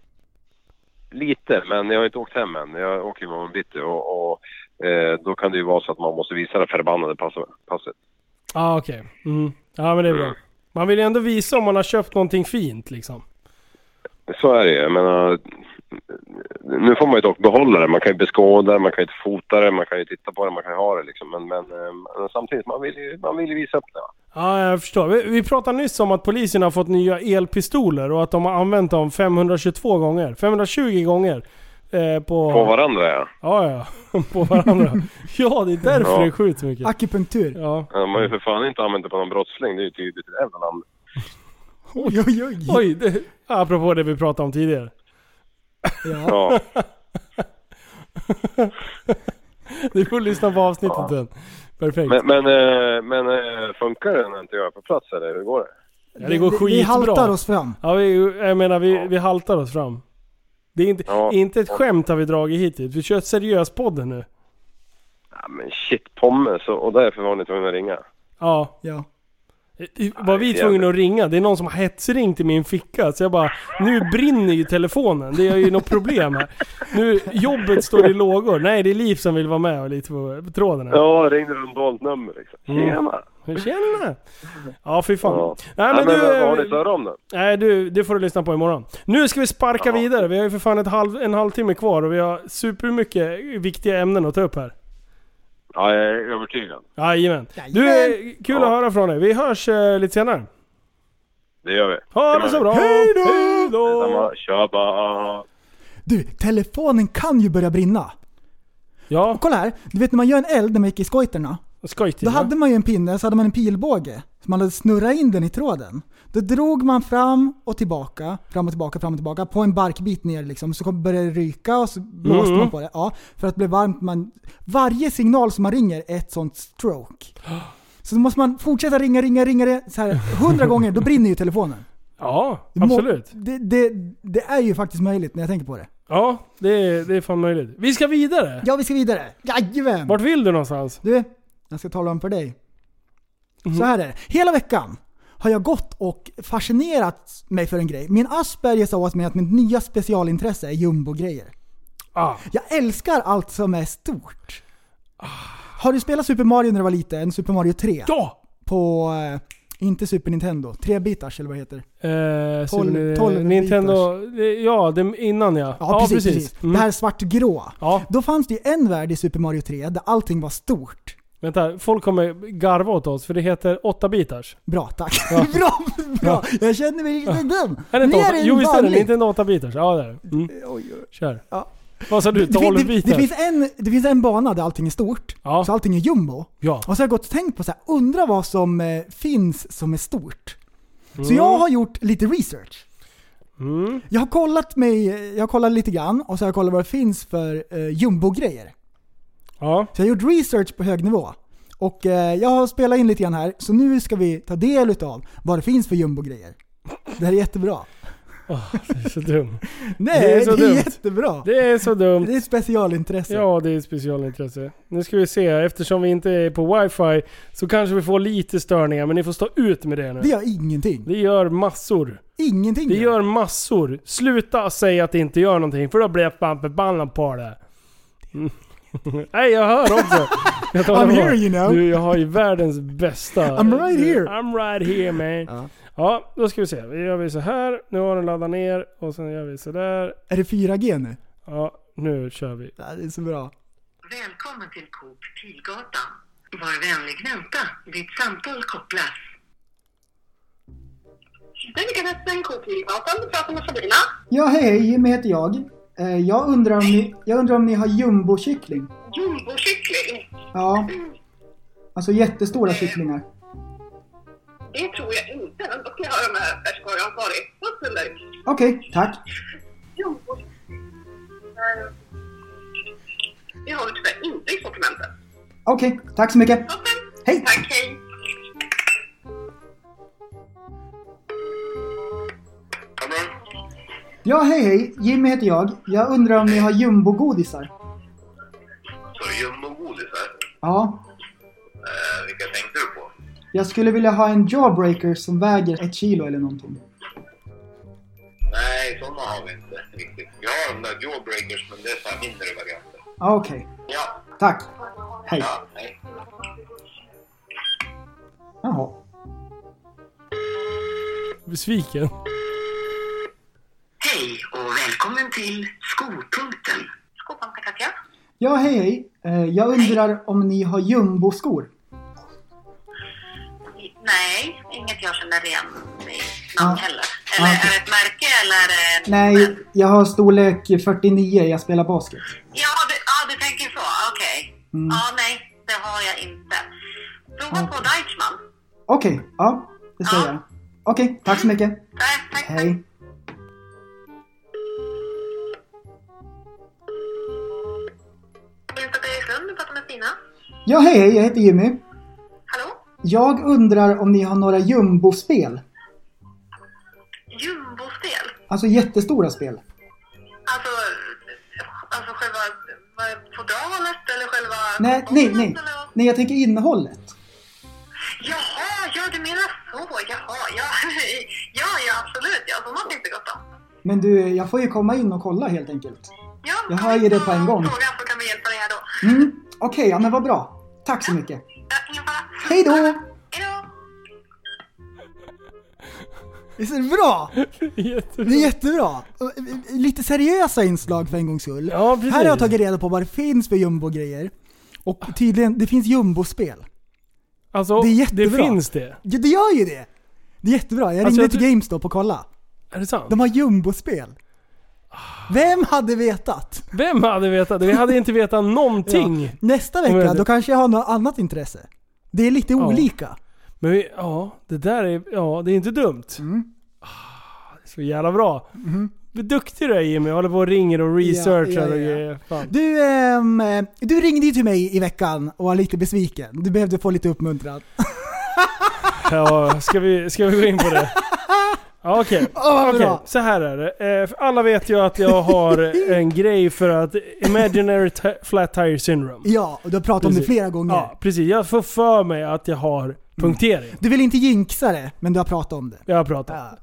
[SPEAKER 7] Lite, men jag har inte åkt hem än. Jag åker ju imorgon bitti och, och eh, då kan det ju vara så att man måste visa det förbannade passet. passet.
[SPEAKER 5] Ja, ah, okej. Mm. Ja, men det är bra. Man vill ju ändå visa om man har köpt någonting fint liksom.
[SPEAKER 7] Så är det ju. Jag menar, nu får man ju dock behålla det. Man kan ju beskåda det, man kan ju inte fota det, man kan ju titta på det, man kan ju ha det liksom. Men, men, eh, men samtidigt, man vill ju man vill ju visa upp det. va.
[SPEAKER 5] Ja, jag förstår. Vi, vi pratade nyss om att polisen har fått nya elpistoler och att de har använt dem 522 gånger. 520 gånger. Eh, på...
[SPEAKER 7] På varandra ja.
[SPEAKER 5] Ja, ja. På varandra. ja, det är därför
[SPEAKER 7] Ja.
[SPEAKER 5] det skjuts mycket.
[SPEAKER 4] Akupunktur.
[SPEAKER 5] Ja.
[SPEAKER 7] Men Man har ju för fan inte använt det på någon brottsling. Det är ju tydligt i det jävla landet.
[SPEAKER 4] Oj, oj, oj.
[SPEAKER 5] Oj, det, apropå det vi pratade om tidigare.
[SPEAKER 4] Ja.
[SPEAKER 7] Ja.
[SPEAKER 5] Du får lyssna på avsnittet sen. Perfekt.
[SPEAKER 7] Men, men, eh, men eh, funkar det när inte jag är på plats eller hur går det?
[SPEAKER 5] ja, det går
[SPEAKER 4] vi, vi haltar
[SPEAKER 5] skitbra.
[SPEAKER 4] oss fram.
[SPEAKER 5] Ja, vi, jag menar vi, vi haltar oss fram. Det är inte,
[SPEAKER 7] Ja.
[SPEAKER 5] inte ett skämt har vi dragit hittills. Vi kör ett seriöst podden nu.
[SPEAKER 7] Ja men shit pommes och, och därför var ni tvungna att ringa.
[SPEAKER 5] Ja,
[SPEAKER 4] Ja.
[SPEAKER 5] Var vi tvungna att ringa? Det är någon som har hetsringt i min ficka. Så jag bara, nu brinner ju telefonen. Det är ju något problem här. Nu, jobbet står i lågor. Nej, det är Liv som vill vara med och lite på på tråden här.
[SPEAKER 7] Ja, ringde runt dolt nummer liksom.
[SPEAKER 5] Mm.
[SPEAKER 7] Tjena!
[SPEAKER 5] Tjena! Ja, fy fan.
[SPEAKER 7] Ja.
[SPEAKER 5] Nej
[SPEAKER 7] Ja,
[SPEAKER 5] men
[SPEAKER 7] men,
[SPEAKER 5] du,
[SPEAKER 7] vad- vad har ni att höra om då?
[SPEAKER 5] nej, du, det får du lyssna på imorgon. Nu ska vi sparka
[SPEAKER 7] Ja.
[SPEAKER 5] vidare. Vi har ju för fan ett halv, en halvtimme kvar och vi har supermycket viktiga ämnen att ta upp här.
[SPEAKER 7] Ja, jag är övertygad.
[SPEAKER 5] Jajamän. Du,
[SPEAKER 4] Jajamän.
[SPEAKER 5] kul
[SPEAKER 7] Ja.
[SPEAKER 5] att höra från dig. Vi hörs eh, lite senare.
[SPEAKER 7] Det gör vi.
[SPEAKER 5] Ha det så bra! Hejdå! Hejdå!
[SPEAKER 7] Detsamma. Tja, bara.
[SPEAKER 4] Du, telefonen kan ju börja brinna.
[SPEAKER 5] Ja,
[SPEAKER 4] Och kolla här, du vet när man gör en eld när man gick i skojterna.
[SPEAKER 5] skojigt.
[SPEAKER 4] Då
[SPEAKER 5] ja.
[SPEAKER 4] hade man ju en pinne, så hade man en pilbåge. Så man hade snurrat in den i tråden. Då drog man fram och tillbaka, fram och tillbaka, fram och tillbaka på en barkbit ner liksom. Så kom- började det ryka och så blåste
[SPEAKER 5] Mm.
[SPEAKER 4] man på det. Ja, för att det blev varmt. Man, varje signal som man ringer är ett sånt stroke. Så då måste man fortsätta ringa, ringa, ringa det så här hundra gånger, då brinner ju telefonen.
[SPEAKER 5] Ja,
[SPEAKER 4] Det må-
[SPEAKER 5] absolut.
[SPEAKER 4] Det, det, det är ju faktiskt möjligt när jag tänker på det.
[SPEAKER 5] Ja, det är, det är fan möjligt. Vi ska vidare!
[SPEAKER 4] Ja, vi ska vidare. Jajamän!
[SPEAKER 5] Vart vill du någonstans?
[SPEAKER 4] Du, jag ska tala om för dig.
[SPEAKER 5] Mhm.
[SPEAKER 4] Så här är det. Hela veckan har jag gått och fascinerat mig för en grej. Min Asperger sa åt mig att mitt nya specialintresse är jumbo-grejer.
[SPEAKER 5] Ah,
[SPEAKER 4] Jag älskar allt som är stort. Har du spelat Super Mario när du var liten? Super Mario 3?
[SPEAKER 5] ja!
[SPEAKER 4] På, eh, inte Super Nintendo, 3-bitars eller vad det heter.
[SPEAKER 5] Eh,
[SPEAKER 4] Tolv-
[SPEAKER 5] Super-
[SPEAKER 4] tolv
[SPEAKER 5] Nintendo... Ja, det, innan ja.
[SPEAKER 4] Ja, precis. precis.
[SPEAKER 5] Mm.
[SPEAKER 4] Det här svartgråa.
[SPEAKER 5] Ja,
[SPEAKER 4] Då fanns det ju en värld i Super Mario 3 där allting var stort.
[SPEAKER 5] vänta. Folk kommer garva åt oss för det heter 8-bitars.
[SPEAKER 4] Bra, tack.
[SPEAKER 5] Ja.
[SPEAKER 4] Bra! Bra, jag känner mig riktigt dum.
[SPEAKER 5] Är det inte
[SPEAKER 4] Nu
[SPEAKER 5] åtta? Jo visst är det
[SPEAKER 4] vanlig.
[SPEAKER 5] inte en åttabitars? Ja det är det. Mm.
[SPEAKER 4] Oj, oj.
[SPEAKER 5] Kör.
[SPEAKER 4] Eh, Ja.
[SPEAKER 5] Vad sa du?
[SPEAKER 4] Det, fin- det, det,
[SPEAKER 5] 12-bitar?
[SPEAKER 4] finns en, det finns en bana där allting är stort,
[SPEAKER 5] Ja.
[SPEAKER 4] så allting är jumbo.
[SPEAKER 5] Ja.
[SPEAKER 4] Och så har jag gått och tänkt på så här, undra vad som eh, finns som är stort. Så jag har gjort lite research.
[SPEAKER 5] Mm.
[SPEAKER 4] Jag har kollat mig, jag har kollat lite grann och så har jag kollat vad det finns för eh, jumbo-grejer.
[SPEAKER 5] Ja.
[SPEAKER 4] Så jag har gjort research på hög nivå. Och eh, jag har spelat in lite grann här, så nu ska vi ta del utav vad det finns för jumbo-grejer. Det här är jättebra.
[SPEAKER 5] Det är så dumt.
[SPEAKER 4] Nej,
[SPEAKER 5] Det
[SPEAKER 4] det
[SPEAKER 5] är
[SPEAKER 4] är,
[SPEAKER 5] så dumt.
[SPEAKER 4] jättebra. Det
[SPEAKER 5] Det är så
[SPEAKER 4] är,
[SPEAKER 5] dumt.
[SPEAKER 4] ett specialintresse.
[SPEAKER 5] Ja, det är ett specialintresse. Nu ska vi se, eftersom vi inte är på wifi så kanske vi får lite störningar, men ni får stå ut med det nu.
[SPEAKER 4] Det gör ingenting.
[SPEAKER 5] Det gör massor.
[SPEAKER 4] Ingenting.
[SPEAKER 5] Det gör massor. Sluta säga att det inte gör någonting, för då blir jag fan förbannad på det. Mm. Nej, jag hör också. Jag talar
[SPEAKER 4] I'm
[SPEAKER 5] om.
[SPEAKER 4] here, you know.
[SPEAKER 5] Du, jag har ju världens bästa...
[SPEAKER 4] I'm right here.
[SPEAKER 5] I'm right here man. Ja.
[SPEAKER 4] Ja.
[SPEAKER 5] då ska vi se. Vi gör vi så här. Nu har den laddat ner och sen gör vi så där.
[SPEAKER 4] Är det 4G nu?
[SPEAKER 5] Ja, nu kör vi.
[SPEAKER 4] Ja, det är så bra.
[SPEAKER 6] Välkommen till Coop Pilgatan. Var vänlig vänta. Ditt samtal kopplas. Välkommen till Coop Pilgatan. Du pratar med Sabina.
[SPEAKER 4] Ja, hej, hej. Jimmy heter jag. Eh, Jag undrar om ni, jag undrar om ni har jumbokyckling?
[SPEAKER 6] Jumbokyckling.
[SPEAKER 4] Ja. Alltså jättestora kycklingar.
[SPEAKER 6] Det tror jag inte. Men då kan jag ha de här färskvaruansvarig. Vad säger
[SPEAKER 4] Okej, tack.
[SPEAKER 6] Det har vi tyvärr inte i sortimentet.
[SPEAKER 4] Okej, tack så mycket.
[SPEAKER 6] Toppen.
[SPEAKER 4] Hej!
[SPEAKER 6] Tack, hej.
[SPEAKER 4] Ja, hej, hej. Jimmy heter jag. Jag undrar om ni har jumbogodisar?
[SPEAKER 8] Så jumbogodisar,
[SPEAKER 4] Ja.
[SPEAKER 8] eh, vilka tänkte du på?
[SPEAKER 4] Jag skulle vilja ha en jawbreaker som väger ett kilo eller någonting.
[SPEAKER 8] Nej, sådana har vi inte riktigt. Vi har de där jawbreakers, men det är så här mindre varianter.
[SPEAKER 4] Ja, Okej,
[SPEAKER 8] Ja,
[SPEAKER 4] tack. Hej.
[SPEAKER 8] ja, nej.
[SPEAKER 4] Jaha.
[SPEAKER 5] Besviken.
[SPEAKER 6] Hej och välkommen till Skopunkten. Skopunkten Katja.
[SPEAKER 4] Ja, hej hej. Eh, Jag undrar om ni har jumboskor?
[SPEAKER 6] Nej, inget jag känner igen i
[SPEAKER 4] Ja.
[SPEAKER 6] namn heller. Eller
[SPEAKER 4] Ja, okej.
[SPEAKER 6] är det ett märke eller? är det-
[SPEAKER 4] Nej, jag har storlek 49, jag spelar basket.
[SPEAKER 6] Ja, du, ja, du tänker så. Okej. Ja, nej, det har jag inte. Prova
[SPEAKER 4] Mm. Ja.
[SPEAKER 6] på Deichmann.
[SPEAKER 4] Okej, ja, det ska jag göra. Okej, tack så mycket.
[SPEAKER 6] Nej, tack.
[SPEAKER 4] Hej.
[SPEAKER 6] Inte Bergslund, du pratar med Stina.
[SPEAKER 4] Ja, hej hej, jag heter Jimmy.
[SPEAKER 6] Hallå?
[SPEAKER 4] Jag undrar om ni har några jumbospel?
[SPEAKER 6] Jumbospel?
[SPEAKER 4] Alltså jättestora spel.
[SPEAKER 6] Alltså, alltså själva vad är det, fodralet eller själva...
[SPEAKER 4] Nej, nej, nej.
[SPEAKER 6] eller vad?
[SPEAKER 4] Nej, jag tänker innehållet.
[SPEAKER 6] Jaha, ja du menar så. Jaha, ja, ja, ja absolut. Ja, sådana finns det gott om.
[SPEAKER 4] Men du, jag får ju komma in och kolla helt enkelt.
[SPEAKER 6] Ja,
[SPEAKER 4] Jag har ju det på en gång.
[SPEAKER 6] Fråga så kan vi hjälpa dig här då.
[SPEAKER 4] Mm, okej, ja men vad bra. Tack så mycket.
[SPEAKER 6] Ja, ingen fara.
[SPEAKER 4] Hej då!
[SPEAKER 6] Hej då!
[SPEAKER 4] Visst är det bra?
[SPEAKER 5] Jättebra.
[SPEAKER 4] Det är jättebra! Och, eh, Lite seriösa inslag för en gångs skull.
[SPEAKER 5] Ja, precis.
[SPEAKER 4] Här har jag tagit reda på vad det finns för jumbo-grejer. Och tydligen, det finns jumbo-spel.
[SPEAKER 5] Alltså,
[SPEAKER 4] Det är
[SPEAKER 5] det,
[SPEAKER 4] jättebra.
[SPEAKER 5] finns det.
[SPEAKER 4] Ja, det gör ju det! Det är jättebra. Jag
[SPEAKER 5] Alltså,
[SPEAKER 4] ringde
[SPEAKER 5] jag
[SPEAKER 4] till
[SPEAKER 5] tror-
[SPEAKER 4] GameStop och kolla.
[SPEAKER 5] Är det sant?
[SPEAKER 4] De har jumbo-spel. Vem hade vetat?
[SPEAKER 5] Vem hade vetat det? Vi hade inte vetat någonting.
[SPEAKER 4] Ja. Nästa
[SPEAKER 5] Om jag
[SPEAKER 4] vecka,
[SPEAKER 5] hade-
[SPEAKER 4] då kanske jag har något annat intresse. Det är lite olika.
[SPEAKER 5] Men vi, ja, det där är, ja, det är inte dumt.
[SPEAKER 4] Mm.
[SPEAKER 5] Ah, det är så jävla bra. Vad duktig du är Jimmy, håller på och ringer och researchar
[SPEAKER 4] Mm-hmm. Ja, ja,
[SPEAKER 5] och
[SPEAKER 4] ja.
[SPEAKER 5] grejer. Fan.
[SPEAKER 4] Du, ehm, eh, du ringde ju till mig i veckan och var lite besviken. Du behövde få lite uppmuntran.
[SPEAKER 5] Ja, ska, vi, ska vi gå in på det? Ja, Okej,
[SPEAKER 4] Åh, vad
[SPEAKER 5] Okej,
[SPEAKER 4] bra.
[SPEAKER 5] så här är det. Eh, för Alla vet ju att jag har en grej för att imaginary ti- flat tire syndrome.
[SPEAKER 4] Ja, och du har pratat om det
[SPEAKER 5] Precis.
[SPEAKER 4] flera gånger. Mm.
[SPEAKER 5] Ja, precis. Jag får för mig att jag har punktering.
[SPEAKER 4] Du vill inte jinxa det, men du har pratat om det.
[SPEAKER 5] Jag har pratat.
[SPEAKER 4] Ja.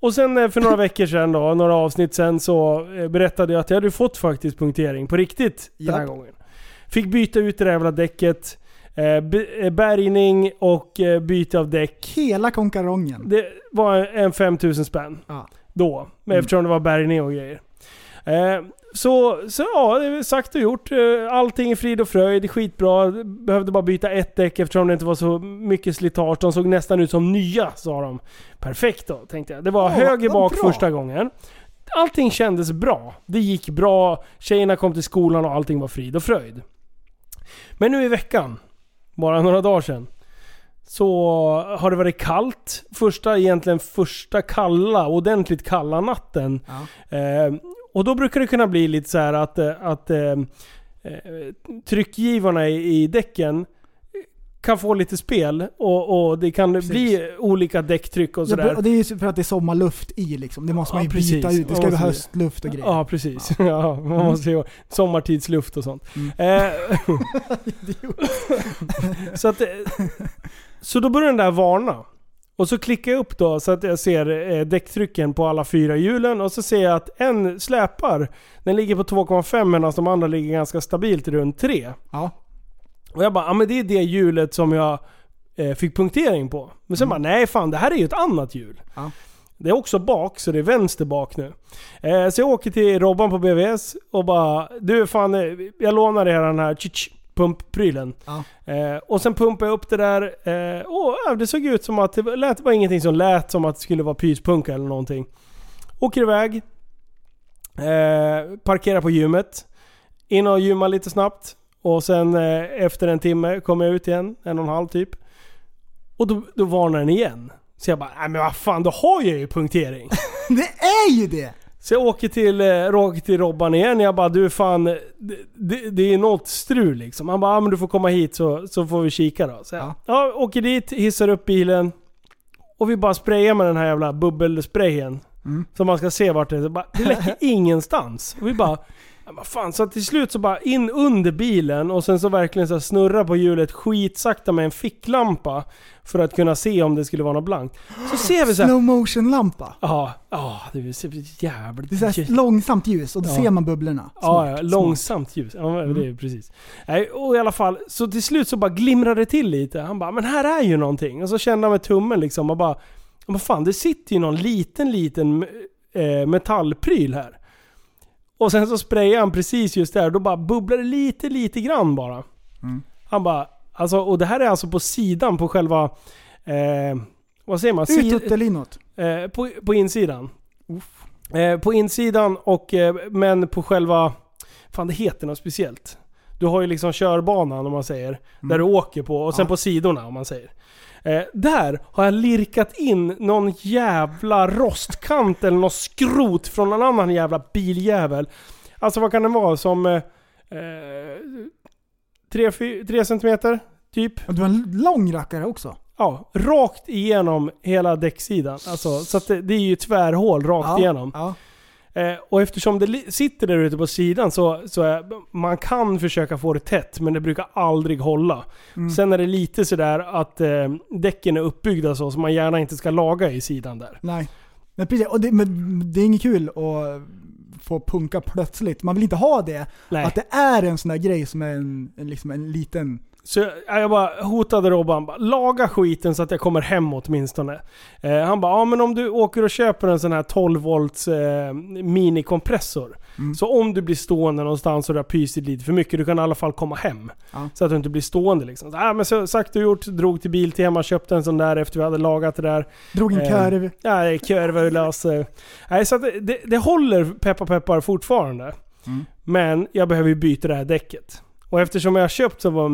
[SPEAKER 5] Och sen eh, för några veckor sedan då, några avsnitt sen så eh, berättade jag att jag hade fått faktiskt punktering på riktigt den här
[SPEAKER 4] Japp.
[SPEAKER 5] gången. Fick byta ut det där jävla däcket, eh, b- eh, bärgning och eh, byte av däck.
[SPEAKER 4] Hela konkarongen.
[SPEAKER 5] Det var en 5000 spänn
[SPEAKER 4] Ja. Mm.
[SPEAKER 5] då, men eftersom det var bärgning och grejer. Eh, så, så ja, det är sagt och gjort. Eh, Allting är frid och fröjd, skitbra. Behövde bara byta ett däck eftersom det inte var så mycket slitage. De såg nästan ut som nya, sa de. Perfekt då, tänkte jag. Det var
[SPEAKER 4] Ja,
[SPEAKER 5] höger
[SPEAKER 4] vad
[SPEAKER 5] bak
[SPEAKER 4] bra.
[SPEAKER 5] första gången. Allting kändes bra. Det gick bra, tjejerna kom till skolan och allting var frid och fröjd. Men nu i veckan, bara några dagar sedan, så har det varit kallt. Första, egentligen första kalla, ordentligt kalla natten. Eh, och då brukar det kunna bli lite så här att, eh, att eh, eh, tryckgivarna i, i däcken kan få lite spel och, och det kan bli olika däcktryck och
[SPEAKER 4] Ja,
[SPEAKER 5] sådär.
[SPEAKER 4] och det är ju för att det är sommarluft i liksom. Det måste man
[SPEAKER 5] Ja,
[SPEAKER 4] ju
[SPEAKER 5] precis.
[SPEAKER 4] byta ut. Det ska
[SPEAKER 5] Man
[SPEAKER 4] ju
[SPEAKER 5] måste-
[SPEAKER 4] vara höstluft och grejer. Mm.
[SPEAKER 5] Ja, precis. Ja. man måste ju, sommartidsluft och sånt. Eh, så, att, eh, så då börjar den där varna. Och så klickar jag upp då så att jag ser eh, däcktrycken på alla fyra hjulen och så ser jag att en släpar, den ligger på 2,5 medan de andra ligger ganska stabilt runt 3.
[SPEAKER 4] Ja.
[SPEAKER 5] Och jag bara, ja men det är det hjulet som jag eh, fick punktering på. Men sen bara, nej fan det här är ju ett annat hjul.
[SPEAKER 4] Mm. Ja.
[SPEAKER 5] Det är också bak, så det är vänster bak nu. Eh, så jag åker till Robban på BVS och bara, du fan, eh, jag lånar er den här tsch, pumpprylen.
[SPEAKER 4] Ja.
[SPEAKER 5] Eh, och sen pumpade jag upp det där, eh, och ja, det såg ut som att det lät, det var ingenting som lät som att det skulle vara pyspunka eller någonting. Åker iväg, eh, parkerar på gymmet, in och gymmar lite snabbt. Och sen eh, efter en timme kommer jag ut igen, en och en halv typ. Och då, då varnar den igen. Så jag bara, nej men vad fan, då har jag ju punktering.
[SPEAKER 4] Det är ju det!
[SPEAKER 5] Så jag åker till, eh, åker till Robban igen. Jag bara, du fan, eh, det, det, det är något strul liksom. Han bara, ja, men du får komma hit så, så får vi kika då. Så jag, ja.
[SPEAKER 4] Ja.
[SPEAKER 5] åker dit, hissar upp bilen. Och vi bara sprayar med den här jävla bubbelsprayen. Så man ska se vart det är. Så bara, Det läcker ingenstans. Och vi bara, ja, vad fan. Så till slut så bara in under bilen och sen så verkligen så här snurra på hjulet skitsakta med en ficklampa. För att kunna se om det skulle vara något blankt. Så ser vi så här.
[SPEAKER 4] Slow motion lampa
[SPEAKER 5] Ja, ja, det är så jävligt...
[SPEAKER 4] Det är såhär långsamt ljus och då
[SPEAKER 5] Ja.
[SPEAKER 4] ser man bubblorna.
[SPEAKER 5] Ja,
[SPEAKER 4] Smart,
[SPEAKER 5] ja,
[SPEAKER 4] smart. Mm.
[SPEAKER 5] långsamt ljus. Ja, det är precis. Nej, och i alla fall, så till slut så bara glimrade det till lite. Han bara, men här är ju någonting. Och så kände han med tummen liksom och bara, men fan det sitter ju någon liten, liten eh, metallpryl här. Och sen så sprayade han precis just där, då bara bubblade det lite, lite grann bara.
[SPEAKER 4] Mm.
[SPEAKER 5] Han bara, alltså, och det här är alltså på sidan på själva, eh, vad säger man? Sid-
[SPEAKER 4] Utåt eller inåt.
[SPEAKER 5] Eh, på, på insidan. Eh, på insidan och, eh, men på själva, fan det heter något speciellt. Du har ju liksom körbanan om man säger, där du åker på och sen på sidorna om man säger. Eh, där har jag lirkat in någon jävla rostkant eller något skrot från någon annan jävla biljävel. Alltså vad kan den vara? Som... Eh, eh, tre, fy- tre centimeter? Typ?
[SPEAKER 4] Och Du har en lång rackare också.
[SPEAKER 5] Ja, rakt igenom hela däcksidan. Alltså, så att det, det är ju tvärhål rakt
[SPEAKER 4] Ja,
[SPEAKER 5] igenom.
[SPEAKER 4] Ja.
[SPEAKER 5] Eh, och eftersom det li- sitter där ute på sidan så, så är, man kan försöka få det tätt, men det brukar aldrig hålla. Sen är det lite sådär att eh, däcken är uppbyggda så, så man gärna inte ska laga i sidan där.
[SPEAKER 4] Nej. Men, precis, och det, men det är inget kul att få punka plötsligt. Man vill inte ha det.
[SPEAKER 5] Nej.
[SPEAKER 4] Att det är en sån där grej som är en, en, liksom en liten...
[SPEAKER 5] Så jag, ja, jag bara hotade Robban, bara, laga skiten så att jag kommer hem åtminstone. Eh, han bara, ja men om du åker och köper en sån här 12 volts eh, minikompressor. Så om du blir stående någonstans och det har pysit lite för mycket, du kan i alla fall komma hem.
[SPEAKER 4] Ja.
[SPEAKER 5] Så att du inte blir stående liksom. Så, ja, men så, sagt och gjort, drog till Biltema, köpte en sån där efter vi hade lagat det där.
[SPEAKER 4] Drog en
[SPEAKER 5] Eh,
[SPEAKER 4] kurv.
[SPEAKER 5] Ja, det är körvulös. Nej, så att det, det, det håller peppar peppar fortfarande.
[SPEAKER 4] Mm.
[SPEAKER 5] Men jag behöver ju byta det här däcket. Och eftersom jag har köpt så var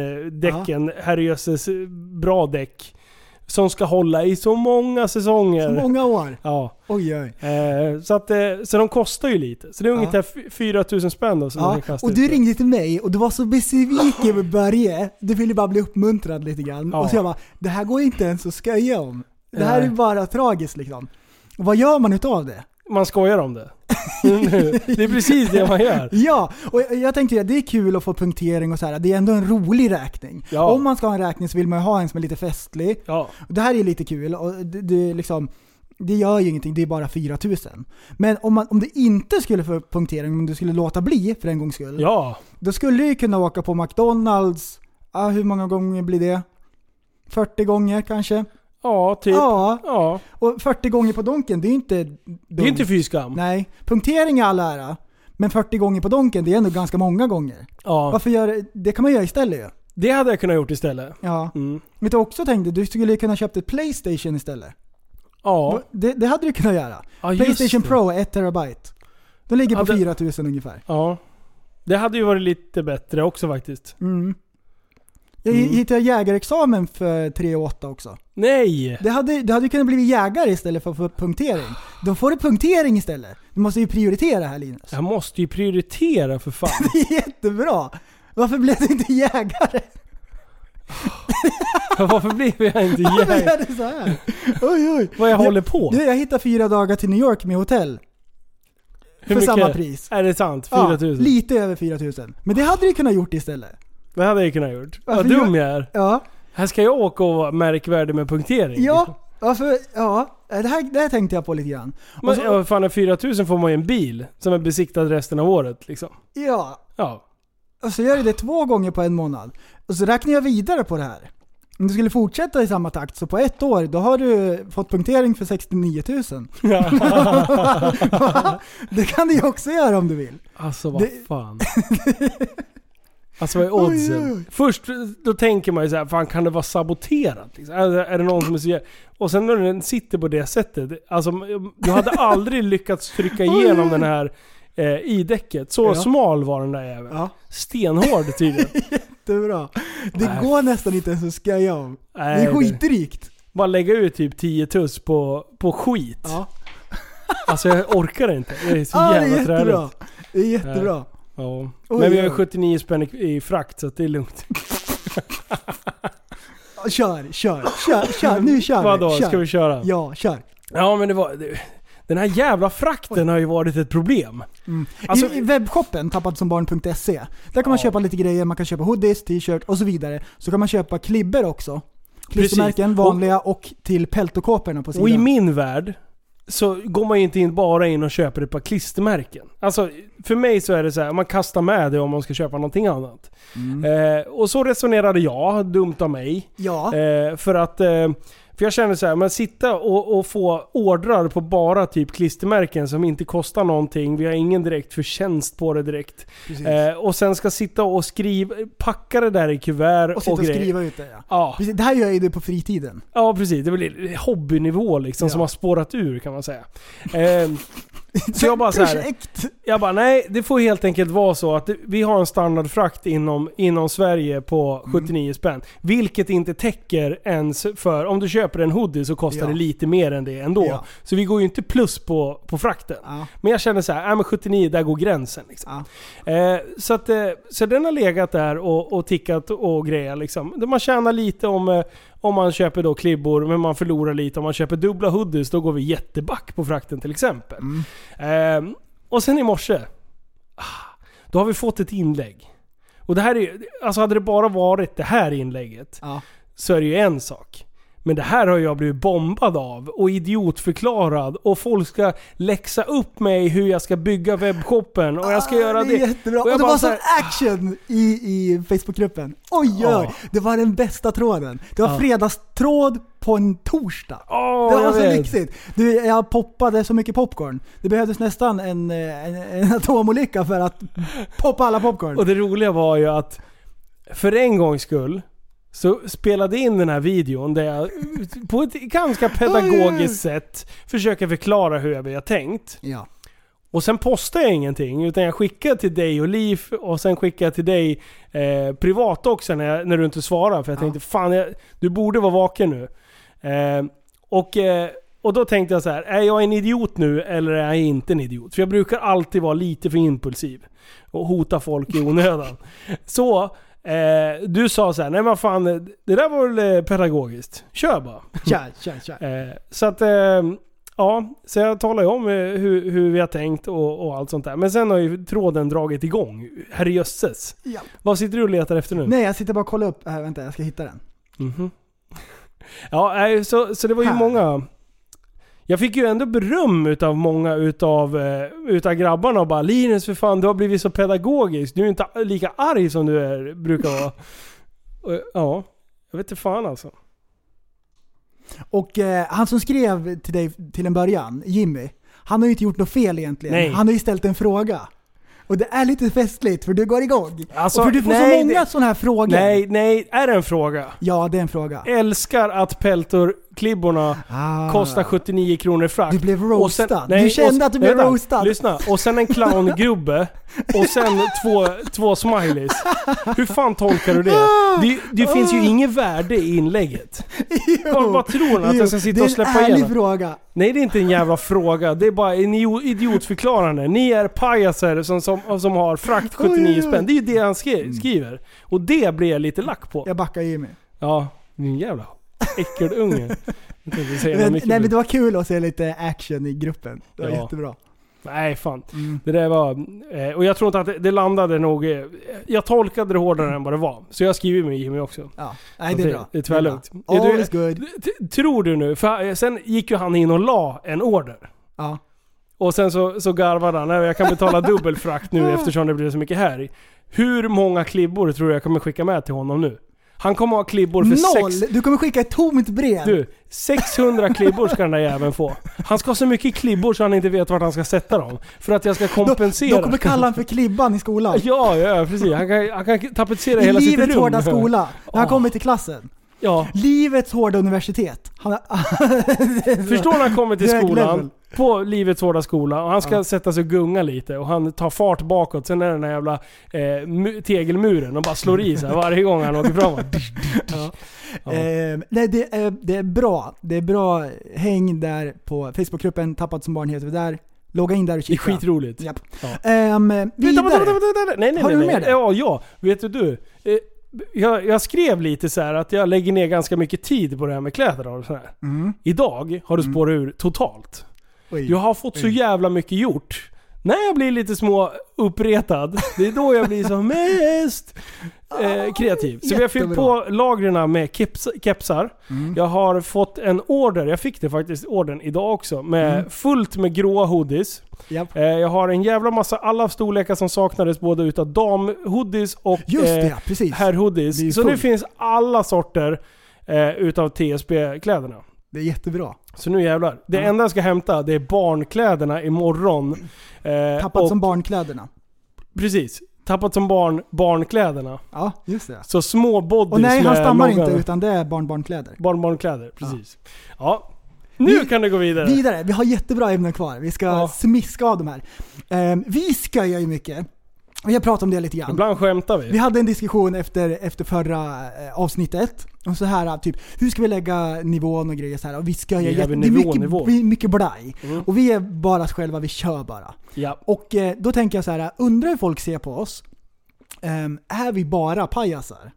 [SPEAKER 5] Michelin-däcken, herrejösses bra däck. Som ska hålla i så många säsonger.
[SPEAKER 4] Så många år.
[SPEAKER 5] Ja.
[SPEAKER 4] Oj oj.
[SPEAKER 5] Eh, så, att, eh, så de kostar ju lite. Så det är ungefär ja. 4000 spänn då som jag
[SPEAKER 4] Ja.
[SPEAKER 5] kastar
[SPEAKER 4] Och
[SPEAKER 5] ut
[SPEAKER 4] du
[SPEAKER 5] det.
[SPEAKER 4] ringde till mig och du var så besviken med Börje. Du ville bara bli uppmuntrad lite grann.
[SPEAKER 5] Ja. Eh.
[SPEAKER 4] Och så jag bara, det här går ju inte ens att skoja om. Det här
[SPEAKER 5] Nej.
[SPEAKER 4] är bara tragiskt liksom. Och vad gör man utav det?
[SPEAKER 5] Man skojar om det. det är precis det man gör.
[SPEAKER 4] Ja, och jag- jag tänkte att det är kul att få punktering och så här. Det är ändå en rolig räkning.
[SPEAKER 5] Ja.
[SPEAKER 4] Om man ska ha en räkning så vill man ju ha en som är lite festlig.
[SPEAKER 5] Ja.
[SPEAKER 4] Det här är ju lite kul och det, det, är liksom, det gör ju ingenting, det är bara 4000. Men om, man, om det inte skulle få punktering, om du skulle låta bli för en gångs skull.
[SPEAKER 5] Ja.
[SPEAKER 4] Då skulle du ju kunna åka på McDonalds, ah, hur många gånger blir det? 40 gånger kanske?
[SPEAKER 5] Ja, typ.
[SPEAKER 4] Ja.
[SPEAKER 5] Ja.
[SPEAKER 4] Och 40 gånger på donken, det är ju inte
[SPEAKER 5] Det är
[SPEAKER 4] dumt.
[SPEAKER 5] ju inte fy skam.
[SPEAKER 4] Nej, punktering är all ära. Men 40 gånger på donken, det är ändå ganska många gånger.
[SPEAKER 5] Ja.
[SPEAKER 4] Varför gör det? kan man göra istället ju.
[SPEAKER 5] Det hade jag kunnat gjort istället.
[SPEAKER 4] Ja.
[SPEAKER 5] Mm.
[SPEAKER 4] Vet du vad jag också tänkte? Du skulle ju kunna köpt ett Playstation istället.
[SPEAKER 5] Ja.
[SPEAKER 4] Det, det hade du kunnat göra.
[SPEAKER 5] Ja, just
[SPEAKER 4] Playstation
[SPEAKER 5] det.
[SPEAKER 4] Pro 1 terabyte. De ligger på
[SPEAKER 5] Ja, det-
[SPEAKER 4] 4000 ungefär.
[SPEAKER 5] Ja. Det hade ju varit lite bättre också faktiskt.
[SPEAKER 4] Mm. Jag
[SPEAKER 5] Mm.
[SPEAKER 4] hittade jägarexamen för 3 och 8 också.
[SPEAKER 5] Nej!
[SPEAKER 4] Det hade, det hade kunnat bli jägare istället för, för punktering. Då får du punktering istället. Du måste ju prioritera här Linus.
[SPEAKER 5] Jag måste ju prioritera för fan.
[SPEAKER 4] Det är jättebra! Varför blev du inte jägare?
[SPEAKER 5] Varför blev jag inte
[SPEAKER 4] Varför
[SPEAKER 5] jägare?
[SPEAKER 4] är det så här? Oj oj.
[SPEAKER 5] Vad jag håller på.
[SPEAKER 4] Du, jag hittade fyra dagar till New York med hotell.
[SPEAKER 5] Hur
[SPEAKER 4] för
[SPEAKER 5] mycket?
[SPEAKER 4] samma pris.
[SPEAKER 5] Är det sant?
[SPEAKER 4] Ja,
[SPEAKER 5] 4000?
[SPEAKER 4] lite över 4000. Men det hade du kunnat gjort istället.
[SPEAKER 5] det hade jag kunnat gjort. Vad
[SPEAKER 4] Varför
[SPEAKER 5] dum
[SPEAKER 4] gör-
[SPEAKER 5] jag är.
[SPEAKER 4] Ja.
[SPEAKER 5] Här ska jag åka och vara märkvärdig med punktering. liksom.
[SPEAKER 4] Ja. Varför? Ja. Det här, det här tänkte jag på lite grann. Och
[SPEAKER 5] Men
[SPEAKER 4] så-
[SPEAKER 5] ja, fan, 4000 får man ju en bil som är besiktad resten av året liksom.
[SPEAKER 4] ja.
[SPEAKER 5] Ja.
[SPEAKER 4] Och så gör du det två gånger på en månad. Och så räknar jag vidare på det här. Om du skulle fortsätta i samma takt, så på ett år, då har du fått punktering för 69 000. det kan du ju också göra om du vill.
[SPEAKER 5] Alltså vad
[SPEAKER 4] Det-
[SPEAKER 5] fan. Alltså vad är oddsen?
[SPEAKER 4] Oj, oj, oj.
[SPEAKER 5] Först då tänker man ju så här, fan kan det vara saboterat? Liksom? Är, det- är det någon som är så jä- Och sen när den sitter på det sättet, alltså du hade aldrig lyckats trycka igenom den här eh, i däcket. Så
[SPEAKER 4] Ja.
[SPEAKER 5] smal var den där jäveln.
[SPEAKER 4] Ja.
[SPEAKER 5] Stenhård tydligen.
[SPEAKER 4] Det är bra. Det
[SPEAKER 5] Nej.
[SPEAKER 4] går nästan inte ens att skoja om.
[SPEAKER 5] Nej,
[SPEAKER 4] det är
[SPEAKER 5] det-
[SPEAKER 4] skitdrygt.
[SPEAKER 5] Bara lägga ut typ 10 tuss på, på skit.
[SPEAKER 4] Ja,
[SPEAKER 5] Alltså jag orkar inte. Det är så
[SPEAKER 4] ah, det är
[SPEAKER 5] jävla
[SPEAKER 4] jättebra.
[SPEAKER 5] träligt.
[SPEAKER 4] Det är jättebra.
[SPEAKER 5] Ja.
[SPEAKER 4] Oj,
[SPEAKER 5] Men vi har
[SPEAKER 4] oj.
[SPEAKER 5] 79 spänn i- i frakt så att det är lugnt.
[SPEAKER 4] Ja, Kör, kör, kör, kör. Nu kör vi.
[SPEAKER 5] Vadå,
[SPEAKER 4] kör.
[SPEAKER 5] ska vi köra?
[SPEAKER 4] Ja, kör.
[SPEAKER 5] Ja men det var... Det, den här jävla frakten har ju varit ett problem. Alltså-
[SPEAKER 4] Mm. I, I webbshoppen tappadsombarn.se, där kan man
[SPEAKER 5] Ja.
[SPEAKER 4] köpa lite grejer. Man kan köpa hoodies, t-shirt och så vidare. Så kan man köpa klibber också. Klistermärken,
[SPEAKER 5] Precis.
[SPEAKER 4] vanliga och till peltokåporna på
[SPEAKER 5] Och i
[SPEAKER 4] sidan.
[SPEAKER 5] min värld så går man ju inte in bara in och köper ett par klistermärken. Alltså för mig så är det så här, man kastar med det om man ska köpa någonting annat.
[SPEAKER 4] Mm.
[SPEAKER 5] Eh, och så resonerade jag, dumt av mig.
[SPEAKER 4] ja,
[SPEAKER 5] Eh, för att... Eh, för jag känner så här, men sitta och, och få ordrar på bara typ klistermärken som inte kostar någonting. Vi har ingen direkt förtjänst på det direkt.
[SPEAKER 4] precis.
[SPEAKER 5] Eh, och sen ska sitta och skriva, packa det där i kuvert
[SPEAKER 4] och
[SPEAKER 5] och,
[SPEAKER 4] sitta och
[SPEAKER 5] grejer. Ah.
[SPEAKER 4] skriva ut det. Ja.
[SPEAKER 5] Ja,
[SPEAKER 4] Precis, det här gör jag ju på fritiden.
[SPEAKER 5] ja, precis. Det är väl hobbynivå liksom
[SPEAKER 4] Ja.
[SPEAKER 5] som har spårat ur kan man säga. Eh, så jag bara så här,
[SPEAKER 4] Projekt!
[SPEAKER 5] jag bara nej, det får helt enkelt vara så att det- vi har en standardfrakt inom, inom Sverige på
[SPEAKER 4] Mm.
[SPEAKER 5] 79 spänn. Vilket inte täcker ens för, om du köper en hoodie så kostar
[SPEAKER 4] Ja.
[SPEAKER 5] det lite mer än det ändå.
[SPEAKER 4] Ja.
[SPEAKER 5] Så vi går ju inte plus på, på frakten.
[SPEAKER 4] Ja.
[SPEAKER 5] Men jag känner så här, äh, men 79 där går gränsen. Liksom. Eh, så, att, eh, så den har legat där och, och tickat och grejat. Liksom. Man tjänar lite om, eh, om man köper då klibbor, men man förlorar lite. Om man köper dubbla hoodies, då går vi jätteback på frakten till exempel.
[SPEAKER 4] Mm.
[SPEAKER 5] Eh, och sen i morse, ah, då har vi fått ett inlägg. Och det här är ju- alltså hade det bara varit det här inlägget,
[SPEAKER 4] Ja.
[SPEAKER 5] så är det ju en sak. Men det här har jag blivit bombad av och idiotförklarad och folk ska läxa upp mig hur jag ska bygga webbshoppen och jag ska göra
[SPEAKER 4] Ah,
[SPEAKER 5] det.
[SPEAKER 4] är jättebra.
[SPEAKER 5] Och
[SPEAKER 4] Och,
[SPEAKER 5] jag
[SPEAKER 4] det
[SPEAKER 5] bara
[SPEAKER 4] var
[SPEAKER 5] så
[SPEAKER 4] sån
[SPEAKER 5] här- Ah.
[SPEAKER 4] action i, i Facebookgruppen. Oj, oj,
[SPEAKER 5] Ja.
[SPEAKER 4] oj. Det var den bästa tråden. Det var
[SPEAKER 5] Ja.
[SPEAKER 4] fredagstråd på en torsdag.
[SPEAKER 5] Åh,
[SPEAKER 4] det var
[SPEAKER 5] jag
[SPEAKER 4] så
[SPEAKER 5] vet.
[SPEAKER 4] lyxigt. Du, jag poppade så mycket popcorn. Det behövdes nästan en, eh, en, en atomolycka för att poppa alla popcorn.
[SPEAKER 5] Och det roliga var ju att för en gångs skull så spelade jag in den här videon där jag på ett ganska pedagogiskt sätt försöker förklara hur jag har tänkt.
[SPEAKER 4] Ja.
[SPEAKER 5] Och sen postar jag ingenting, utan jag skickar till dig och Liv och sen skickar jag till dig eh, privat också när, jag, när du inte svarar. För jag tänkte fan, jag, du borde vara vaken nu. Eh, och, eh, och då tänkte jag så här, är jag en idiot nu eller är jag inte en idiot? För jag brukar alltid vara lite för impulsiv och hota folk i onödan. så eh, du sa så här, nej men fan, det där var väl eh, pedagogiskt. Kör bara.
[SPEAKER 4] Tja, tja, tja.
[SPEAKER 5] Eh, så att, eh, ja. Så jag talar ju om eh, hur, hur vi har tänkt och, och allt sånt där. Men sen har ju tråden dragit igång. Herrejösses.
[SPEAKER 4] Ja.
[SPEAKER 5] Vad sitter du och letar efter nu?
[SPEAKER 4] Nej, jag sitter bara och kollar upp. Äh, vänta, jag ska hitta den.
[SPEAKER 5] Mhm. Ja, nej, så, så det var ju
[SPEAKER 4] Här.
[SPEAKER 5] många... Jag fick ju ändå beröm utav många utav, eh, utav grabbarna och bara Linus för fan du har blivit så pedagogisk. Du är inte lika arg som du är, brukar vara. Och, ja, jag vet inte fan alltså.
[SPEAKER 4] Och eh, han som skrev till dig till en början, Jimmy, han har ju inte gjort något fel egentligen.
[SPEAKER 5] Nej.
[SPEAKER 4] Han har ju ställt en fråga. Och det är lite festligt för du går igång.
[SPEAKER 5] Alltså,
[SPEAKER 4] och för du får
[SPEAKER 5] nej,
[SPEAKER 4] så många
[SPEAKER 5] det-
[SPEAKER 4] sådana här frågor.
[SPEAKER 5] Nej, Eh, nej, är det en fråga?
[SPEAKER 4] Ja, det är en fråga.
[SPEAKER 5] Älskar att peltor-klibborna
[SPEAKER 4] Ah.
[SPEAKER 5] kostar 79 kronor i frakt.
[SPEAKER 4] Du blev
[SPEAKER 5] Och sen-
[SPEAKER 4] roastad. Du kände
[SPEAKER 5] och-
[SPEAKER 4] att du blev
[SPEAKER 5] vänta,
[SPEAKER 4] roastad.
[SPEAKER 5] Lyssna. Och sen en clowngubbe. Och sen två, två smileys. Hur fan tolkar du det? Det, det finns
[SPEAKER 4] Ah.
[SPEAKER 5] ju inget värde i inlägget.
[SPEAKER 4] Jo,
[SPEAKER 5] Vad- vad tror han? Att jag ska
[SPEAKER 4] jo,
[SPEAKER 5] sitta
[SPEAKER 4] det är
[SPEAKER 5] och släppa
[SPEAKER 4] en ärlig
[SPEAKER 5] igenom?
[SPEAKER 4] fråga.
[SPEAKER 5] Nej, det är inte en jävla fråga. Det är bara en idio- idiotförklarande. Ni är pajaser som, som, som har frakt 79
[SPEAKER 4] Oj, Mm. oj, oj.
[SPEAKER 5] spänn. Det är ju det han skri- skriver. Och det blir jag lite lack på.
[SPEAKER 4] Jag backar Jimmy.
[SPEAKER 5] Ja, din jävla äckelunge. Jag tänkte säga något
[SPEAKER 4] Men,
[SPEAKER 5] mycket
[SPEAKER 4] nej men
[SPEAKER 5] mer.
[SPEAKER 4] det var kul att se lite action i gruppen. Det var
[SPEAKER 5] Ja.
[SPEAKER 4] jättebra.
[SPEAKER 5] Nej fan.
[SPEAKER 4] Mm.
[SPEAKER 5] Det där var... eh, Och jag tror inte att det- det landade nog... eh, Jag tolkade det hårdare än vad det var. Så jag skriver med Jimmy också.
[SPEAKER 4] Ja. Nej det är bra.
[SPEAKER 5] Det är tvärlugnt.
[SPEAKER 4] Det är
[SPEAKER 5] Är
[SPEAKER 4] bra.
[SPEAKER 5] du-
[SPEAKER 4] All is good.
[SPEAKER 5] T- Tror du nu? För eh, sen gick ju han in och la en order.
[SPEAKER 4] Ja.
[SPEAKER 5] Och sen så, så garvade han. "Nej, Jag kan betala dubbel frakt nu eftersom det blir så mycket här. Hur många klibbor tror du jag kommer skicka med till honom nu? Han kommer ha klibbor för
[SPEAKER 4] Noll!
[SPEAKER 5] sex...
[SPEAKER 4] Du kommer skicka ett tomt brev.
[SPEAKER 5] Du, 600 klibbor ska den där jäveln få. Han ska ha så mycket klibbor så han inte vet vart han ska sätta dem. För att jag ska kompensera.
[SPEAKER 4] De, de kommer kalla honom för Klibban i skolan.
[SPEAKER 5] Ja, ja precis. Han kan, han kan tapetsera
[SPEAKER 4] I
[SPEAKER 5] hela sitt rum.
[SPEAKER 4] livets hårda skola. När han
[SPEAKER 5] Ja.
[SPEAKER 4] kommer till klassen.
[SPEAKER 5] Ja.
[SPEAKER 4] Livets hårda universitet. Han, ah,
[SPEAKER 5] Förstår när han kommer till
[SPEAKER 4] Hög
[SPEAKER 5] skolan,
[SPEAKER 4] level.
[SPEAKER 5] på Livets Hårda skola, och han ska sätta sig och gunga lite och han tar fart bakåt. Sen är det den här jävla eh, mu- tegelmuren och bara slår i sig varje gång han åker framåt. Ja. Ja.
[SPEAKER 4] Ehm, nej, det, är, det är bra. Det är bra häng där på Facebookgruppen Tappat som barn heter vi där. Logga in där och
[SPEAKER 5] Det är
[SPEAKER 4] kika.
[SPEAKER 5] skitroligt.
[SPEAKER 4] Japp.
[SPEAKER 5] Ja.
[SPEAKER 4] Ehm,
[SPEAKER 5] Vänta, vänta, vänta,
[SPEAKER 4] vidare.
[SPEAKER 5] vänta, vänta. Nej, nej,
[SPEAKER 4] Har
[SPEAKER 5] nej,
[SPEAKER 4] du
[SPEAKER 5] nej.
[SPEAKER 4] med det?
[SPEAKER 5] Ja, ja. Vet du du? Eh, jag, jag skrev lite så här att jag lägger ner ganska mycket tid på det här med kläder och så här.
[SPEAKER 4] Mm.
[SPEAKER 5] Idag har du spårat ur totalt.
[SPEAKER 4] Oj.
[SPEAKER 5] Jag har fått så
[SPEAKER 4] Mm.
[SPEAKER 5] jävla mycket gjort. När jag blir lite små uppretad, det är då jag blir som mest eh, kreativ. Så vi har fyllt på
[SPEAKER 4] Ah, Jättebra. Mm.
[SPEAKER 5] lagren med keps, kepsar. Jag har fått en order, jag fick det faktiskt ordern idag också, med
[SPEAKER 4] Mm.
[SPEAKER 5] fullt med gråa hoodies.
[SPEAKER 4] Japp.
[SPEAKER 5] Eh, jag har en jävla massa, alla storlekar som saknades både utav damhoodies och
[SPEAKER 4] Just det,
[SPEAKER 5] eh,
[SPEAKER 4] ja, precis. Det är ju
[SPEAKER 5] herrhoodies. Så nu
[SPEAKER 4] fullt.
[SPEAKER 5] finns alla sorter eh, utav TSB-kläderna.
[SPEAKER 4] Det är jättebra.
[SPEAKER 5] Så nu jävlar. Det enda jag ska hämta det är barnkläderna imorgon. Eh,
[SPEAKER 4] Tappat
[SPEAKER 5] och-
[SPEAKER 4] som barnkläderna.
[SPEAKER 5] Precis. Tappat som barn, barnkläderna.
[SPEAKER 4] Ja, just det.
[SPEAKER 5] Så små bodys
[SPEAKER 4] Och nej, han
[SPEAKER 5] med
[SPEAKER 4] stammar
[SPEAKER 5] långa-
[SPEAKER 4] inte utan det är barnbarnkläder.
[SPEAKER 5] Barnbarnkläder, precis. Ja. Nu
[SPEAKER 4] Vi-
[SPEAKER 5] kan det gå vidare.
[SPEAKER 4] Vidare, vi har jättebra ämnen kvar. Vi ska
[SPEAKER 5] Ja.
[SPEAKER 4] smiska av de här. Ehm, vi skojar ju mycket. Vi har pratat om det lite grann.
[SPEAKER 5] Ibland skämtar vi.
[SPEAKER 4] Vi hade en diskussion efter, efter förra eh, avsnittet. Och så här, typ, hur ska vi lägga nivån och grejer så här. Och vi ska
[SPEAKER 5] Vi
[SPEAKER 4] göra
[SPEAKER 5] har
[SPEAKER 4] jätte- det är
[SPEAKER 5] nivå,
[SPEAKER 4] mycket,
[SPEAKER 5] nivå.
[SPEAKER 4] vi- mycket blaj.
[SPEAKER 5] Mm.
[SPEAKER 4] Och vi är bara oss själva, vi kör bara.
[SPEAKER 5] Ja.
[SPEAKER 4] Och eh, då tänker jag så här, undrar hur folk ser på oss. Ehm, är vi bara pajasar?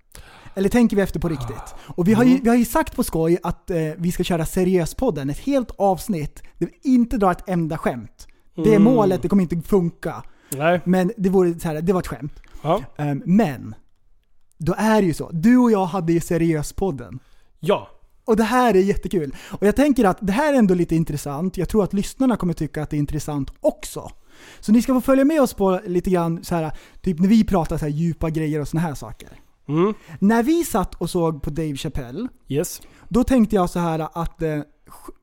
[SPEAKER 4] Eller tänker vi efter på riktigt? Och vi har ju, vi har ju sagt på skoj att eh, vi ska köra Seriöspodden, ett helt avsnitt där vi inte drar ett enda skämt. Det är
[SPEAKER 5] Mm.
[SPEAKER 4] målet, det kommer inte funka.
[SPEAKER 5] Nej.
[SPEAKER 4] Men det, vore så här, det var ett skämt.
[SPEAKER 5] Ja.
[SPEAKER 4] Ehm, men, då är det ju så. Du och jag hade ju Seriöspodden.
[SPEAKER 5] ja.
[SPEAKER 4] Och det här är jättekul. Och jag tänker att det här är ändå lite intressant. Jag tror att lyssnarna kommer tycka att det är intressant också. Så ni ska få följa med oss på lite grann så här, typ när vi pratar så här djupa grejer och såna här saker.
[SPEAKER 5] Mm.
[SPEAKER 4] När vi satt och såg på Dave Chappelle,
[SPEAKER 5] Yes.
[SPEAKER 4] då tänkte jag så här att eh,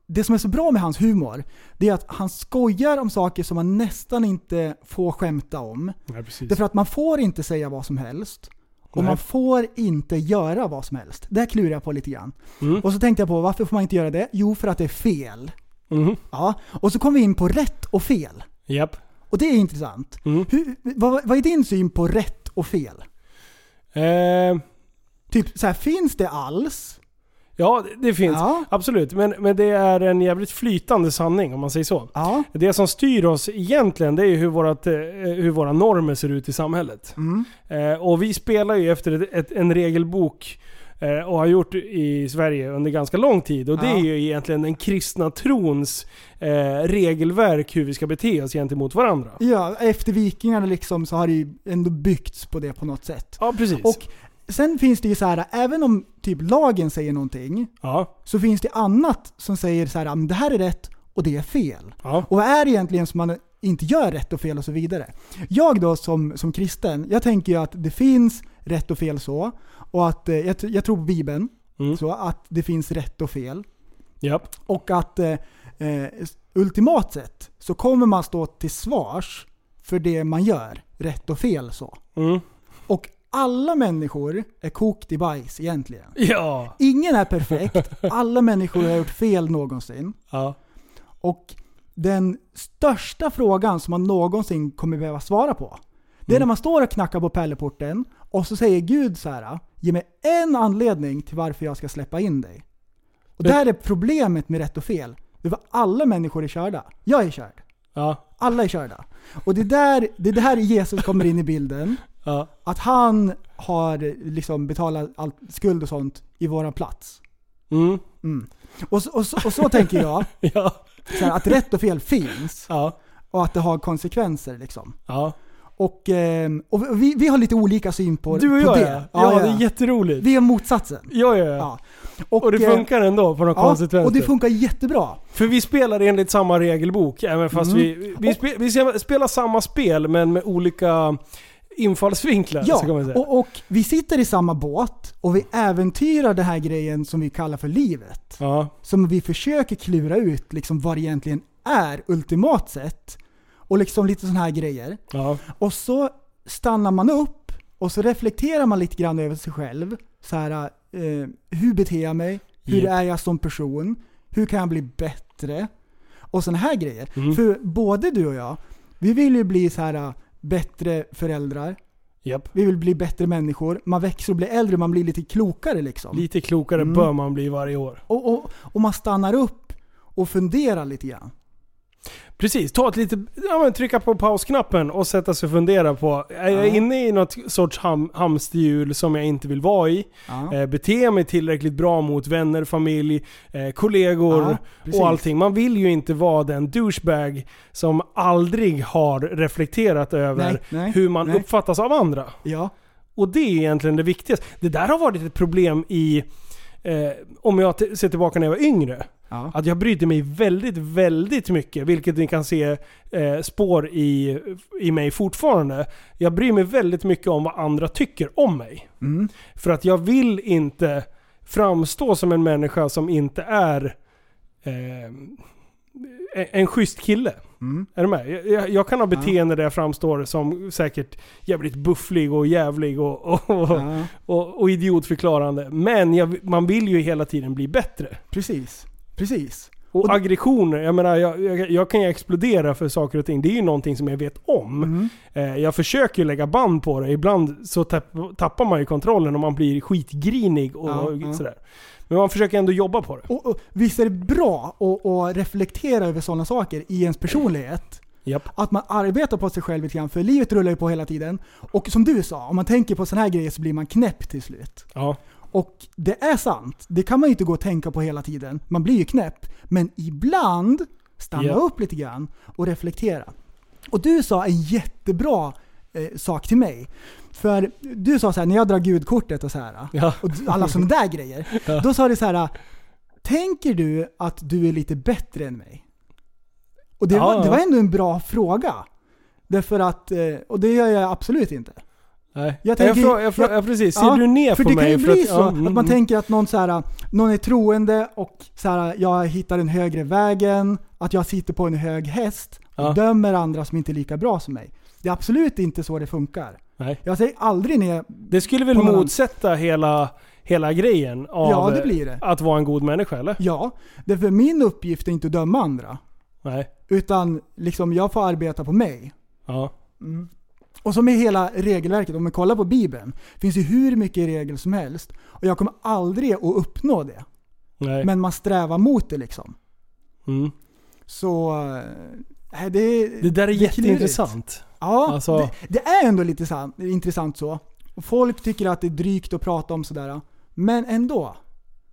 [SPEAKER 4] det som är så bra med hans humor, det är att han skojar om saker som man nästan inte får skämta om.
[SPEAKER 5] Ja, precis.
[SPEAKER 4] Därför att man får inte säga vad som helst. Och
[SPEAKER 5] Nej.
[SPEAKER 4] man får inte göra vad som helst. Det här klurar jag på lite grann.
[SPEAKER 5] Mm.
[SPEAKER 4] Och så tänkte jag på, varför får man inte göra det? Jo, för att det är fel.
[SPEAKER 5] Mhm.
[SPEAKER 4] Ja. Och så kom vi in på rätt och fel.
[SPEAKER 5] Japp.
[SPEAKER 4] Och det är intressant.
[SPEAKER 5] Mm.
[SPEAKER 4] Hur, vad, vad är din syn på rätt och fel?
[SPEAKER 5] Eh,
[SPEAKER 4] Typ så här, finns det alls?
[SPEAKER 5] ja, det- det finns.
[SPEAKER 4] Ja.
[SPEAKER 5] Absolut. Men, men det är en jävligt flytande sanning om man säger så.
[SPEAKER 4] Ja.
[SPEAKER 5] Det som styr oss egentligen det är ju hur, vårat, eh, hur våra normer ser ut i samhället. Eh, och vi spelar ju efter ett, ett, en regelbok eh, och har gjort i Sverige under ganska lång tid. Och det
[SPEAKER 4] Ja.
[SPEAKER 5] är ju egentligen den kristna trons eh, regelverk hur vi ska bete oss gentemot varandra.
[SPEAKER 4] Ja, efter vikingarna liksom så har det ju ändå byggts på det på något sätt.
[SPEAKER 5] Ja, precis.
[SPEAKER 4] Och sen finns det ju så här, även om typ lagen säger någonting,
[SPEAKER 5] ja,
[SPEAKER 4] så finns det annat som säger så här, "Ah, men det här är rätt och det är fel.
[SPEAKER 5] ja.
[SPEAKER 4] Och vad är det egentligen som man inte gör rätt och fel och så vidare? Jag då som, som kristen, jag tänker ju att det finns rätt och fel så. Och att eh, jag, t- jag tror på Bibeln,
[SPEAKER 5] Mm.
[SPEAKER 4] så att det finns rätt och fel.
[SPEAKER 5] Japp.
[SPEAKER 4] Och att eh, eh, ultimat sett så kommer man stå till svars för det man gör, rätt och fel så.
[SPEAKER 5] Mm.
[SPEAKER 4] Och alla människor är kokt i bajs egentligen.
[SPEAKER 5] Ja.
[SPEAKER 4] Ingen är perfekt, alla människor har gjort fel någonsin.
[SPEAKER 5] Ja.
[SPEAKER 4] Och den största frågan som man någonsin kommer behöva svara på, det är när man står och knackar på pärleporten och så säger Gud så här, ge mig en anledning till varför jag ska släppa in dig. Och
[SPEAKER 5] Det-
[SPEAKER 4] där är problemet med rätt och fel. Det var alla människor är körda. Jag är körd.
[SPEAKER 5] Ja.
[SPEAKER 4] Alla är körda. Och det är där, det är där Jesus kommer in i bilden.
[SPEAKER 5] Ja.
[SPEAKER 4] Att han har liksom betalat all skuld och sånt i våran plats.
[SPEAKER 5] Mm.
[SPEAKER 4] Och, så- och, så- och så tänker jag,
[SPEAKER 5] Ja.
[SPEAKER 4] så här, att rätt och fel finns
[SPEAKER 5] Ja.
[SPEAKER 4] och att det har konsekvenser liksom.
[SPEAKER 5] Ja.
[SPEAKER 4] Och, ehm, och vi, vi har lite olika syn på,
[SPEAKER 5] Du och
[SPEAKER 4] på
[SPEAKER 5] jag
[SPEAKER 4] det.
[SPEAKER 5] ja. Ja, det är jätteroligt.
[SPEAKER 4] Vi är motsatsen.
[SPEAKER 5] Ja, ja, ja.
[SPEAKER 4] Ja. Och,
[SPEAKER 5] Och det
[SPEAKER 4] eh,
[SPEAKER 5] funkar ändå på något
[SPEAKER 4] ja,
[SPEAKER 5] konstigt vänster.
[SPEAKER 4] Och det funkar jättebra.
[SPEAKER 5] För vi spelar enligt samma regelbok, även
[SPEAKER 4] Mm.
[SPEAKER 5] fast vi, vi, spe, vi se- spelar samma spel men med olika infallsvinklar. så kan man
[SPEAKER 4] Ja,
[SPEAKER 5] säga.
[SPEAKER 4] och, och vi sitter i samma båt och vi äventyrar den här grejen som vi kallar för livet.
[SPEAKER 5] ja.
[SPEAKER 4] Som vi försöker klura ut liksom vad det egentligen är ultimat sett. Och liksom lite sådana här grejer.
[SPEAKER 5] Ja.
[SPEAKER 4] Och så stannar man upp och så reflekterar man lite grann över sig själv. Så här, eh, hur beter jag mig? Hur
[SPEAKER 5] Japp.
[SPEAKER 4] är jag som person? Hur kan jag bli bättre? Och sådana här grejer.
[SPEAKER 5] Mm.
[SPEAKER 4] För både du och jag, vi vill ju bli så här eh, bättre föräldrar.
[SPEAKER 5] Japp.
[SPEAKER 4] Vi vill bli bättre människor. Man växer och blir äldre, man blir lite klokare liksom.
[SPEAKER 5] Lite klokare
[SPEAKER 4] Mm.
[SPEAKER 5] bör man bli varje år.
[SPEAKER 4] Och, och, och man stannar upp och funderar lite grann.
[SPEAKER 5] Precis, ta ett litet, ja, men trycka på pausknappen och sätta sig och fundera på, är jag
[SPEAKER 4] Ja.
[SPEAKER 5] inne i något sorts ham, hamsterhjul som jag inte vill vara i?
[SPEAKER 4] Ja.
[SPEAKER 5] Eh, bete jag mig tillräckligt bra mot vänner, familj, eh, kollegor
[SPEAKER 4] Ja, precis.
[SPEAKER 5] och allting. Man vill ju inte vara den douchebag som aldrig har reflekterat över
[SPEAKER 4] Nej, nej,
[SPEAKER 5] hur man
[SPEAKER 4] nej.
[SPEAKER 5] uppfattas av andra.
[SPEAKER 4] ja.
[SPEAKER 5] Och det är egentligen det viktigaste. Det där har varit ett problem i, eh, om jag t- ser tillbaka när jag var yngre.
[SPEAKER 4] Ja.
[SPEAKER 5] Att jag brydde mig väldigt, väldigt mycket, vilket ni kan se eh, spår i, i mig fortfarande. Jag bryr mig väldigt mycket om vad andra tycker om mig.
[SPEAKER 4] Mm.
[SPEAKER 5] För att jag vill inte framstå som en människa som inte är eh, en- en schysst kille.
[SPEAKER 4] Mm.
[SPEAKER 5] Är du med? Jag- Jag, jag kan ha beteende där jag framstår som säkert jävligt bufflig och jävlig och, och, och,
[SPEAKER 4] Ja.
[SPEAKER 5] och, och idiotförklarande. Men jag, man vill ju hela tiden bli bättre.
[SPEAKER 4] Precis. Precis.
[SPEAKER 5] Och, aggressioner, jag menar jag, jag, jag kan ju explodera för saker och ting. Det är ju någonting som jag vet om.
[SPEAKER 4] Mm.
[SPEAKER 5] Eh, jag försöker ju lägga band på det. Ibland så tapp, tappar man ju kontrollen och man blir skitgrinig och,
[SPEAKER 4] Ja, ja.
[SPEAKER 5] och sådär. Men man försöker ändå jobba på det.
[SPEAKER 4] Och, och visst är det bra att, att reflektera över sådana saker i ens personlighet?
[SPEAKER 5] Japp.
[SPEAKER 4] Att man arbetar på sig själv lite grann, för livet rullar ju på hela tiden. Och som du sa, om man tänker på sådana här grejer så blir man knäpp till slut.
[SPEAKER 5] Ja.
[SPEAKER 4] Och det är sant, det kan man ju inte gå och tänka på hela tiden. Man blir ju knäpp. Men ibland, stanna
[SPEAKER 5] Ja.
[SPEAKER 4] upp lite grann och reflektera. Och du sa en jättebra eh, sak till mig. För du sa så här när jag drar gudkortet och så här.
[SPEAKER 5] Ja.
[SPEAKER 4] Och d- alla sådana där grejer. Då sa du så här. Tänker du att du är lite bättre än mig? Och det,
[SPEAKER 5] Ja,
[SPEAKER 4] var, det
[SPEAKER 5] ja.
[SPEAKER 4] var ändå en bra fråga. Därför att, eh, och det gör jag absolut inte.
[SPEAKER 5] Nej.
[SPEAKER 4] Jag
[SPEAKER 5] Jag
[SPEAKER 4] tänker-
[SPEAKER 5] jag, frå- jag, frå-
[SPEAKER 4] jag-
[SPEAKER 5] ja, precis. Ser
[SPEAKER 4] Ja,
[SPEAKER 5] du ner
[SPEAKER 4] för
[SPEAKER 5] på
[SPEAKER 4] det
[SPEAKER 5] mig?
[SPEAKER 4] kan ju bli
[SPEAKER 5] att-
[SPEAKER 4] så
[SPEAKER 5] ja,
[SPEAKER 4] att
[SPEAKER 5] mm,
[SPEAKER 4] man
[SPEAKER 5] mm.
[SPEAKER 4] tänker att någon, så här, någon är troende och så här, jag hittar den högre vägen, att jag sitter på en hög häst och
[SPEAKER 5] Ja.
[SPEAKER 4] dömer andra som inte är lika bra som mig. Det är absolut inte så det funkar.
[SPEAKER 5] Nej.
[SPEAKER 4] Jag säger aldrig ner,
[SPEAKER 5] Det skulle väl
[SPEAKER 4] på någon
[SPEAKER 5] motsätta hela, hela grejen av
[SPEAKER 4] Ja, det blir det.
[SPEAKER 5] att vara en god människa eller?
[SPEAKER 4] ja, därför min uppgift är inte att döma andra.
[SPEAKER 5] Nej.
[SPEAKER 4] Utan liksom jag får arbeta på mig.
[SPEAKER 5] Ja.
[SPEAKER 4] Och som i hela regelverket, om man kollar på Bibeln, finns ju hur mycket regel som helst. Och jag kommer aldrig att uppnå det.
[SPEAKER 5] Nej.
[SPEAKER 4] Men man strävar mot det liksom.
[SPEAKER 5] mm.
[SPEAKER 4] Så... Äh, det,
[SPEAKER 5] Det där är
[SPEAKER 4] det klurigt.
[SPEAKER 5] jätteintressant.
[SPEAKER 4] Ja,
[SPEAKER 5] Alltså-
[SPEAKER 4] det, det är ändå lite san- intressant så. Och folk tycker att det är drygt att prata om sådär. Men ändå.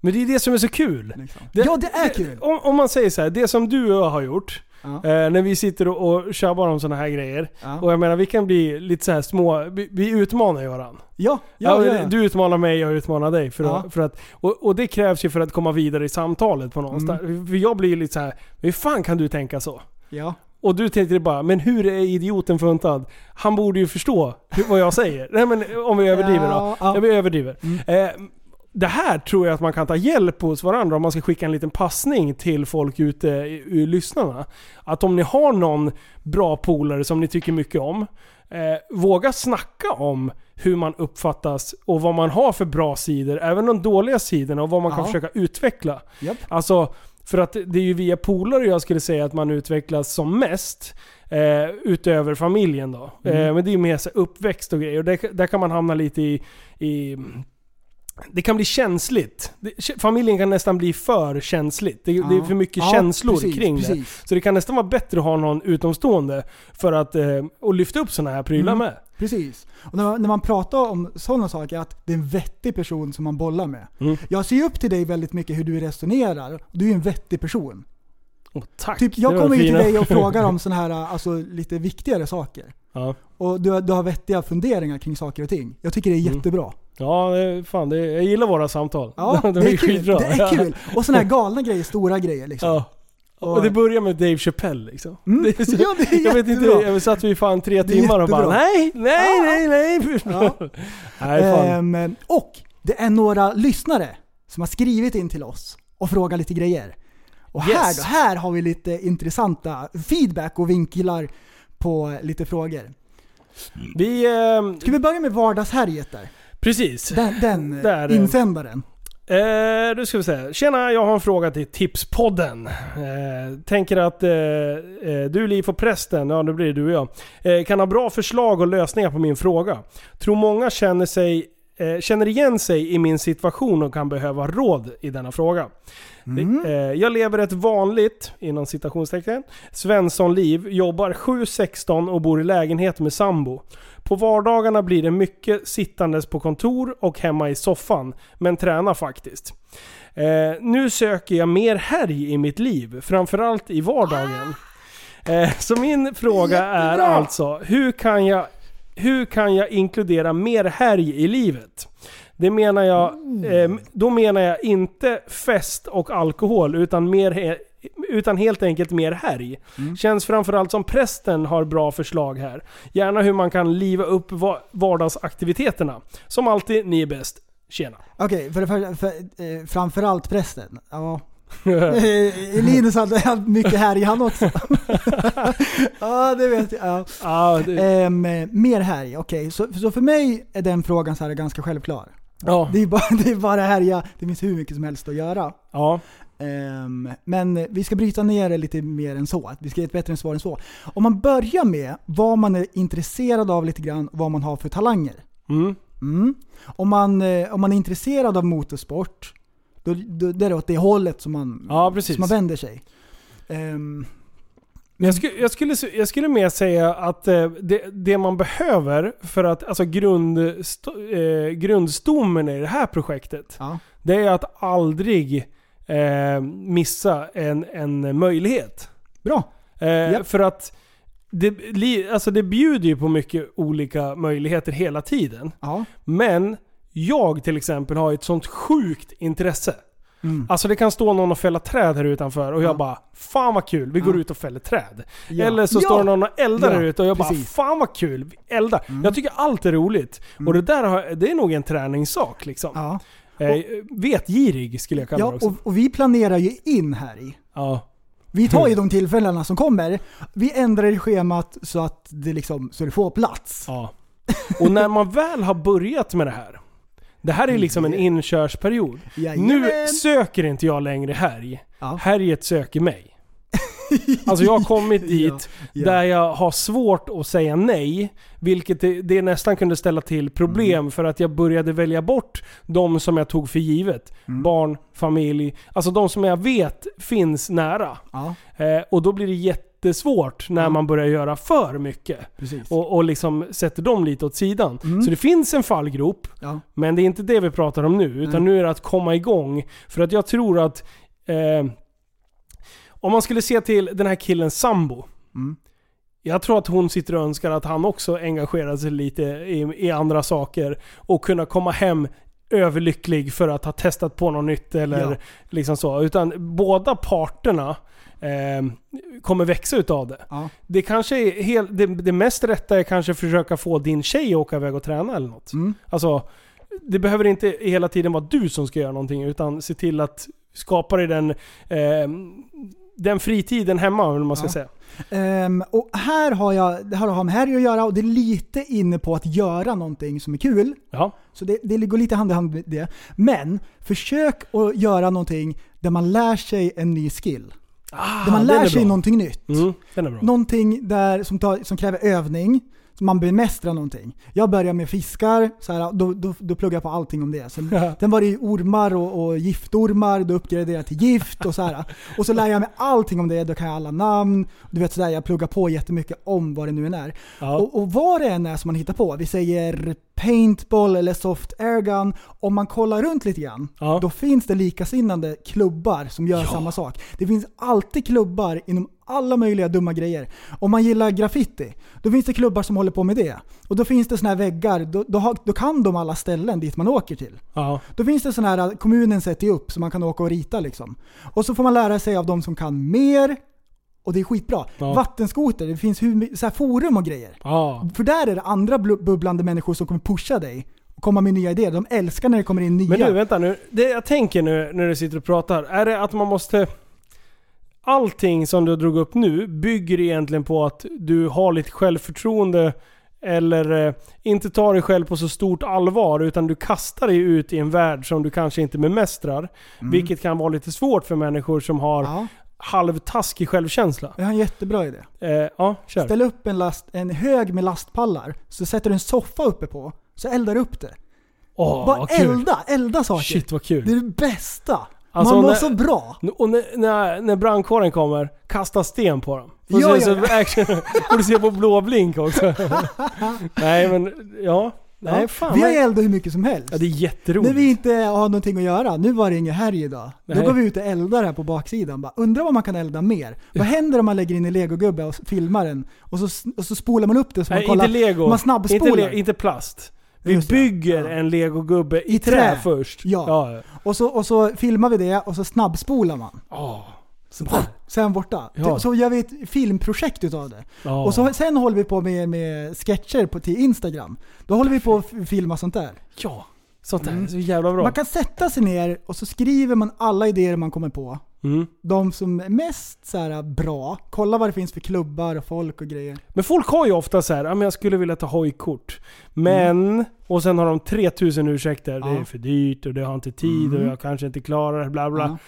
[SPEAKER 5] Men det är det som är så kul.
[SPEAKER 4] Liksom. ja, det är kul!
[SPEAKER 5] Om, om man säger så här, det som du och jag har gjort,
[SPEAKER 4] Ja.
[SPEAKER 5] eh, när vi sitter och, och tjabbar om sådana här grejer.
[SPEAKER 4] Ja.
[SPEAKER 5] Och jag menar vi kan bli lite så här små, vi, vi utmanar ju varandra.
[SPEAKER 4] Ja,
[SPEAKER 5] Ja,
[SPEAKER 4] ja, ja, ja.
[SPEAKER 5] Du utmanar mig, jag utmanar dig. För
[SPEAKER 4] Ja.
[SPEAKER 5] att, för att, och, och det krävs ju för att komma vidare i samtalet på någonstans.
[SPEAKER 4] Mm.
[SPEAKER 5] För jag blir ju lite så här, hur fan kan du tänka så?
[SPEAKER 4] ja.
[SPEAKER 5] Och du tänkte bara, men hur är idioten funtad? Han borde ju förstå hur- vad jag säger. Nej men om vi överdriver då.
[SPEAKER 4] Ja, Mm. ja.
[SPEAKER 5] Ja, vi överdriver. Eh, Det här tror jag att man kan ta hjälp hos varandra om man ska skicka en liten passning till folk ute, i- i lyssnarna. Att om ni har någon bra polare som ni tycker mycket om, eh, våga snacka om hur man uppfattas och vad man har för bra sidor, även de dåliga sidorna och vad man kan
[SPEAKER 4] Ja.
[SPEAKER 5] försöka utveckla.
[SPEAKER 4] Japp.
[SPEAKER 5] Alltså, för att det är ju via polare jag skulle säga att man utvecklas som mest. Eh, utöver familjen då.
[SPEAKER 4] Mm.
[SPEAKER 5] Eh, men det är ju mer så här uppväxt och grejer. Och där, där kan man hamna lite i... i det kan bli känsligt. Det, kä- familjen kan nästan bli för känsligt. Det, det är
[SPEAKER 4] Ja.
[SPEAKER 5] för mycket
[SPEAKER 4] Ja,
[SPEAKER 5] känslor
[SPEAKER 4] precis,
[SPEAKER 5] kring det.
[SPEAKER 4] precis.
[SPEAKER 5] Så det kan nästan vara bättre att ha någon utomstående för att eh, och lyfta upp sådana här prylar
[SPEAKER 4] Mm.
[SPEAKER 5] med.
[SPEAKER 4] Precis. Och när man, när man pratar om sådana saker, att det är en vettig person som man bollar med.
[SPEAKER 5] Mm.
[SPEAKER 4] Jag ser ju upp till dig väldigt mycket hur du resonerar. och Du är ju en vettig person.
[SPEAKER 5] Åh, tack!
[SPEAKER 4] Typ,
[SPEAKER 5] Det
[SPEAKER 4] jag
[SPEAKER 5] var
[SPEAKER 4] kommer ju till
[SPEAKER 5] fina-
[SPEAKER 4] dig och frågar om sådana här alltså, lite viktigare saker.
[SPEAKER 5] ja.
[SPEAKER 4] Och du, har- du har vettiga funderingar kring saker och ting. Jag tycker det är
[SPEAKER 5] Mm.
[SPEAKER 4] jättebra.
[SPEAKER 5] ja, det- fan det, jag gillar våra samtal.
[SPEAKER 4] Ja,
[SPEAKER 5] De
[SPEAKER 4] det är kul.
[SPEAKER 5] skitbra.
[SPEAKER 4] Det är kul. Och sådana här galna grejer, stora grejer liksom.
[SPEAKER 5] Ja. Och det börjar med Dave Chappelle liksom.
[SPEAKER 4] Mm.
[SPEAKER 5] Det är så,
[SPEAKER 4] Ja, det är
[SPEAKER 5] jag vet inte,
[SPEAKER 4] jättebra.
[SPEAKER 5] jag satt vi fan tre
[SPEAKER 4] Det är
[SPEAKER 5] timmar och bara
[SPEAKER 4] jättebra.
[SPEAKER 5] nej, nej, nej, nej.
[SPEAKER 4] Ja.
[SPEAKER 5] nej fan.
[SPEAKER 4] Ehm, och det är några lyssnare som har skrivit in till oss och frågat lite grejer. Och här,
[SPEAKER 5] Yes.
[SPEAKER 4] då, här har vi lite intressanta feedback och vinklar på lite frågor.
[SPEAKER 5] Vi, ehm,
[SPEAKER 4] Ska vi börja med vardagshärjet där?
[SPEAKER 5] precis.
[SPEAKER 4] Den, den
[SPEAKER 5] Där,
[SPEAKER 4] Där,
[SPEAKER 5] eh,
[SPEAKER 4] insändaren.
[SPEAKER 5] Eh, då ska vi se. Tjena, jag har en fråga till Tipspodden. Eh, tänker att eh, eh, du Liv och prästen, ja nu blir det du och jag, eh, kan ha bra förslag och lösningar på min fråga. Tror många känner, sig, eh, känner igen sig i min situation och kan behöva råd i denna fråga. Eh, jag lever ett vanligt, inom citationstecken, Svenssonliv, jobbar 7-16 och bor i lägenhet med sambo. På vardagarna blir det mycket sittandes på kontor och hemma i soffan, men tränar faktiskt. Eh, nu söker jag mer härj i mitt liv, framförallt i vardagen. Eh, så min fråga är alltså, hur kan, jag, hur kan jag inkludera mer härj i livet? Det menar jag, eh, då menar jag inte fest och alkohol, utan mer he- utan helt enkelt mer härj. Känns framförallt som prästen har bra förslag här. Gärna hur man kan liva upp va- vardagsaktiviteterna. Som alltid, ni är bäst. Tjena.
[SPEAKER 4] Okej, för det första, för, eh, framförallt prästen. Ja. Eh, Linus hade hade mycket härj han också. ja, det vet jag. Ja.
[SPEAKER 5] Ja, Ah, det,
[SPEAKER 4] Ehm, mer härj, okej. Så, så för mig är den frågan så här ganska självklar.
[SPEAKER 5] ja,
[SPEAKER 4] Det är bara, det är bara härja, det finns hur mycket som helst att göra.
[SPEAKER 5] ja,
[SPEAKER 4] Ehm, men vi ska bryta ner det lite mer än så. Att Vi ska ge ett bättre svar än så. Om man börjar med vad man är intresserad av lite grann, vad man har för talanger.
[SPEAKER 5] mm,
[SPEAKER 4] Mm. Om, man, eh, om man är intresserad av motorsport, då, då, då är det åt det hållet som man,
[SPEAKER 5] ja, precis.
[SPEAKER 4] som man vänder sig. Ehm,
[SPEAKER 5] Men jag, skulle, jag, skulle, jag skulle mer säga att eh, det, det man behöver för att, alltså grund, sto, eh, grundstommen i det här projektet,
[SPEAKER 4] ja.
[SPEAKER 5] det är att aldrig eh, missa en, en möjlighet.
[SPEAKER 4] Bra.
[SPEAKER 5] Eh,
[SPEAKER 4] Japp.
[SPEAKER 5] För att det, li- alltså det bjuder ju på mycket olika möjligheter hela tiden.
[SPEAKER 4] Ja.
[SPEAKER 5] Men jag till exempel har ett sånt sjukt intresse.
[SPEAKER 4] Mm.
[SPEAKER 5] Alltså det kan stå någon och fälla träd här utanför och jag
[SPEAKER 4] Ja.
[SPEAKER 5] bara Fan vad kul, vi går ut och fäller träd.
[SPEAKER 4] Ja.
[SPEAKER 5] Eller så
[SPEAKER 4] Ja.
[SPEAKER 5] står det någon och eldar
[SPEAKER 4] Ja,
[SPEAKER 5] här ute och jag bara
[SPEAKER 4] precis. Mm.
[SPEAKER 5] Fan vad kul, vi eldar. Jag tycker allt är roligt. Och det där har, det är nog en träningssak liksom.
[SPEAKER 4] Ja.
[SPEAKER 5] Eh, vetgirig skulle jag kalla det
[SPEAKER 4] Ja,
[SPEAKER 5] också.
[SPEAKER 4] och, och vi planerar ju in här i.
[SPEAKER 5] ja.
[SPEAKER 4] Vi tar ju
[SPEAKER 5] Mm.
[SPEAKER 4] de tillfällena som kommer. Vi ändrar i schemat så att det, liksom, så det får plats.
[SPEAKER 5] Ja. Och när man väl har börjat med det här. Det här är liksom en inkörsperiod.
[SPEAKER 4] Mm. Jajamän.
[SPEAKER 5] Nu söker inte jag längre härj.
[SPEAKER 4] Ja.
[SPEAKER 5] Härjet söker mig. Alltså jag har kommit dit
[SPEAKER 4] ja.
[SPEAKER 5] där jag har svårt att säga nej. Vilket det, det nästan kunde ställa till problem
[SPEAKER 4] Mm.
[SPEAKER 5] för att jag började välja bort de som jag tog för givet.
[SPEAKER 4] Mm.
[SPEAKER 5] Barn, familj, alltså de som jag vet finns nära.
[SPEAKER 4] Ja,
[SPEAKER 5] Eh, och då blir det jättesvårt när man börjar göra för mycket.
[SPEAKER 4] precis.
[SPEAKER 5] Och, och liksom sätter dem lite åt sidan. Så det finns en fallgrop,
[SPEAKER 4] Ja.
[SPEAKER 5] men det är inte det vi pratar om nu.
[SPEAKER 4] Mm.
[SPEAKER 5] Utan nu är det att komma igång. För att jag tror att... Eh, om man skulle se till den här killens sambo.
[SPEAKER 4] Mm.
[SPEAKER 5] Jag tror att hon sitter och önskar att han också engagerar sig lite i, i andra saker. Och kunna komma hem överlycklig för att ha testat på något nytt eller
[SPEAKER 4] Ja.
[SPEAKER 5] liksom så. Utan båda parterna eh, kommer växa utav det.
[SPEAKER 4] Ja.
[SPEAKER 5] Det kanske är helt, det, det mest rätta är kanske att försöka få din tjej att åka iväg och träna eller något.
[SPEAKER 4] Mm.
[SPEAKER 5] Alltså, det behöver inte hela tiden vara du som ska göra någonting, utan se till att skapa dig den, eh, den fritiden hemma, om man ska
[SPEAKER 4] Ja.
[SPEAKER 5] säga.
[SPEAKER 4] Ehm, och här har jag, det här har med Harry att göra och det är lite inne på att göra någonting som är kul.
[SPEAKER 5] Ja.
[SPEAKER 4] Så det, det går lite hand i hand med det. Men försök att göra någonting där man lär sig en ny skill. där man
[SPEAKER 5] den Ah, är
[SPEAKER 4] lär sig
[SPEAKER 5] bra.
[SPEAKER 4] någonting nytt.
[SPEAKER 5] Mm, den är bra.
[SPEAKER 4] Någonting där, som, tar, som kräver övning, som man bemästrar någonting. Jag började med fiskar, så här, då, då, då pluggade jag på allting om det. Sen, sen var det ju ormar och, och giftormar, då uppgraderade jag till gift och så här. Och så lär jag mig allting om det, då kan jag alla namn. Du vet sådär, jag pluggar på jättemycket om vad det nu än är.
[SPEAKER 5] Ja.
[SPEAKER 4] Och, och vad det än är som man hittar på, vi säger paintball eller soft airgun, om man kollar runt lite grann,
[SPEAKER 5] Ja.
[SPEAKER 4] då finns det likasinnande klubbar som gör samma sak. Det finns alltid klubbar inom alla möjliga dumma grejer. Om man gillar graffiti, då finns det klubbar som håller på med det. Och då finns det såna här väggar, då, då, har, då kan de alla ställen dit man åker till.
[SPEAKER 5] Ja.
[SPEAKER 4] Då finns det sådana här äh, kommunen sätter ju upp så man kan åka och rita liksom. Och så får man lära sig av de som kan mer och det är skitbra.
[SPEAKER 5] Ja.
[SPEAKER 4] Vattenskoter, det finns hur, my- så här forum och grejer.
[SPEAKER 5] Ja.
[SPEAKER 4] För där är det andra blu- bubblande människor som kommer pusha dig och komma med nya idéer. De älskar när det kommer in nya.
[SPEAKER 5] Men du, vänta nu. Det jag tänker nu när du sitter och pratar, är det att man måste... Allting som du drog upp nu bygger egentligen på att du har lite självförtroende eller eh, inte tar dig själv på så stort allvar utan du kastar dig ut i en värld som du kanske inte bemästrar. Vilket kan vara lite svårt för människor som har
[SPEAKER 4] Mm. ja,
[SPEAKER 5] halvtaskig självkänsla.
[SPEAKER 4] jag har en jättebra idé.
[SPEAKER 5] Eh, ja, kör.
[SPEAKER 4] Ställ upp en, last, en hög med lastpallar, så sätter du en soffa uppe på, så eldar du upp det.
[SPEAKER 5] Åh,
[SPEAKER 4] Bara
[SPEAKER 5] vad kul.
[SPEAKER 4] elda, elda saker.
[SPEAKER 5] Shit vad
[SPEAKER 4] Det är
[SPEAKER 5] kul.
[SPEAKER 4] det bästa.
[SPEAKER 5] Alltså,
[SPEAKER 4] Man mår
[SPEAKER 5] när-
[SPEAKER 4] så bra.
[SPEAKER 5] Och när, när, när brandkåren kommer, kasta sten på dem. Får
[SPEAKER 4] Ja,
[SPEAKER 5] se,
[SPEAKER 4] ja,
[SPEAKER 5] Så, action, får du se på blå blink också. Nej men, ja. Nej fan.
[SPEAKER 4] vi har
[SPEAKER 5] men-
[SPEAKER 4] eldat hur mycket som helst.
[SPEAKER 5] ja, det är jätteroligt.
[SPEAKER 4] När vi inte har någonting att göra, nu var det ingen helg idag. Då
[SPEAKER 5] Nej.
[SPEAKER 4] går vi ut och eldar här på baksidan. Bara, undrar vad man kan elda mer? Vad händer om man lägger in en legogubbe och filmar den? Och så, och så spolar man upp det så man
[SPEAKER 5] Nej,
[SPEAKER 4] kollar.
[SPEAKER 5] inte lego.
[SPEAKER 4] Man
[SPEAKER 5] inte,
[SPEAKER 4] snabbspolar.
[SPEAKER 5] le, inte plast. Vi
[SPEAKER 4] Just det.
[SPEAKER 5] bygger
[SPEAKER 4] Ja.
[SPEAKER 5] en legogubbe i,
[SPEAKER 4] I
[SPEAKER 5] trä.
[SPEAKER 4] trä.
[SPEAKER 5] först.
[SPEAKER 4] Ja.
[SPEAKER 5] ja.
[SPEAKER 4] och, så, och så filmar vi det och så snabbspolar man.
[SPEAKER 5] Åh.
[SPEAKER 4] Så, sen borta.
[SPEAKER 5] Ja.
[SPEAKER 4] Så gör vi ett filmprojekt utav det.
[SPEAKER 5] Ja.
[SPEAKER 4] Och så, sen håller vi på med, med sketcher på, till Instagram. Då håller vi på att f- filma sånt där.
[SPEAKER 5] ja. Sånt där. Så jävla bra.
[SPEAKER 4] Mm. Man kan sätta sig ner och så skriver man alla idéer man kommer på.
[SPEAKER 5] Mm.
[SPEAKER 4] de som är mest så här, bra, kolla vad det finns för klubbar och folk och grejer.
[SPEAKER 5] Men folk har ju ofta så här, "Ja, men jag skulle vilja ta hojkort. Men, och sen har de 3000 ursäkter. Det
[SPEAKER 4] Ja. Mm.
[SPEAKER 5] är för dyrt och det har inte tid och jag kanske inte klarar det, bla bla.
[SPEAKER 4] Ja.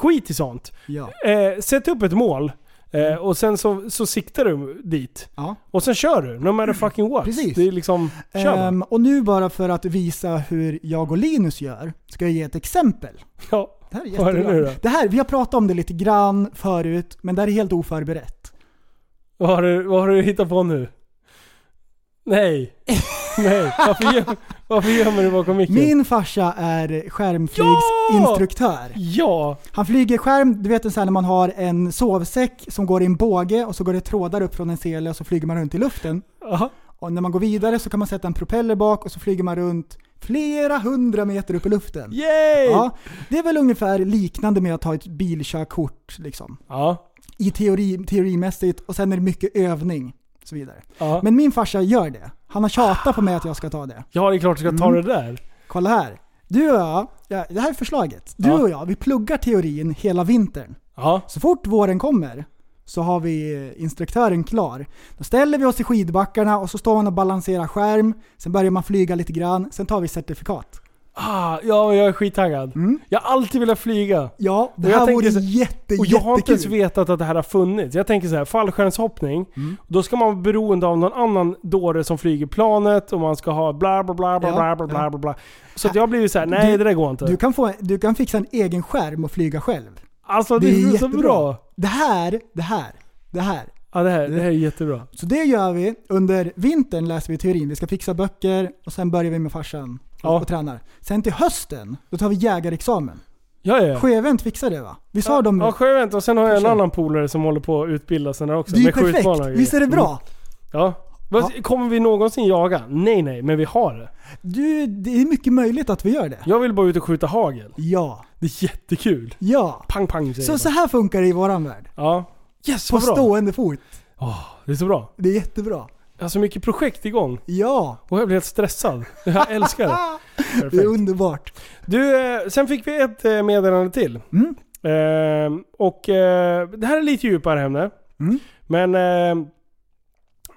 [SPEAKER 5] Skit i sånt.
[SPEAKER 4] Ja.
[SPEAKER 5] Eh, sätt upp ett mål. Eh,
[SPEAKER 4] Mm.
[SPEAKER 5] och sen så, så siktar du dit.
[SPEAKER 4] Ja.
[SPEAKER 5] Och sen kör du. No matter fucking what.
[SPEAKER 4] Mm. Precis.
[SPEAKER 5] Det är liksom, kör bara.
[SPEAKER 4] Ehm, och nu bara för att visa hur jag och Linus gör, ska jag ge ett exempel.
[SPEAKER 5] ja.
[SPEAKER 4] Det här är
[SPEAKER 5] Vad är det nu
[SPEAKER 4] jättebra.
[SPEAKER 5] då?
[SPEAKER 4] Det här, vi har pratat om det lite grann förut, men det här är helt oförberett.
[SPEAKER 5] vad, har du, vad har du hittat på nu? Nej. Nej. Varför, göm, varför gömmer du bakom micken?
[SPEAKER 4] Min farsa är skärmflygsinstruktör.
[SPEAKER 5] Ja.
[SPEAKER 4] Han flyger skärm, du vet en sån här när man har en sovsäck som går i en båge och så går det trådar upp från en sele och så flyger man runt i luften.
[SPEAKER 5] Aha.
[SPEAKER 4] Och när man går vidare så kan man sätta en propeller bak och så flyger man runt flera hundra meter upp i luften.
[SPEAKER 5] Yay! Ja.
[SPEAKER 4] Ja, det är väl ungefär liknande med att ta ett bilkörkort liksom.
[SPEAKER 5] Ja.
[SPEAKER 4] I teori, teorimässigt och sen är det mycket övning och så vidare. Men min farsa gör det. Han har tjatat på mig att jag ska ta det.
[SPEAKER 5] ja, det är klart du ska ta
[SPEAKER 4] Mm.
[SPEAKER 5] det där.
[SPEAKER 4] Kolla här. Du och jag, ja, det här är förslaget. Du
[SPEAKER 5] Ja.
[SPEAKER 4] och jag, vi pluggar teorin hela vintern.
[SPEAKER 5] Ja.
[SPEAKER 4] Så fort våren kommer så har vi eh, instruktören klar. Då ställer vi oss i skidbackarna och så står man och balanserar skärm. Sen börjar man flyga lite grann. Sen tar vi certifikat.
[SPEAKER 5] Ah, ja, jag är skittaggad.
[SPEAKER 4] Mm.
[SPEAKER 5] Jag har alltid velat flyga.
[SPEAKER 4] Ja, det
[SPEAKER 5] Och jag
[SPEAKER 4] här
[SPEAKER 5] tänker
[SPEAKER 4] vore
[SPEAKER 5] så-
[SPEAKER 4] jätte,
[SPEAKER 5] Och jag har inte ens
[SPEAKER 4] jättekul. Mm.
[SPEAKER 5] vetat att det här har funnits. Jag tänker så här, fallskärmshoppning. Då ska man vara beroende av någon annan dåre som flyger planet och man ska ha bla bla bla bla
[SPEAKER 4] Ja,
[SPEAKER 5] bla bla
[SPEAKER 4] ja.
[SPEAKER 5] bla bla. Så att jag har blivit så här, nej
[SPEAKER 4] Du-
[SPEAKER 5] det där går inte.
[SPEAKER 4] Du kan, få, du kan fixa en egen skärm och flyga själv.
[SPEAKER 5] alltså det,
[SPEAKER 4] Det är
[SPEAKER 5] är så
[SPEAKER 4] jättebra.
[SPEAKER 5] bra.
[SPEAKER 4] Det här, det här, det här.
[SPEAKER 5] Ja det här, det här är jättebra.
[SPEAKER 4] Så det gör vi. Under vintern läser vi teorin. Vi ska fixa böcker och sen börjar vi med farsan och,
[SPEAKER 5] Ja.
[SPEAKER 4] och tränar. Sen till hösten, då tar vi jägarexamen.
[SPEAKER 5] Ja ja.
[SPEAKER 4] Sjövänt fixar det va? Vi sa de...
[SPEAKER 5] Ja Sjövent och sen har jag en
[SPEAKER 4] Försök.
[SPEAKER 5] annan polare som håller på att utbilda sig där också.
[SPEAKER 4] det är ju
[SPEAKER 5] med skjutbanor och
[SPEAKER 4] perfekt.
[SPEAKER 5] grejer. Mm.
[SPEAKER 4] Visst är det bra?
[SPEAKER 5] Ja. Vad- Kommer vi någonsin jaga? Nej nej, men vi har det.
[SPEAKER 4] Du, det är mycket möjligt att vi gör det.
[SPEAKER 5] Jag vill bara ut och skjuta hagel.
[SPEAKER 4] Ja.
[SPEAKER 5] Det är jättekul.
[SPEAKER 4] Ja.
[SPEAKER 5] Pang pang säger
[SPEAKER 4] Så,
[SPEAKER 5] man.
[SPEAKER 4] så här funkar det i våran värld.
[SPEAKER 5] Ja.
[SPEAKER 4] Yes, På
[SPEAKER 5] vad bra.
[SPEAKER 4] stående fot.
[SPEAKER 5] Det är så bra.
[SPEAKER 4] Det är jättebra.
[SPEAKER 5] Jag har så mycket projekt igång.
[SPEAKER 4] Ja,
[SPEAKER 5] Och jag blir helt stressad. Jag älskar det.
[SPEAKER 4] det är
[SPEAKER 5] Perfekt.
[SPEAKER 4] underbart.
[SPEAKER 5] Du, eh, sen fick vi ett eh, meddelande till.
[SPEAKER 4] Mm.
[SPEAKER 5] Eh, och eh, det här är lite djupare ämne.
[SPEAKER 4] Mm.
[SPEAKER 5] Men, eh,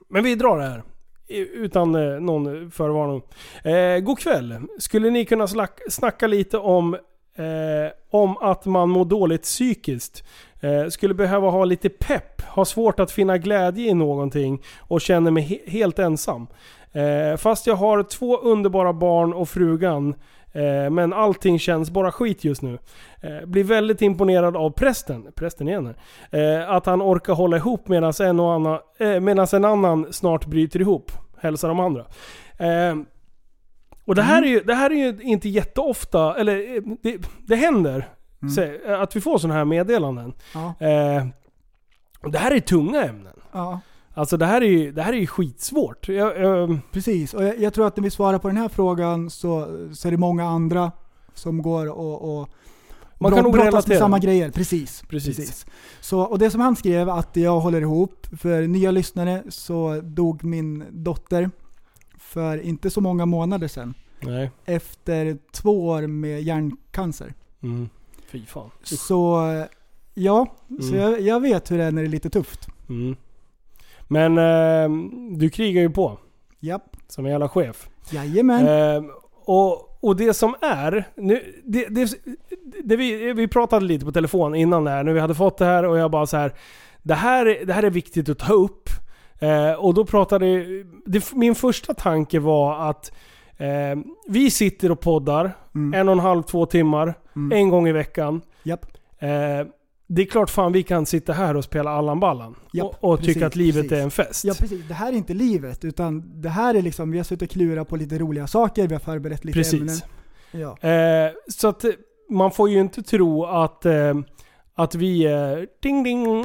[SPEAKER 5] men vi drar det här. I- Utan eh, någon förvarning. Eh, god kväll. Skulle ni kunna slack, snacka lite om, eh, om att man mår dåligt psykiskt? Eh, skulle behöva ha lite pepp, har svårt att finna glädje i någonting och känner mig he- helt ensam. Eh, fast jag har två underbara barn och frugan. Eh, men allting känns bara skit just nu. Eh, blir väldigt imponerad av prästen, prästen igen här. Eh, att han orkar hålla ihop medan en, och annan, eh, medans en annan snart bryter ihop. Hälsar de andra. Eh, och det här, är ju, det här är ju inte jätteofta, eller eh, det, det händer. sä- Att vi får sådana här meddelanden.
[SPEAKER 4] Ja,
[SPEAKER 5] Eh, och det här är tunga ämnen.
[SPEAKER 4] ja.
[SPEAKER 5] Alltså det här är ju, det här är ju skitsvårt. Jag, jag,
[SPEAKER 4] Precis, och jag, jag tror att när vi svarar på den här frågan så, så är det många andra som går och, och
[SPEAKER 5] Man
[SPEAKER 4] brott-
[SPEAKER 5] kan nog
[SPEAKER 4] brottas med
[SPEAKER 5] relatera.
[SPEAKER 4] samma grejer. Precis.
[SPEAKER 5] Precis.
[SPEAKER 4] Så, och det som han skrev, att jag håller ihop, för nya lyssnare så dog min dotter för inte så många månader sedan.
[SPEAKER 5] nej.
[SPEAKER 4] Efter två år med hjärncancer.
[SPEAKER 5] Mm. Fy fan.
[SPEAKER 4] Så ja, så
[SPEAKER 5] Mm.
[SPEAKER 4] jag, jag vet hur det är när det är lite tufft.
[SPEAKER 5] Mm. Men eh, du krigar ju på
[SPEAKER 4] Japp.
[SPEAKER 5] som en jävla chef.
[SPEAKER 4] Jajamän.
[SPEAKER 5] Ehm, och, och det som är, nu, det, det, det vi, vi pratade lite på telefon innan det här, när vi hade fått det här och jag bara så här. Det här, det här är viktigt att ta upp. Eh, och då pratade, det, min första tanke var att eh, vi sitter och poddar en och en halv, två timmar, en gång i veckan.
[SPEAKER 4] Mm. Japp.
[SPEAKER 5] Eh, det är klart fan vi kan sitta här och spela Allan Ballan
[SPEAKER 4] Japp,
[SPEAKER 5] och, och
[SPEAKER 4] precis,
[SPEAKER 5] tycka att livet
[SPEAKER 4] precis.
[SPEAKER 5] är en fest.
[SPEAKER 4] Ja precis, det här är inte livet utan det här är liksom, vi har suttit och klurat på lite roliga saker, vi har förberett lite
[SPEAKER 5] Precis.
[SPEAKER 4] ämnen. Ja.
[SPEAKER 5] Eh, så att eh, man får ju inte tro att, eh, att vi... Eh, ding ding.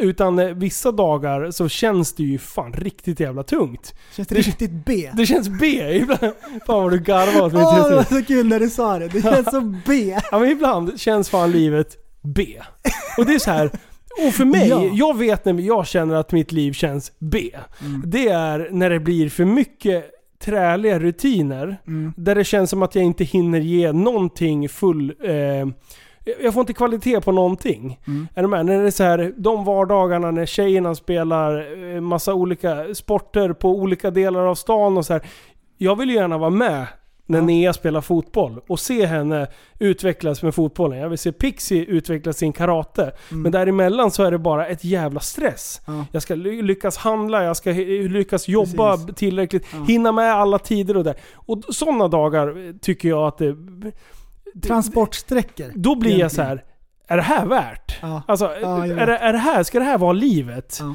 [SPEAKER 5] Utan eh, vissa dagar så känns det ju fan riktigt jävla tungt.
[SPEAKER 4] Känns det
[SPEAKER 5] Det-
[SPEAKER 4] riktigt B?
[SPEAKER 5] Det känns B ibland. Fan vad du garvar åt mitt
[SPEAKER 4] Åh, det var
[SPEAKER 5] uttryck.
[SPEAKER 4] så kul när du sa det. Det känns så B.
[SPEAKER 5] Ja men ibland känns fan livet B. Och det är så här. Och för mig,
[SPEAKER 4] Ja.
[SPEAKER 5] jag vet när jag känner att mitt liv känns B. Det är när det blir för mycket träliga rutiner. Där det känns som att jag inte hinner ge någonting full... Eh, jag får inte kvalitet på någonting. Är du med? När det är så här, de vardagarna när tjejerna spelar eh, massa olika sporter på olika delar av stan och så här. Jag vill ju gärna vara med när Nea spelar fotboll och se henne utvecklas med fotbollen. Jag vill se Pixie utveckla sin karate. Men däremellan så är det bara ett jävla stress.
[SPEAKER 4] Ja.
[SPEAKER 5] Jag ska ly- lyckas handla, jag ska hy- lyckas jobba
[SPEAKER 4] Precis.
[SPEAKER 5] tillräckligt, hinna med alla tider och där. Och sådana dagar eh, tycker jag att det...
[SPEAKER 4] Transportsträckor.
[SPEAKER 5] Då blir jag
[SPEAKER 4] Egentligen.
[SPEAKER 5] så här. är det här värt?
[SPEAKER 4] Ja.
[SPEAKER 5] Alltså,
[SPEAKER 4] Ja, jag
[SPEAKER 5] är, det, är det här, ska det här vara livet?
[SPEAKER 4] Ja.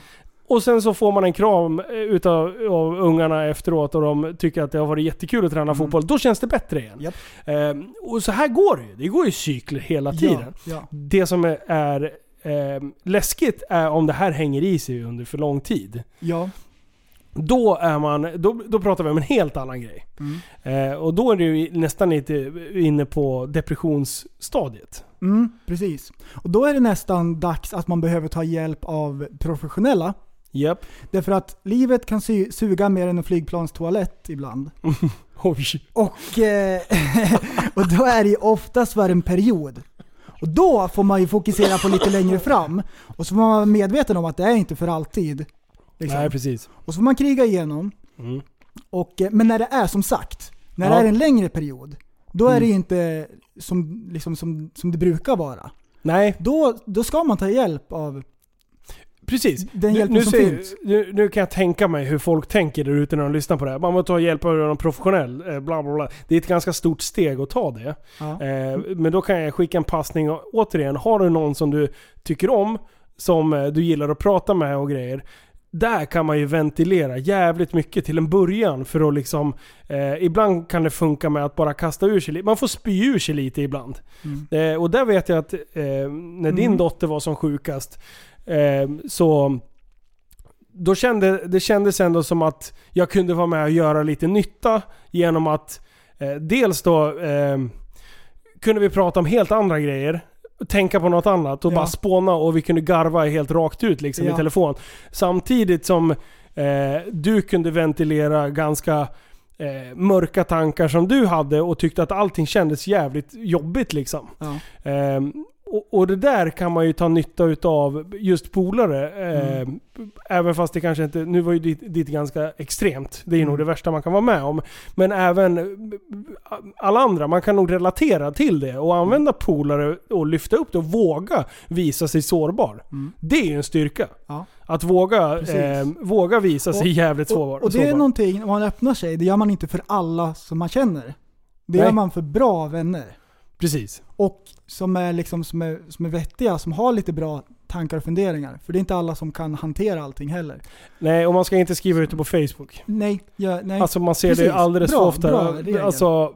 [SPEAKER 5] Och sen så får man en kram eh, utav av ungarna efteråt och de tycker att det har varit jättekul att träna fotboll. Då känns det bättre igen.
[SPEAKER 4] Mm. Japp.
[SPEAKER 5] Ehm, och så här går det ju. Det går ju cykler hela tiden.
[SPEAKER 4] Ja, ja.
[SPEAKER 5] Det som är, är ehm, läskigt är om det här hänger i sig under för lång tid.
[SPEAKER 4] ja.
[SPEAKER 5] Då, är man, då, då pratar vi om en helt annan grej.
[SPEAKER 4] Mm.
[SPEAKER 5] Eh, och då är du ju nästan lite inne på depressionsstadiet.
[SPEAKER 4] Mm, precis. Och då är det nästan dags att man behöver ta hjälp av professionella.
[SPEAKER 5] Japp.
[SPEAKER 4] Därför att livet kan sy- suga mer än en flygplanstoalett ibland.
[SPEAKER 5] Oj.
[SPEAKER 4] Och, eh, och då är det ju oftast för en period. Och då får man ju fokusera på lite längre fram. Och så får man vara medveten om att det är inte för alltid. Liksom.
[SPEAKER 5] Nej, precis.
[SPEAKER 4] Och så får man kriga igenom.
[SPEAKER 5] Mm.
[SPEAKER 4] Och, eh, men när det är som sagt, när
[SPEAKER 5] Ja. Mm.
[SPEAKER 4] det är en längre period, då är det ju inte som, liksom, som, som det brukar vara.
[SPEAKER 5] Nej,
[SPEAKER 4] Då, då ska man ta hjälp av...
[SPEAKER 5] precis.
[SPEAKER 4] Den hjälpen
[SPEAKER 5] nu,
[SPEAKER 4] som
[SPEAKER 5] ser-
[SPEAKER 4] finns.
[SPEAKER 5] Nu, nu kan jag tänka mig hur folk tänker där ute när de lyssnar på det här. Man måste ta hjälp av någon professionell. eh, Bla bla bla. Det är ett ganska stort steg att ta det.
[SPEAKER 4] Ja.
[SPEAKER 5] Eh, men då kan jag skicka en passning. Och, återigen, har du någon som du tycker om, som eh, du gillar att prata med och grejer. Där kan man ju ventilera jävligt mycket till en början för att liksom... Eh, ibland kan det funka med att bara kasta ur sig lite. Man får spy ur sig lite ibland. Eh, och där vet jag att eh, när din dotter var som sjukast eh, så... Då kände, det kändes ändå som att jag kunde vara med och göra lite nytta genom att eh, dels då eh, kunde vi prata om helt andra grejer. Tänka på något annat och
[SPEAKER 4] Ja.
[SPEAKER 5] bara spåna och vi kunde garva helt rakt ut liksom
[SPEAKER 4] Ja.
[SPEAKER 5] i telefon. Samtidigt som Eh, du kunde ventilera ganska eh, mörka tankar som du hade och tyckte att allting kändes jävligt jobbigt liksom.
[SPEAKER 4] Ja.
[SPEAKER 5] Ehm, och, och det där kan man ju ta nytta utav just polare. Ehm,
[SPEAKER 4] Mm.
[SPEAKER 5] Även fast det kanske inte, nu var ju ditt, ditt ganska extremt. Det är
[SPEAKER 4] Mm.
[SPEAKER 5] ju nog det värsta man kan vara med om. Men även eh, alla andra, man kan nog relatera till det och använda
[SPEAKER 4] Mm.
[SPEAKER 5] polare och lyfta upp det och våga visa sig sårbar. Det är ju en styrka.
[SPEAKER 4] Ja.
[SPEAKER 5] Att våga,
[SPEAKER 4] Mm. Precis.
[SPEAKER 5] ehm, våga visa sig
[SPEAKER 4] Och-
[SPEAKER 5] jävligt
[SPEAKER 4] Och,
[SPEAKER 5] sårbar.
[SPEAKER 4] och det är
[SPEAKER 5] sårbar.
[SPEAKER 4] någonting, om man öppnar sig, det gör man inte för alla som man känner. Det
[SPEAKER 5] Nej.
[SPEAKER 4] gör man för bra vänner.
[SPEAKER 5] Precis.
[SPEAKER 4] Och som är, liksom, som, är, som är vettiga, som har lite bra tankar och funderingar. För det är inte alla som kan hantera allting heller.
[SPEAKER 5] Nej, och man ska inte skriva ut det på Facebook.
[SPEAKER 4] Nej, ja, nej.
[SPEAKER 5] Alltså man ser
[SPEAKER 4] Precis.
[SPEAKER 5] det alldeles
[SPEAKER 4] Bra-
[SPEAKER 5] för ofta.
[SPEAKER 4] bra regel.
[SPEAKER 5] alltså,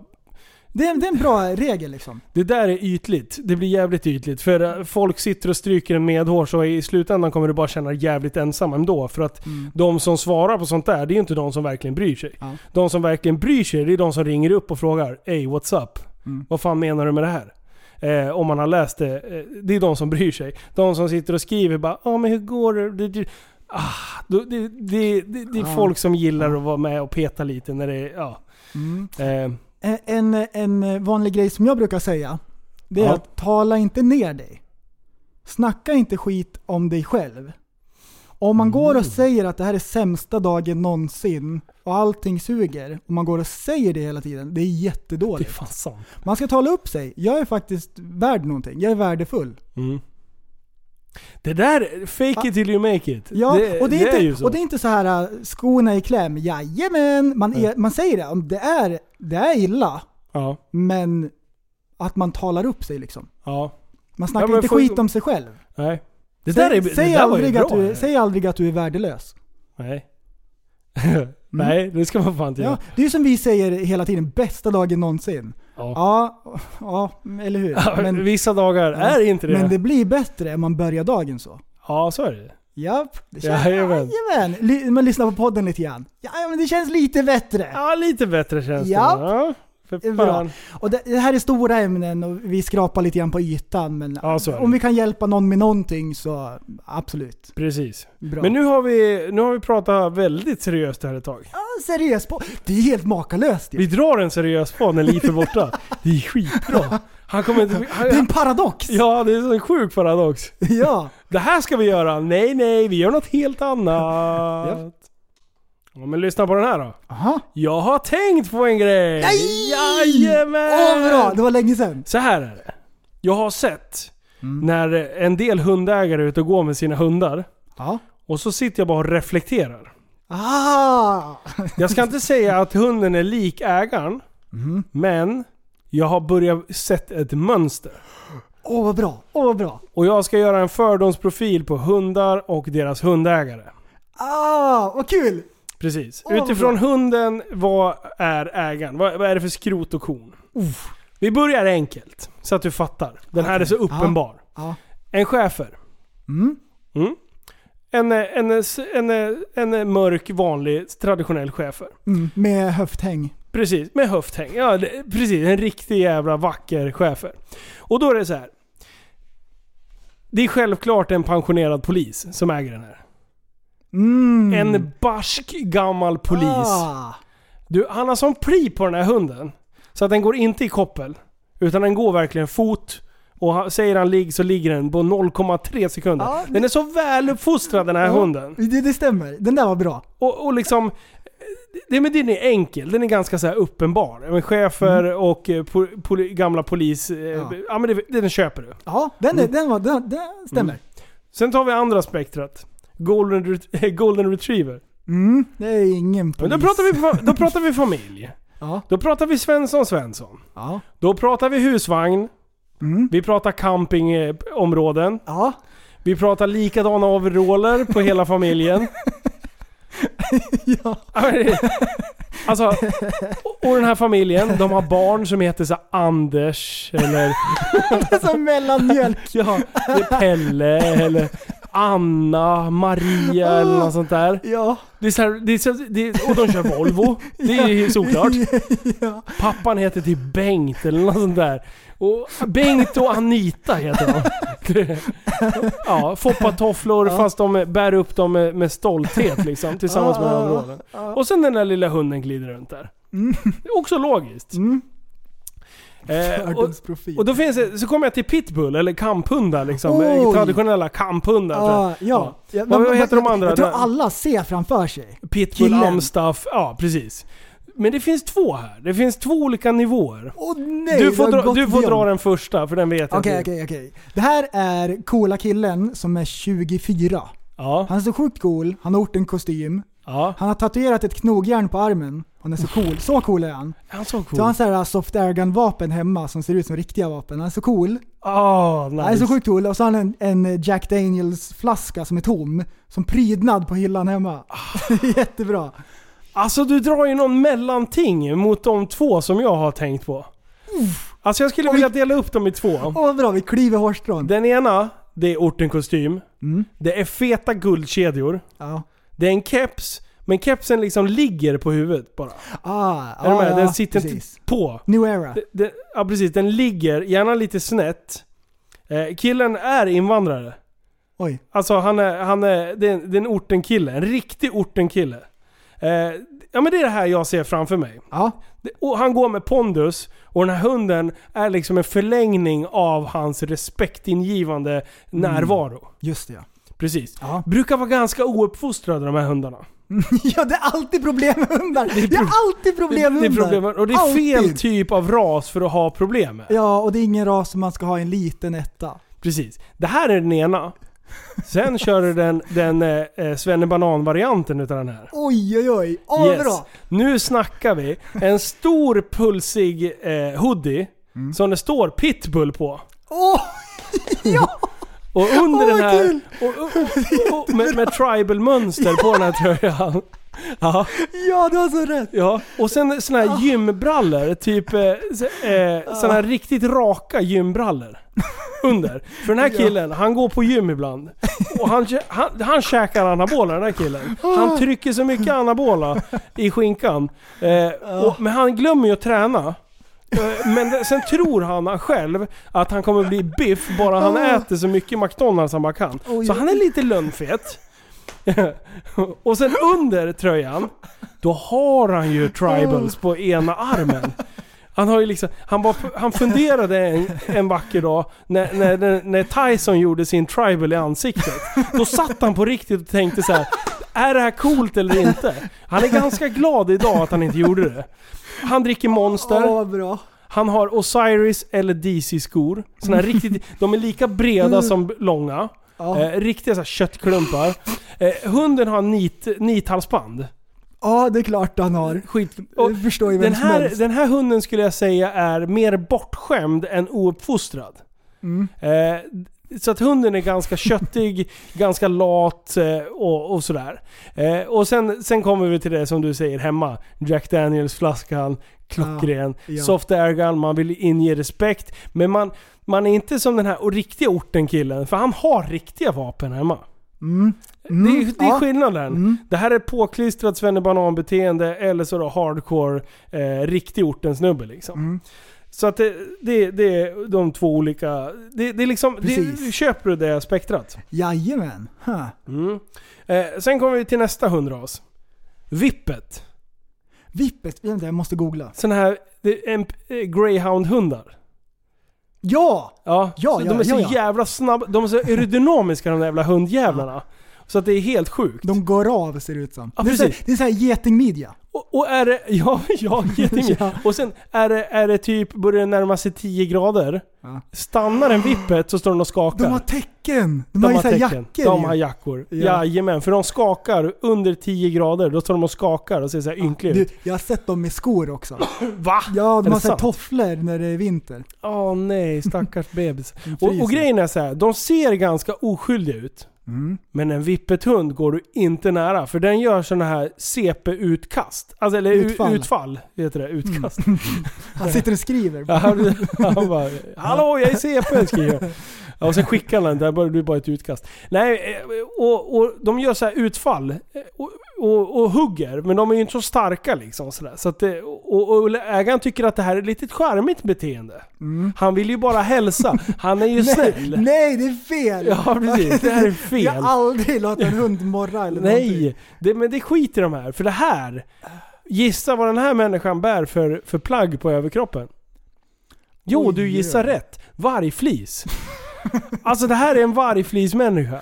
[SPEAKER 4] det, är, det är en bra regel liksom.
[SPEAKER 5] Det där är ytligt. Det blir jävligt ytligt. För eh, folk sitter och stryker en medhår så i slutändan kommer du bara känna dig jävligt ensam ändå. För att
[SPEAKER 4] Mm.
[SPEAKER 5] de som svarar på sånt där, det är ju inte de som verkligen bryr sig.
[SPEAKER 4] Ja.
[SPEAKER 5] De som verkligen bryr sig, det är de som ringer upp och frågar Ey, what's up?
[SPEAKER 4] Mm.
[SPEAKER 5] Vad fan menar du med det här?” eh, Om man har läst det. Eh, det är de som bryr sig. De som sitter och skriver bara “Ja men hur går det?” det, det Ah, då- det, det, det, det är
[SPEAKER 4] Ja.
[SPEAKER 5] folk som gillar att vara med och peta lite när det är... Ja.
[SPEAKER 4] Mm.
[SPEAKER 5] Eh,
[SPEAKER 4] En, en vanlig grej som jag brukar säga, det är
[SPEAKER 5] Ja.
[SPEAKER 4] att tala inte ner dig. Snacka inte skit om dig själv. Om man går och
[SPEAKER 5] Mm.
[SPEAKER 4] säger att det här är sämsta dagen någonsin och allting suger, och man går och säger det hela tiden, det är
[SPEAKER 5] det är
[SPEAKER 4] jättedåligt.
[SPEAKER 5] fan sant.
[SPEAKER 4] Man ska tala upp sig. Jag är faktiskt värd någonting. Jag är värdefull.
[SPEAKER 5] Mm. Det där, fake it till you make it.
[SPEAKER 4] Ja, och, det är inte,
[SPEAKER 5] ju så.
[SPEAKER 4] och det är inte så här äh, skorna i kläm, jajamän. Man, är, man säger det, om det är, det är illa,
[SPEAKER 5] ja,
[SPEAKER 4] men att man talar upp sig liksom.
[SPEAKER 5] ja,
[SPEAKER 4] Man snackar
[SPEAKER 5] Ja, men
[SPEAKER 4] inte
[SPEAKER 5] får-
[SPEAKER 4] skit om sig själv.
[SPEAKER 5] nej. Det
[SPEAKER 4] Säg,
[SPEAKER 5] där, är,
[SPEAKER 4] säg,
[SPEAKER 5] det där var ju
[SPEAKER 4] aldrig
[SPEAKER 5] bra.
[SPEAKER 4] att du, säg aldrig att du är värdelös.
[SPEAKER 5] nej. nej, det ska man fan inte
[SPEAKER 4] Mm. Ja,
[SPEAKER 5] göra.
[SPEAKER 4] det är ju som vi säger hela tiden, bästa dagen någonsin.
[SPEAKER 5] Ja.
[SPEAKER 4] Ja, ja eller hur?
[SPEAKER 5] Vissa dagar är inte det.
[SPEAKER 4] men det blir bättre om man börjar dagen så.
[SPEAKER 5] Ja, så är det.
[SPEAKER 4] Japp, det känns,
[SPEAKER 5] Jajamän.
[SPEAKER 4] jajamän. Ly- Man lyssnar på podden lite grann. Ja, men det känns lite bättre.
[SPEAKER 5] Ja, lite bättre känns
[SPEAKER 4] Japp.
[SPEAKER 5] det. Ja,
[SPEAKER 4] Det är
[SPEAKER 5] för
[SPEAKER 4] Bra.
[SPEAKER 5] fan.
[SPEAKER 4] Och det, det här är stora ämnen och vi skrapar lite grann på ytan. Men
[SPEAKER 5] Ja, så är det.
[SPEAKER 4] om vi kan hjälpa någon med någonting så absolut.
[SPEAKER 5] Precis.
[SPEAKER 4] Bra.
[SPEAKER 5] Men nu har, vi, nu har vi pratat väldigt seriöst här ett tag.
[SPEAKER 4] Ja, seriös på. Det är helt makalöst ju.
[SPEAKER 5] Vi drar en seriös på när Leif är borta. Det är skitbra. Han kommer inte... Han,
[SPEAKER 4] Det är en paradox.
[SPEAKER 5] ja, det är en sån sjuk paradox.
[SPEAKER 4] ja.
[SPEAKER 5] Det här ska vi göra. Nej, nej, vi gör något helt annat. Ja, men lyssna på den här då.
[SPEAKER 4] Aha.
[SPEAKER 5] Jag har tänkt på en grej.
[SPEAKER 4] Nej!
[SPEAKER 5] Jajamän!
[SPEAKER 4] Åh vad bra, det var länge sedan.
[SPEAKER 5] Så här är det. Jag har sett
[SPEAKER 4] Mm.
[SPEAKER 5] när en del hundägare är ute och går med sina hundar.
[SPEAKER 4] Ja.
[SPEAKER 5] Och så sitter jag bara och reflekterar.
[SPEAKER 4] Ah.
[SPEAKER 5] Jag ska inte säga att hunden är lik ägaren.
[SPEAKER 4] Mm.
[SPEAKER 5] Men jag har börjat sett ett mönster.
[SPEAKER 4] Åh vad bra, åh vad bra.
[SPEAKER 5] Och jag ska göra en fördomsprofil på hundar och deras hundägare.
[SPEAKER 4] Ah, vad kul!
[SPEAKER 5] Precis.
[SPEAKER 4] Åh, vad
[SPEAKER 5] Utifrån
[SPEAKER 4] bra.
[SPEAKER 5] hunden, vad är ägaren? Vad, vad är det för skrot och korn? Vi börjar enkelt, så att du fattar. Den här är så uppenbar.
[SPEAKER 4] Ja.
[SPEAKER 5] En schäfer. Mm. En, eh, en, eh, s- en, eh, en, eh, mörk, vanlig, traditionell schäfer.
[SPEAKER 4] Mm, med höfthäng.
[SPEAKER 5] Precis, med höfthäng. Ja, det, precis. En riktig jävla vacker schäfer. Och då är det så här. Det är självklart en pensionerad polis som äger den här.
[SPEAKER 4] Mm.
[SPEAKER 5] En barsk gammal polis.
[SPEAKER 4] Ah.
[SPEAKER 5] Du, han har sån pli på den här hunden. Så att den går inte i koppel. Utan den går verkligen fot. Och han, säger han ligg så ligger den på 0,3 sekunder.
[SPEAKER 4] Ja,
[SPEAKER 5] Den är så väl uppfostrad den här
[SPEAKER 4] Ja,
[SPEAKER 5] hunden.
[SPEAKER 4] Det, det stämmer, den där var bra.
[SPEAKER 5] Och, och liksom... Det, men den är enkel, den är ganska så här uppenbar. Men chefer och eh, po, poli- gamla polis... eh,
[SPEAKER 4] Mm. Ja.
[SPEAKER 5] Ja, men det, den köper du.
[SPEAKER 4] Ja, den, är,
[SPEAKER 5] Mm.
[SPEAKER 4] den, var, den, den stämmer.
[SPEAKER 5] Sen tar vi andra spektrat. Golden, ret- golden retriever.
[SPEAKER 4] Mm. Det är ingen
[SPEAKER 5] Men
[SPEAKER 4] polis.
[SPEAKER 5] då pratar, vi, fa- då pratar vi familj.
[SPEAKER 4] Ja.
[SPEAKER 5] Då pratar vi Svensson Svensson.
[SPEAKER 4] Ja.
[SPEAKER 5] Då pratar vi husvagn.
[SPEAKER 4] Mm.
[SPEAKER 5] Vi pratar campingområden.
[SPEAKER 4] Ja.
[SPEAKER 5] Vi pratar likadana overaller på hela familjen.
[SPEAKER 4] Ja.
[SPEAKER 5] Ja, men det- Alltså, och- och den här familjen, de har barn som heter så här Anders eller
[SPEAKER 4] Som mellanmjölk.
[SPEAKER 5] ja, det är Pelle eller Anna, Maria eller något sånt där.
[SPEAKER 4] Ja.
[SPEAKER 5] Det är så här, det är så, det, är- och de kör Volvo. Det är ju såklart.
[SPEAKER 4] ja.
[SPEAKER 5] Pappan heter typ Bengt eller något sånt där. Och Bengt och Anita heter de. Det- Ja, foppatofflor fast de bär upp dem med, med stolthet liksom tillsammans med
[SPEAKER 4] Ja, ja,
[SPEAKER 5] överallen. Och sen den där lilla hunden glider runt där. Det är också logiskt.
[SPEAKER 4] Mm.
[SPEAKER 5] Eh, och,
[SPEAKER 4] Fördomsprofil.
[SPEAKER 5] och då finns det, så kommer jag till pitbull eller kamphundar liksom.
[SPEAKER 4] Oj.
[SPEAKER 5] Traditionella kamphundar. så här.
[SPEAKER 4] Ah, ja. Ja,
[SPEAKER 5] Vad- vad heter de andra?
[SPEAKER 4] Jag tror
[SPEAKER 5] Den-
[SPEAKER 4] alla ser framför sig.
[SPEAKER 5] Pitbull,
[SPEAKER 4] Killen.
[SPEAKER 5] Amstaff, ja precis. Men det finns två här. Det finns två olika nivåer.
[SPEAKER 4] Åh nej,
[SPEAKER 5] du får,
[SPEAKER 4] det har
[SPEAKER 5] dra,
[SPEAKER 4] gått
[SPEAKER 5] du får
[SPEAKER 4] igenom.
[SPEAKER 5] dra den första för den vet jag.
[SPEAKER 4] Okej,
[SPEAKER 5] inte.
[SPEAKER 4] okej, okej. Det här är coola killen som är 24.
[SPEAKER 5] Ja,
[SPEAKER 4] Han är så sjukt cool, han har gjort en kostym,
[SPEAKER 5] ja.
[SPEAKER 4] han har tatuerat ett knogjärn på armen. Han är så cool, så cool är han.
[SPEAKER 5] Han såg cool.
[SPEAKER 4] Så har han så här soft airgun vapen hemma som ser ut som riktiga vapen. Han är så cool.
[SPEAKER 5] Ah,
[SPEAKER 4] Han är
[SPEAKER 5] nice.
[SPEAKER 4] så sjukt cool. Och så har han en, en Jack Daniels flaska som är tom. Som prydnad på hyllan hemma. Jättebra.
[SPEAKER 5] Alltså du drar ju någon mellanting mot de två som jag har tänkt på. Alltså jag skulle
[SPEAKER 4] Och
[SPEAKER 5] vilja dela upp dem i två.
[SPEAKER 4] Åh vad bra, vi klyver hårstrån.
[SPEAKER 5] Den ena, det är ortenkostym.
[SPEAKER 4] Mm.
[SPEAKER 5] Det är feta guldkedjor.
[SPEAKER 4] Ja.
[SPEAKER 5] Det är en keps, men kepsen liksom ligger på huvudet bara.
[SPEAKER 4] Ah,
[SPEAKER 5] är du
[SPEAKER 4] ah,
[SPEAKER 5] med?
[SPEAKER 4] ja,
[SPEAKER 5] Den sitter inte
[SPEAKER 4] precis.
[SPEAKER 5] på.
[SPEAKER 4] New era.
[SPEAKER 5] Det- det- ja precis, den ligger gärna lite snett. Eh, killen är invandrare.
[SPEAKER 4] Oj.
[SPEAKER 5] Alltså han är, han är, det är en, det är en ortenkille. En riktig ortenkille. Eh, ja men det är det här jag ser framför mig.
[SPEAKER 4] Ja.
[SPEAKER 5] Det- Och han går med pondus och den här hunden är liksom en förlängning av hans respektingivande närvaro.
[SPEAKER 4] Just det ja.
[SPEAKER 5] Precis.
[SPEAKER 4] Mm. Ja.
[SPEAKER 5] Brukar vara ganska ouppfostrade de här hundarna.
[SPEAKER 4] ja, det är alltid problem med hundar. Det är alltid
[SPEAKER 5] Det, det
[SPEAKER 4] problem med
[SPEAKER 5] är
[SPEAKER 4] hundar.
[SPEAKER 5] problem, och det är fel
[SPEAKER 4] Alltid.
[SPEAKER 5] typ av ras för att ha problem med.
[SPEAKER 4] Ja, och det är ingen ras som man ska ha i en liten etta.
[SPEAKER 5] Precis. Det här är den ena. Sen kör du den, den eh, eh, svennebanan-varianten utav den här.
[SPEAKER 4] Oj, oj, oj. Åh, vad bra.
[SPEAKER 5] Nu snackar vi. En stor pulsig eh, hoodie som det står pitbull på.
[SPEAKER 4] Åh,
[SPEAKER 5] Och under
[SPEAKER 4] Åh,
[SPEAKER 5] den
[SPEAKER 4] vad
[SPEAKER 5] här...
[SPEAKER 4] kul!
[SPEAKER 5] Och, och, och, med, med tribal-mönster på den här tröjan. Ja,
[SPEAKER 4] ja du har så rätt.
[SPEAKER 5] ja. Och sen såna här gymbrallor. Typ eh, så- eh, såna här riktigt raka gymbrallor. Under. För den här killen, han går på gym ibland. Och han, kä- han, han käkar anabola den här killen. Han trycker så mycket anabola i skinkan. Eh, och, men han glömmer ju att träna. Eh, Men det- sen tror han själv att han kommer bli biff bara han äter så mycket McDonalds han bara kan. Så han är lite lönnfet. Och sen under tröjan, då har han ju tribals på ena armen. Han har ju liksom, han, bara, han funderade en, en vacker dag när, när, när- när Tyson gjorde sin tribal i ansiktet. Då satt han på riktigt och tänkte så här. Är det här coolt eller inte? Han är ganska glad idag att han inte gjorde det. Han dricker Monster.
[SPEAKER 4] Åh, vad bra.
[SPEAKER 5] Han har Osiris eller DC-skor. Såna här riktigt, de är lika breda som långa.
[SPEAKER 4] Ja.
[SPEAKER 5] Eh, riktiga så här köttklumpar. Eh, hunden har nit, nithalsband.
[SPEAKER 4] Ja, det är klart han har.
[SPEAKER 5] Skit. Och
[SPEAKER 4] Det förstår ju vem
[SPEAKER 5] den,
[SPEAKER 4] som
[SPEAKER 5] här,
[SPEAKER 4] helst.
[SPEAKER 5] den här hunden skulle jag säga är mer bortskämd än ouppfostrad.
[SPEAKER 4] Mm.
[SPEAKER 5] Eh, så att hunden är ganska köttig, ganska lat eh, och, och sådär. Eh, och sen, sen kommer vi till det som du säger hemma. Jack Daniels-flaskan, klockren,
[SPEAKER 4] Ah, Ja, ja.
[SPEAKER 5] soft airgun, man vill inge respekt. Men man, man är inte som den här riktiga orten-killen, för han har riktiga vapen hemma. Det är, det är
[SPEAKER 4] Mm, ja. Mm.
[SPEAKER 5] skillnaden. Det här är påklistrat svennebanan-beteende eller så då hardcore, eh, riktig orten-snubbe liksom.
[SPEAKER 4] Mm.
[SPEAKER 5] Så att det, det, det är de två olika... Det, det är liksom... Det,
[SPEAKER 4] Precis.
[SPEAKER 5] köper du det spektrat?
[SPEAKER 4] Jajamän. Huh.
[SPEAKER 5] Eh, sen kommer vi till nästa hundras. Vippet.
[SPEAKER 4] Vippet, vänta jag måste googla.
[SPEAKER 5] Sån här... Det är en, eh, greyhound-hundar.
[SPEAKER 4] Ja!
[SPEAKER 5] Ja,
[SPEAKER 4] Ja,
[SPEAKER 5] så
[SPEAKER 4] ja,
[SPEAKER 5] de är så
[SPEAKER 4] ja, ja.
[SPEAKER 5] jävla snabba. De är så aerodynamiska de där jävla hundjävlarna. Så att det är helt sjukt.
[SPEAKER 4] De går av ser det ut som.
[SPEAKER 5] Ja,
[SPEAKER 4] det, är så här,
[SPEAKER 5] precis.
[SPEAKER 4] det är så här getingmidja.
[SPEAKER 5] Och, och är det... Ja, ja jättemycket.
[SPEAKER 4] Ja.
[SPEAKER 5] Och sen är det, är det typ... Börjar det närma sig 10 grader.
[SPEAKER 4] Ja.
[SPEAKER 5] Stannar en vippet så står den och skakar.
[SPEAKER 4] De har tecken! De,
[SPEAKER 5] De
[SPEAKER 4] har ju
[SPEAKER 5] har
[SPEAKER 4] så här
[SPEAKER 5] tecken.
[SPEAKER 4] jackor
[SPEAKER 5] De
[SPEAKER 4] ju.
[SPEAKER 5] har jackor.
[SPEAKER 4] Ja.
[SPEAKER 5] Jajamän, för de skakar under 10 grader. Då står de och skakar och ser så här ynkliga
[SPEAKER 4] du,
[SPEAKER 5] ut.
[SPEAKER 4] jag har sett dem med skor också.
[SPEAKER 5] Va?
[SPEAKER 4] Ja,
[SPEAKER 5] Är
[SPEAKER 4] de har
[SPEAKER 5] det
[SPEAKER 4] så här
[SPEAKER 5] sant?
[SPEAKER 4] tofflor när det är vinter.
[SPEAKER 5] Åh nej, stackars bebis. och,
[SPEAKER 4] fryser.
[SPEAKER 5] och grejen är så här, de ser ganska oskyldiga ut.
[SPEAKER 4] Mm.
[SPEAKER 5] Men en vippethund går du inte nära, för den gör sådana här CP-utkast. Alltså, eller utfall.
[SPEAKER 4] Utfall. Mm.
[SPEAKER 5] utfall heter det, utkast.
[SPEAKER 4] Han sitter och skriver.
[SPEAKER 5] Ja, Han, han bara, Hallå jag är CP skriver jag. Ja, och sen skickar han den, där blir det bara ett utkast. Nej, eh, och, och de gör så här utfall eh, och, och, och hugger, men de är ju inte så starka liksom. Så, där. så att, eh, och, och ägaren tycker att det här är ett litet charmigt beteende. Han vill ju bara hälsa. Han är ju snäll.
[SPEAKER 4] Nej, det är fel!
[SPEAKER 5] Ja, precis. Det här är fel.
[SPEAKER 4] Jag har aldrig låtit en hund morra eller någonting.
[SPEAKER 5] Nej, det, men det skiter de här. För det här, gissa vad den här människan bär för, för plagg på överkroppen. Jo,
[SPEAKER 4] Oj,
[SPEAKER 5] du gissar
[SPEAKER 4] ja.
[SPEAKER 5] rätt. Vargflis. Alltså det här är en vargflismänniska.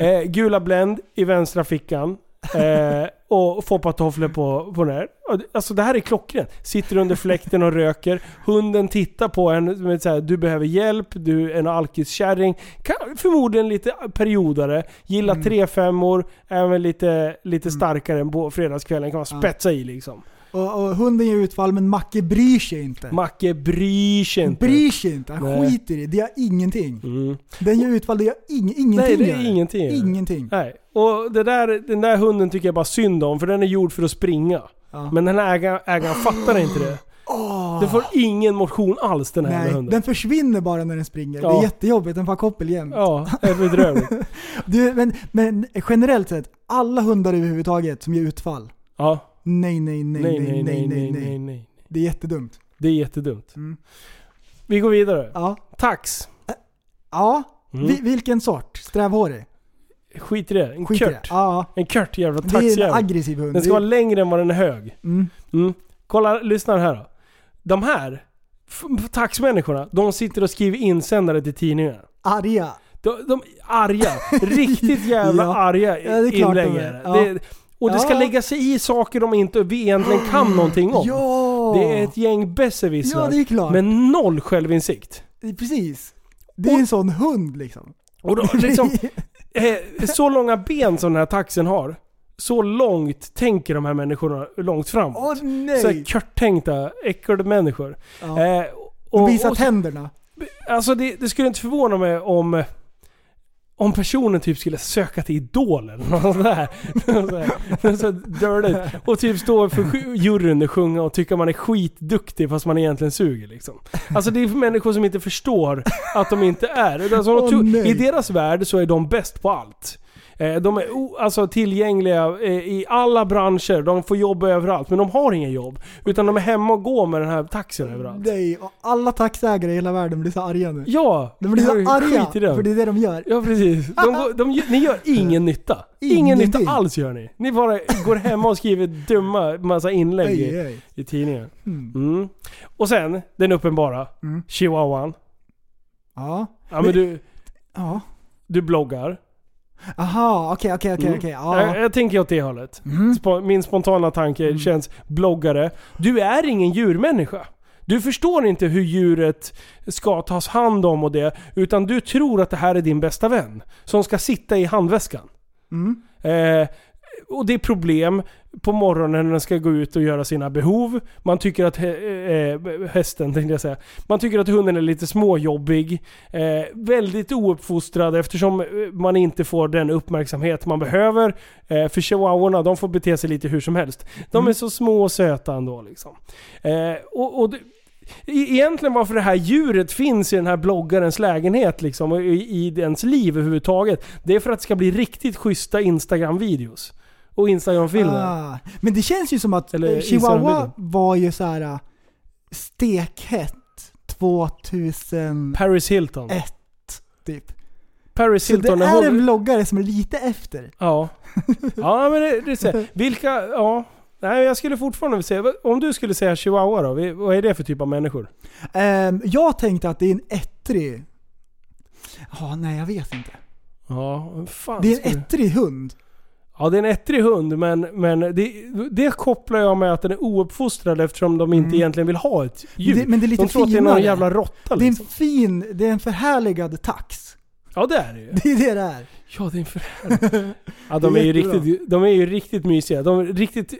[SPEAKER 5] Eh, gula Blend i vänstra fickan. Eh, och foppatofflor på, på den här. Och det- Alltså det här är klockrent. Sitter under fläkten och röker. Hunden tittar på en med så här, du behöver hjälp, du är en alkiskärring. Kan- Förmodligen lite periodare. Gillar trefemmor, även lite, lite starkare än på fredagskvällen. Kan man spetsa i liksom.
[SPEAKER 4] Och, och hunden gör utfall men Macke bryr sig inte.
[SPEAKER 5] Macke bryr sig inte.
[SPEAKER 4] bryr sig inte, han
[SPEAKER 5] Nej.
[SPEAKER 4] skiter i det. Det gör ingenting.
[SPEAKER 5] Mm.
[SPEAKER 4] Den gör utfall, det gör ing, ingenting.
[SPEAKER 5] Nej, det
[SPEAKER 4] gör
[SPEAKER 5] är ingenting.
[SPEAKER 4] Ingenting.
[SPEAKER 5] Nej. Och det där, den där hunden tycker jag bara synd om, för den är gjord för att springa.
[SPEAKER 4] Ja.
[SPEAKER 5] Men den här ägaren, ägaren fattar inte det. Den får ingen motion alls den här jävla
[SPEAKER 4] Nej,
[SPEAKER 5] hunden.
[SPEAKER 4] den försvinner bara när den springer. Det
[SPEAKER 5] Ja.
[SPEAKER 4] är jättejobbigt, den får ha koppel jämt.
[SPEAKER 5] Ja, det är bedrövligt.
[SPEAKER 4] Du, men, men generellt sett, alla hundar överhuvudtaget som ger utfall.
[SPEAKER 5] Ja.
[SPEAKER 4] Nej, nej, nej,
[SPEAKER 5] Nej, nej, nej, nej, nej, nej.
[SPEAKER 4] Det är jättedumt.
[SPEAKER 5] Det är jättedumt.
[SPEAKER 4] Mm.
[SPEAKER 5] Vi går vidare.
[SPEAKER 4] Ja.
[SPEAKER 5] Tax.
[SPEAKER 4] Ja.
[SPEAKER 5] Mm.
[SPEAKER 4] Vi, vilken sort? Strävhårig?
[SPEAKER 5] Skit i det. En
[SPEAKER 4] Skit i det.
[SPEAKER 5] kört.
[SPEAKER 4] Ja.
[SPEAKER 5] En kört jävla
[SPEAKER 4] Det är en
[SPEAKER 5] taxjävel.
[SPEAKER 4] aggressiv hund.
[SPEAKER 5] Den ska vara längre än vad den är hög.
[SPEAKER 4] Mm.
[SPEAKER 5] Mm. Kolla, lyssna här då. De här f- taxmänniskorna, de sitter och skriver insändare till tidningar.
[SPEAKER 4] Arga.
[SPEAKER 5] De, de är arga. Riktigt jävla
[SPEAKER 4] Ja.
[SPEAKER 5] arga
[SPEAKER 4] Ja, det är klart
[SPEAKER 5] inlägg
[SPEAKER 4] de
[SPEAKER 5] är
[SPEAKER 4] är.
[SPEAKER 5] det.
[SPEAKER 4] Ja.
[SPEAKER 5] Det- Och det ska
[SPEAKER 4] Ja.
[SPEAKER 5] lägga sig i saker de inte vi egentligen kan någonting om.
[SPEAKER 4] Ja!
[SPEAKER 5] Det är ett gäng besserwissrar.
[SPEAKER 4] Ja, det är klart.
[SPEAKER 5] Med noll självinsikt.
[SPEAKER 4] Precis. Det är en sån hund liksom.
[SPEAKER 5] Och då, liksom, eh, så långa ben som den här taxen har, så långt tänker de här människorna långt framåt.
[SPEAKER 4] Åh
[SPEAKER 5] så här
[SPEAKER 4] nej!
[SPEAKER 5] körttänkta, äckelmänniskor.
[SPEAKER 4] Ja.
[SPEAKER 5] Eh, och,
[SPEAKER 4] Visa
[SPEAKER 5] och,
[SPEAKER 4] tänderna.
[SPEAKER 5] alltså det, det skulle inte förvåna mig om om personen typ skulle söka till Idol eller något sånt där. Något så dirty. Och typ stå för sju- juryn och sjunga och tycka man är skitduktig fast man egentligen suger liksom. Alltså det är för människor som inte förstår att de inte är. Alltså, de
[SPEAKER 4] Åh,
[SPEAKER 5] tror-
[SPEAKER 4] nej.
[SPEAKER 5] I deras värld så är de bäst på allt. Eh, De är o- alltså, tillgängliga eh, i alla branscher, de får jobb överallt. Men de har inga jobb. Utan de är hemma och går med den här taxin överallt.
[SPEAKER 4] Nej, och alla taxiägare i hela världen blir så arga nu.
[SPEAKER 5] Ja!
[SPEAKER 4] De blir så arga,
[SPEAKER 5] Skit i den.
[SPEAKER 4] för det är det de gör.
[SPEAKER 5] Ja precis. De, går- de, gör- ni gör ingen nytta. Ingen
[SPEAKER 4] Ingenting.
[SPEAKER 5] nytta alls gör ni. Ni bara går hemma och skriver dumma massa inlägg
[SPEAKER 4] Ej,
[SPEAKER 5] i,
[SPEAKER 4] ej.
[SPEAKER 5] i tidningen.
[SPEAKER 4] Mm.
[SPEAKER 5] Mm. Och sen, den uppenbara.
[SPEAKER 4] Mm.
[SPEAKER 5] Chihuahuan.
[SPEAKER 4] Ja.
[SPEAKER 5] Ja men du,
[SPEAKER 4] Ja.
[SPEAKER 5] du bloggar.
[SPEAKER 4] Aha, okej, okej, okej,
[SPEAKER 5] Mm.
[SPEAKER 4] okej.
[SPEAKER 5] Jag,
[SPEAKER 4] Ja.
[SPEAKER 5] jag tänker åt det hållet.
[SPEAKER 4] Mm.
[SPEAKER 5] Spo- Min spontana tanke känns bloggare. Du är ingen djurmänniska. Du förstår inte hur djuret ska tas hand om och det. Utan du tror att det här är din bästa vän. Som ska sitta i handväskan.
[SPEAKER 4] Mm.
[SPEAKER 5] Eh, och det är problem på morgonen när den ska gå ut och göra sina behov. Man tycker att hä- eh, hästen, tänkte jag säga. Man tycker att hunden är lite småjobbig. Eh, väldigt ouppfostrad eftersom eh, man inte får den uppmärksamhet man behöver. Eh, för chihuahuorna, de får bete sig lite hur som helst. De
[SPEAKER 4] Mm.
[SPEAKER 5] är så små och söta ändå liksom. Eh, och, och det, e- Egentligen varför det här djuret finns i den här bloggarens lägenhet liksom, och i, i dens liv överhuvudtaget. Det är för att det ska bli riktigt schyssta Instagram-videos. Och Instagram-filmer.
[SPEAKER 4] Ah. Men det känns ju som att
[SPEAKER 5] Eller
[SPEAKER 4] eh, chihuahua
[SPEAKER 5] Instagram-video.
[SPEAKER 4] var ju så här eh, stekhett 2001
[SPEAKER 5] Paris Hilton.
[SPEAKER 4] typ.
[SPEAKER 5] Paris
[SPEAKER 4] Eh, Så det
[SPEAKER 5] Hilton
[SPEAKER 4] är en
[SPEAKER 5] hon-
[SPEAKER 4] vloggare som är lite efter.
[SPEAKER 5] Ja. Ja men det, det är så. här. Vilka, ja. Nej jag skulle fortfarande vilja säga, om du skulle säga chihuahua då, vi- vad är det för typ av människor?
[SPEAKER 4] Ehm, jag tänkte att det är en ettrig... Ja, nej jag vet inte.
[SPEAKER 5] Ja, vad fan
[SPEAKER 4] Det är
[SPEAKER 5] skulle-
[SPEAKER 4] en ettrig hund.
[SPEAKER 5] Ja det är en ettrig hund men, men det, det kopplar jag med att den är ouppfostrad eftersom de inte egentligen vill ha ett djur.
[SPEAKER 4] Det- Mm. men det är lite
[SPEAKER 5] de tror att det är någon
[SPEAKER 4] finare.
[SPEAKER 5] jävla råtta
[SPEAKER 4] Det är en
[SPEAKER 5] liksom.
[SPEAKER 4] fin, det är en förhärligad tax.
[SPEAKER 5] Ja det är det ju.
[SPEAKER 4] Det är det det är.
[SPEAKER 5] Ja det är en förälder. Ja de är, ju
[SPEAKER 4] jättebra.
[SPEAKER 5] riktigt, de är ju riktigt mysiga. De är riktigt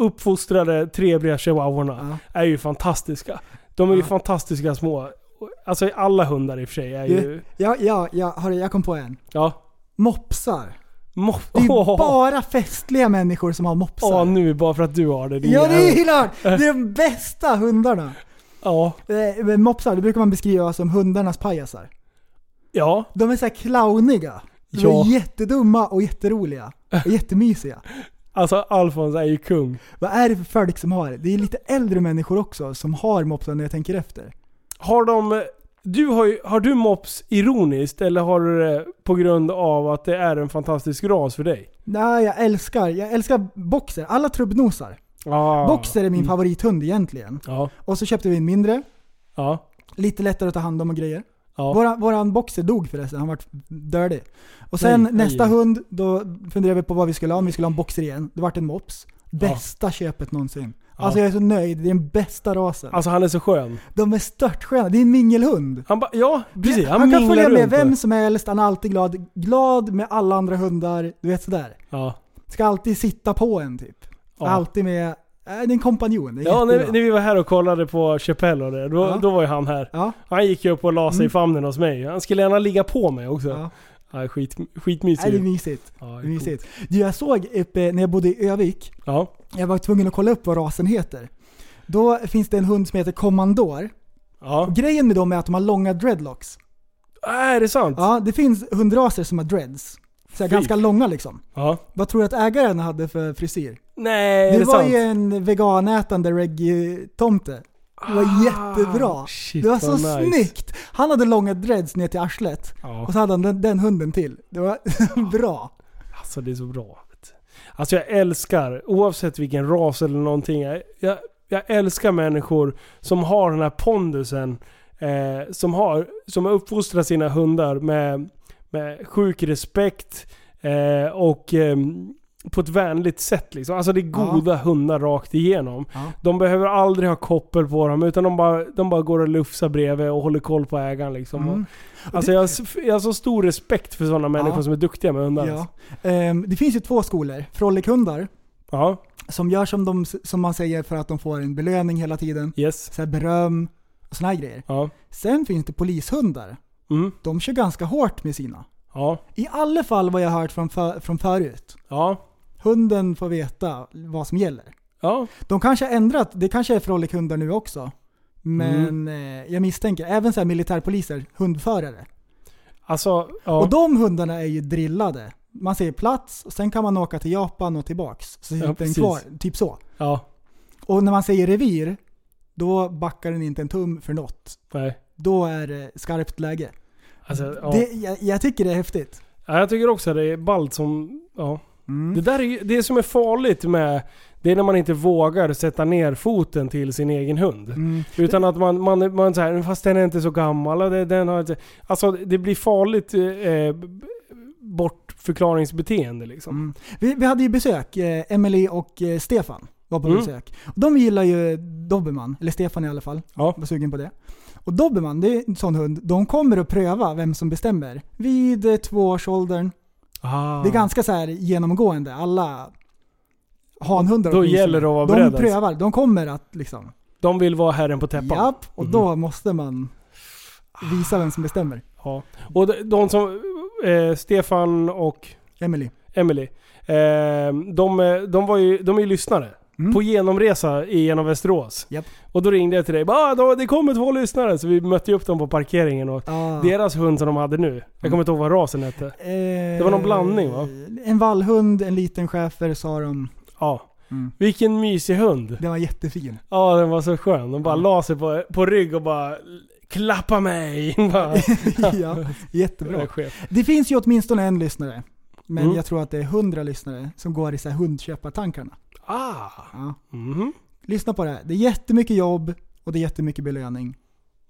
[SPEAKER 5] uppfostrade, trevliga chihuahuorna är ju fantastiska. De är ju
[SPEAKER 4] Ja.
[SPEAKER 5] fantastiska små. Alltså alla hundar i och för sig är ju...
[SPEAKER 4] Du, ja, ja, ja, hörru, jag kom på en.
[SPEAKER 5] Ja.
[SPEAKER 4] Mopsar.
[SPEAKER 5] Mo-
[SPEAKER 4] Det är
[SPEAKER 5] Åh,
[SPEAKER 4] bara festliga människor som har mopsar.
[SPEAKER 5] åh, Äh. nu bara för att du har det. din
[SPEAKER 4] ja, det är
[SPEAKER 5] jävel.
[SPEAKER 4] klart! Det är de bästa hundarna.
[SPEAKER 5] Ja.
[SPEAKER 4] Eh, men Mopsar, det brukar man beskriva som hundarnas pajasar.
[SPEAKER 5] Ja,
[SPEAKER 4] De är så här clowniga. De
[SPEAKER 5] Ja.
[SPEAKER 4] är jättedumma och jätteroliga. Och jättemysiga.
[SPEAKER 5] alltså Alfons är ju kung.
[SPEAKER 4] Vad är det för folk som har det? Det är lite äldre människor också som har mopsar när jag tänker efter.
[SPEAKER 5] Har de... Du har, ju, har du mops ironiskt eller har du det på grund av att det är en fantastisk ras för dig?
[SPEAKER 4] Nej, jag älskar, jag älskar boxer. Alla trubbnosar.
[SPEAKER 5] Ah.
[SPEAKER 4] Boxer är min favorithund egentligen.
[SPEAKER 5] Ja,
[SPEAKER 4] Och så köpte vi en mindre.
[SPEAKER 5] ja,
[SPEAKER 4] Lite lättare att ta hand om och grejer.
[SPEAKER 5] ja.
[SPEAKER 4] Våran, våran boxer dog förresten, han vart dirty. Och sen
[SPEAKER 5] Nej, nej.
[SPEAKER 4] nästa hund, då funderade vi på vad vi skulle ha, om vi skulle ha en boxer igen. Det vart en mops. Bästa köpet någonsin. Alltså jag är så nöjd, det är den bästa rasen.
[SPEAKER 5] Alltså han är så skön.
[SPEAKER 4] De är störtsköna, det är en mingelhund.
[SPEAKER 5] Han ba, ja, precis. Han,
[SPEAKER 4] Han kan
[SPEAKER 5] minglar
[SPEAKER 4] följa med
[SPEAKER 5] runt
[SPEAKER 4] vem
[SPEAKER 5] där.
[SPEAKER 4] som helst, han är alltid glad. Glad med alla andra hundar, du vet sådär.
[SPEAKER 5] Ja.
[SPEAKER 4] Ska alltid sitta på en typ.
[SPEAKER 5] Ja.
[SPEAKER 4] Alltid med, äh, det är en kompanjon. det är
[SPEAKER 5] Ja, när,
[SPEAKER 4] jättebra.
[SPEAKER 5] när vi var här och kollade på Chappelle och det, då,
[SPEAKER 4] Ja.
[SPEAKER 5] då var ju han här.
[SPEAKER 4] ja, Mm.
[SPEAKER 5] Han gick ju upp och la sig i famnen hos mig. Han skulle gärna ligga på mig också. Ja.
[SPEAKER 4] Ja.
[SPEAKER 5] skit,
[SPEAKER 4] äh, det är
[SPEAKER 5] skitmysigt.
[SPEAKER 4] mysigt.
[SPEAKER 5] Ja,
[SPEAKER 4] Det
[SPEAKER 5] det
[SPEAKER 4] är
[SPEAKER 5] är
[SPEAKER 4] mysigt. Du, jag såg uppe när jag bodde i Övik,
[SPEAKER 5] coolt. Ja.
[SPEAKER 4] jag var tvungen att kolla upp vad rasen heter. Då finns det en hund som heter kommandor.
[SPEAKER 5] ja.
[SPEAKER 4] Och grejen med dem är att de har långa dreadlocks.
[SPEAKER 5] Äh, är det sant? Ja.
[SPEAKER 4] Ja, det finns hundraser som har dreads. Så här,
[SPEAKER 5] Fy.
[SPEAKER 4] ganska långa liksom. Vad tror du att ägaren hade för frisyr?
[SPEAKER 5] Nej, är
[SPEAKER 4] Det
[SPEAKER 5] det
[SPEAKER 4] var
[SPEAKER 5] sant?
[SPEAKER 4] ju en veganätande reggae-tomte. Det var jättebra.
[SPEAKER 5] Ah, shit,
[SPEAKER 4] det var så
[SPEAKER 5] vad nice.
[SPEAKER 4] snyggt. Han hade långa dreads ner till arslet.
[SPEAKER 5] Ja.
[SPEAKER 4] Och så hade han den, den hunden till. Det var bra.
[SPEAKER 5] Alltså det är så bra. vet du. Alltså jag älskar, oavsett vilken ras eller någonting. Jag, jag, jag älskar människor som har den här pondusen. Eh, som, har, som har uppfostrat sina hundar med, med sjuk respekt. Eh, och ehm, på ett vänligt sätt liksom. Alltså det är goda hundar rakt igenom.
[SPEAKER 4] Ja.
[SPEAKER 5] De behöver aldrig ha koppel på dem utan de bara, de bara går och lufsar bredvid och håller koll på ägaren liksom.
[SPEAKER 4] Mm.
[SPEAKER 5] Alltså jag, har s- jag har så stor respekt för sådana människor som är duktiga med hundar.
[SPEAKER 4] Ja.
[SPEAKER 5] alltså.
[SPEAKER 4] Ehm, det finns ju två skolor. Frolichundar,
[SPEAKER 5] Ja,
[SPEAKER 4] som gör som, de, som man säger för att de får en belöning hela tiden.
[SPEAKER 5] yes.
[SPEAKER 4] så här beröm och såna här grejer.
[SPEAKER 5] Ja.
[SPEAKER 4] Sen finns det polishundar.
[SPEAKER 5] Mm.
[SPEAKER 4] De kör ganska hårt med sina.
[SPEAKER 5] Ja.
[SPEAKER 4] I alla fall vad jag har hört från, för, från förut.
[SPEAKER 5] Ja.
[SPEAKER 4] Hunden får veta vad som gäller.
[SPEAKER 5] Ja.
[SPEAKER 4] De kanske har ändrat, det kanske är frolichundar nu också.
[SPEAKER 5] Mm.
[SPEAKER 4] Men eh, jag misstänker, även så här militärpoliser, hundförare.
[SPEAKER 5] Alltså, ja.
[SPEAKER 4] Och de hundarna är ju drillade. Man säger plats, och sen kan man åka till Japan och tillbaks. Så sitter den
[SPEAKER 5] precis.
[SPEAKER 4] kvar, typ så.
[SPEAKER 5] ja.
[SPEAKER 4] Och när man säger revir, då backar den inte en tum för något.
[SPEAKER 5] Nej.
[SPEAKER 4] Då är det skarpt läge.
[SPEAKER 5] Alltså, ja.
[SPEAKER 4] Det, jag, jag tycker det är häftigt.
[SPEAKER 5] ja. Jag tycker också att det är ballt som... Ja. Det där är ju, det som är farligt med... Det är när man inte vågar sätta ner foten till sin egen hund.
[SPEAKER 4] Mm.
[SPEAKER 5] Utan att man, man, man så här, fast den är inte så gammal och det, den har inte... Alltså det blir farligt eh, bortförklaringsbeteende liksom.
[SPEAKER 4] Mm. Vi, vi hade ju besök, eh, Emily och eh, Stefan var på
[SPEAKER 5] Mm.
[SPEAKER 4] besök. De gillar ju Dobermann, eller Stefan i alla fall.
[SPEAKER 5] Ja.
[SPEAKER 4] Var sugen på det. Och Dobermann, det är en sån hund, de kommer att pröva vem som bestämmer. Vid eh, tvåårsåldern.
[SPEAKER 5] Ah.
[SPEAKER 4] Mm. Det är ganska så här genomgående, alla hanhundar
[SPEAKER 5] Då
[SPEAKER 4] åtminstone.
[SPEAKER 5] gäller det att vara
[SPEAKER 4] De
[SPEAKER 5] beredd alltså.
[SPEAKER 4] prövar, de kommer att liksom.
[SPEAKER 5] De vill vara herren på täppan.
[SPEAKER 4] Japp, och då måste man visa vem som bestämmer.
[SPEAKER 5] Ja. Och de, de som... Eh, Stefan och...
[SPEAKER 4] Emily.
[SPEAKER 5] Emily. Eh, de, de, var ju, de är ju lyssnare.
[SPEAKER 4] Mm.
[SPEAKER 5] På genomresa i- genom Västerås.
[SPEAKER 4] Japp.
[SPEAKER 5] Och då ringde jag till dig. Bara, Ah, då, det kommer två lyssnare. Så vi mötte ju upp dem på parkeringen. Och
[SPEAKER 4] Ah. Mm.
[SPEAKER 5] Deras hund som de hade nu. Jag kommer inte ihåg vad rasen hette.
[SPEAKER 4] Det
[SPEAKER 5] var någon blandning, va?
[SPEAKER 4] Eh, En vallhund, en liten schäfer sa de.
[SPEAKER 5] Ja.
[SPEAKER 4] Mm.
[SPEAKER 5] Vilken mysig hund.
[SPEAKER 4] Den var jättefin.
[SPEAKER 5] Ja, den var så skön. De bara la sig på, på rygg och bara klappa mig. bara,
[SPEAKER 4] ja,
[SPEAKER 5] bra
[SPEAKER 4] jättebra.
[SPEAKER 5] chef.
[SPEAKER 4] Det finns ju åtminstone en lyssnare. Men
[SPEAKER 5] Mm.
[SPEAKER 4] jag tror att det är hundra lyssnare som går i så här hundköpartankarna.
[SPEAKER 5] Ah.
[SPEAKER 4] Ja.
[SPEAKER 5] Mhm.
[SPEAKER 4] Lyssna på det här. Det är jättemycket jobb och det är jättemycket belöning.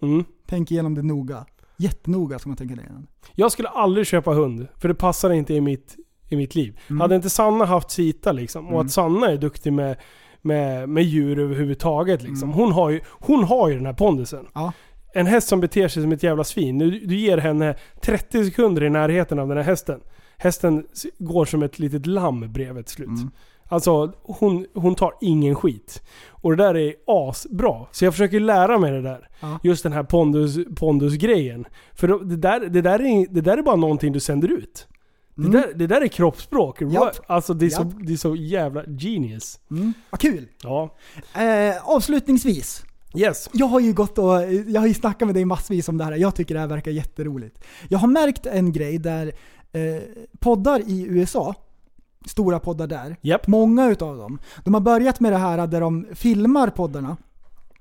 [SPEAKER 5] Mm.
[SPEAKER 4] Tänk igenom det noga. Jättenoga ska man tänka igenom.
[SPEAKER 5] Jag skulle aldrig köpa hund, för det passar inte i mitt, i mitt liv. Hade inte Sanna haft Sita liksom, och att Sanna är duktig med, med, med djur överhuvudtaget liksom. Hon, har ju, hon har ju den här pondusen.
[SPEAKER 4] Ja.
[SPEAKER 5] En häst som beter sig som ett jävla svin. Du, du ger henne 30 sekunder i närheten av den här hästen. Hästen s- går som ett litet lamm bredvid till slut.
[SPEAKER 4] Mm.
[SPEAKER 5] Alltså hon, hon tar ingen skit. Och det där är asbra. Så jag försöker lära mig det där.
[SPEAKER 4] Ja.
[SPEAKER 5] Just den här pondus, pondusgrejen. För då- det där, det, där är, det där är bara någonting du sänder ut.
[SPEAKER 4] Mm.
[SPEAKER 5] Det, där, det där är kroppsspråk.
[SPEAKER 4] Japp.
[SPEAKER 5] Alltså det är, så,
[SPEAKER 4] Japp.
[SPEAKER 5] det är så jävla genius.
[SPEAKER 4] Mm. Vad kul!
[SPEAKER 5] Ja.
[SPEAKER 4] Eh, avslutningsvis
[SPEAKER 5] Yes.
[SPEAKER 4] Jag har ju gått och, jag har ju snackat med dig massvis om det här. Jag tycker det här verkar jätteroligt. Jag har märkt en grej där eh, poddar i USA, stora poddar där,
[SPEAKER 5] Japp.
[SPEAKER 4] många utav dem, de har börjat med det här där de filmar poddarna.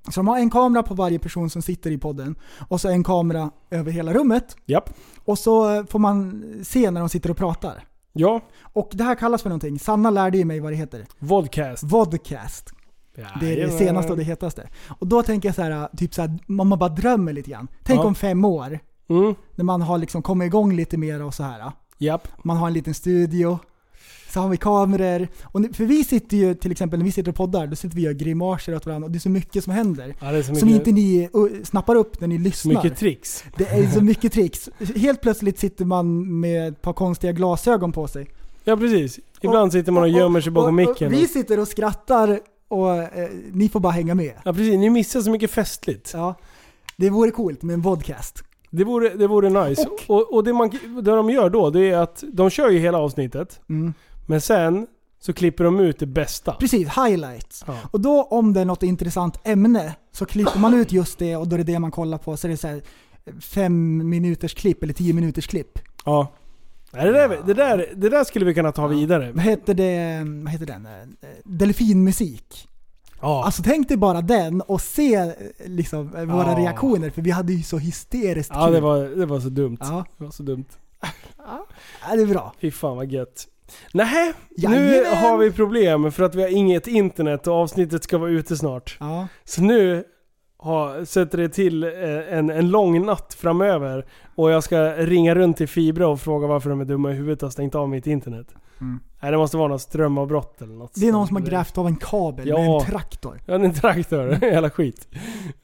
[SPEAKER 4] Så de har en kamera på varje person som sitter i podden och så en kamera över hela rummet.
[SPEAKER 5] Japp.
[SPEAKER 4] Och så får man se när de sitter och pratar.
[SPEAKER 5] Ja.
[SPEAKER 4] Och det här kallas för någonting. Sanna lärde ju mig vad det heter.
[SPEAKER 5] Vodcast.
[SPEAKER 4] Vodcast. Det är det
[SPEAKER 5] Jajamän.
[SPEAKER 4] senaste och det hetaste. Och då tänker jag så här, typ så här, man man bara drömmer lite grann. Tänk
[SPEAKER 5] Ja.
[SPEAKER 4] om fem år,
[SPEAKER 5] Mm.
[SPEAKER 4] när man har liksom kommit igång lite mer och så här.
[SPEAKER 5] Japp.
[SPEAKER 4] Man har en liten studio, så har vi kameror. Och nu, för vi sitter ju, till exempel när vi sitter och poddar, då sitter vi och gör grimaser åt varandra och det är så mycket som händer.
[SPEAKER 5] Ja, det är så
[SPEAKER 4] Som
[SPEAKER 5] mycket,
[SPEAKER 4] inte ni uh, snappar upp när ni lyssnar.
[SPEAKER 5] mycket tricks.
[SPEAKER 4] det är så mycket tricks. Helt plötsligt sitter man med ett par konstiga glasögon på sig.
[SPEAKER 5] Ja, precis. Ibland sitter man och gömmer sig bakom
[SPEAKER 4] och- och-
[SPEAKER 5] micken.
[SPEAKER 4] Vi
[SPEAKER 5] Och,
[SPEAKER 4] sitter och skrattar och eh, ni får bara hänga med.
[SPEAKER 5] ja, precis. Ni missar så mycket festligt.
[SPEAKER 4] Ja, det vore coolt med en podcast.
[SPEAKER 5] Det vore, det vore nice. Och, och, det, man, det de gör då, det är att de kör ju hela avsnittet.
[SPEAKER 4] Mm.
[SPEAKER 5] Men sen så klipper de ut det bästa.
[SPEAKER 4] Precis, highlights.
[SPEAKER 5] Ja.
[SPEAKER 4] Och då om det är något intressant ämne så klipper man ut just det och då är det det man kollar på. Så det är så här fem minuters klipp eller tio minuters klipp.
[SPEAKER 5] Ja. Nej, Det där, det, där, det där skulle vi kunna ta vidare.
[SPEAKER 4] Vad heter det, vad heter den? Eh, Delfinmusik.
[SPEAKER 5] Ja.
[SPEAKER 4] Alltså tänk dig bara den och se eh, liksom eh, våra
[SPEAKER 5] Ja.
[SPEAKER 4] reaktioner för vi hade ju så hysteriskt
[SPEAKER 5] Ja,
[SPEAKER 4] kul.
[SPEAKER 5] det var, det var så dumt.
[SPEAKER 4] Ja,
[SPEAKER 5] Det var så dumt.
[SPEAKER 4] ja, det är bra.
[SPEAKER 5] Fy fan vad gött. Nähä, nu
[SPEAKER 4] Jajamän.
[SPEAKER 5] har vi problem för att vi har inget internet och avsnittet ska vara ute snart.
[SPEAKER 4] Ja.
[SPEAKER 5] Så nu har, sätter det till eh, en, en lång natt framöver och jag ska ringa runt till Fibra och fråga varför de är dumma i huvudet och har stängt av mitt internet.
[SPEAKER 4] Mm.
[SPEAKER 5] Nej, det måste vara något strömavbrott eller något.
[SPEAKER 4] Det är någon som har grävt av en kabel med
[SPEAKER 5] Ja.
[SPEAKER 4] en traktor.
[SPEAKER 5] Ja, det är en traktor. Jävla skit.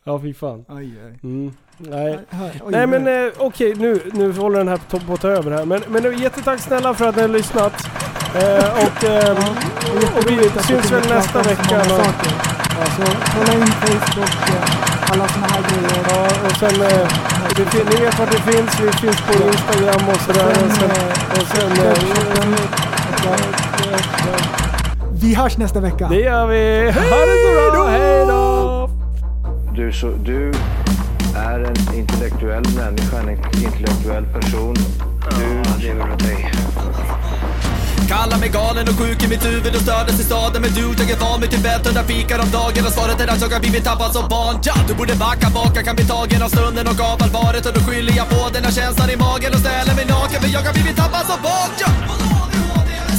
[SPEAKER 5] Ja, fy fan.
[SPEAKER 4] Oj, oj.
[SPEAKER 5] Mm. Nej.
[SPEAKER 4] Oj, oj.
[SPEAKER 5] Nej men eh, okej, nu, nu håller den här to- på att ta över här. Men, men eh, jättetack snälla för att ni har lyssnat. Eh, och, eh, och vi syns väl nästa vecka.
[SPEAKER 4] Många
[SPEAKER 5] eller-
[SPEAKER 4] saker. Så kolla in Facebook, eh, alla såna här grejer.
[SPEAKER 5] Ja, och sen, eh, det, fin- ni vet var det finns. Vi finns på Instagram och sådär. Och sen, och sen, eh,
[SPEAKER 4] Vi hörs nästa vecka.
[SPEAKER 5] det gör vi. Ha det så bra. Hej då!
[SPEAKER 1] Du, så, du är en intellektuell människa, en intellektuell person. Du lever åt dig.
[SPEAKER 2] Kallar mig galen och sjuk i mitt huvud och stördes i staden Men du, jag är van vid Tibet och där fikar om dagen Och svaret är att jag har blivit tappad som barn ja, Du borde backa bak, jag kan bli tagen av stunden och av allvaret Och då skyller jag på den här känslan i magen och ställer mig naken För jag har blivit tappad som barn ja.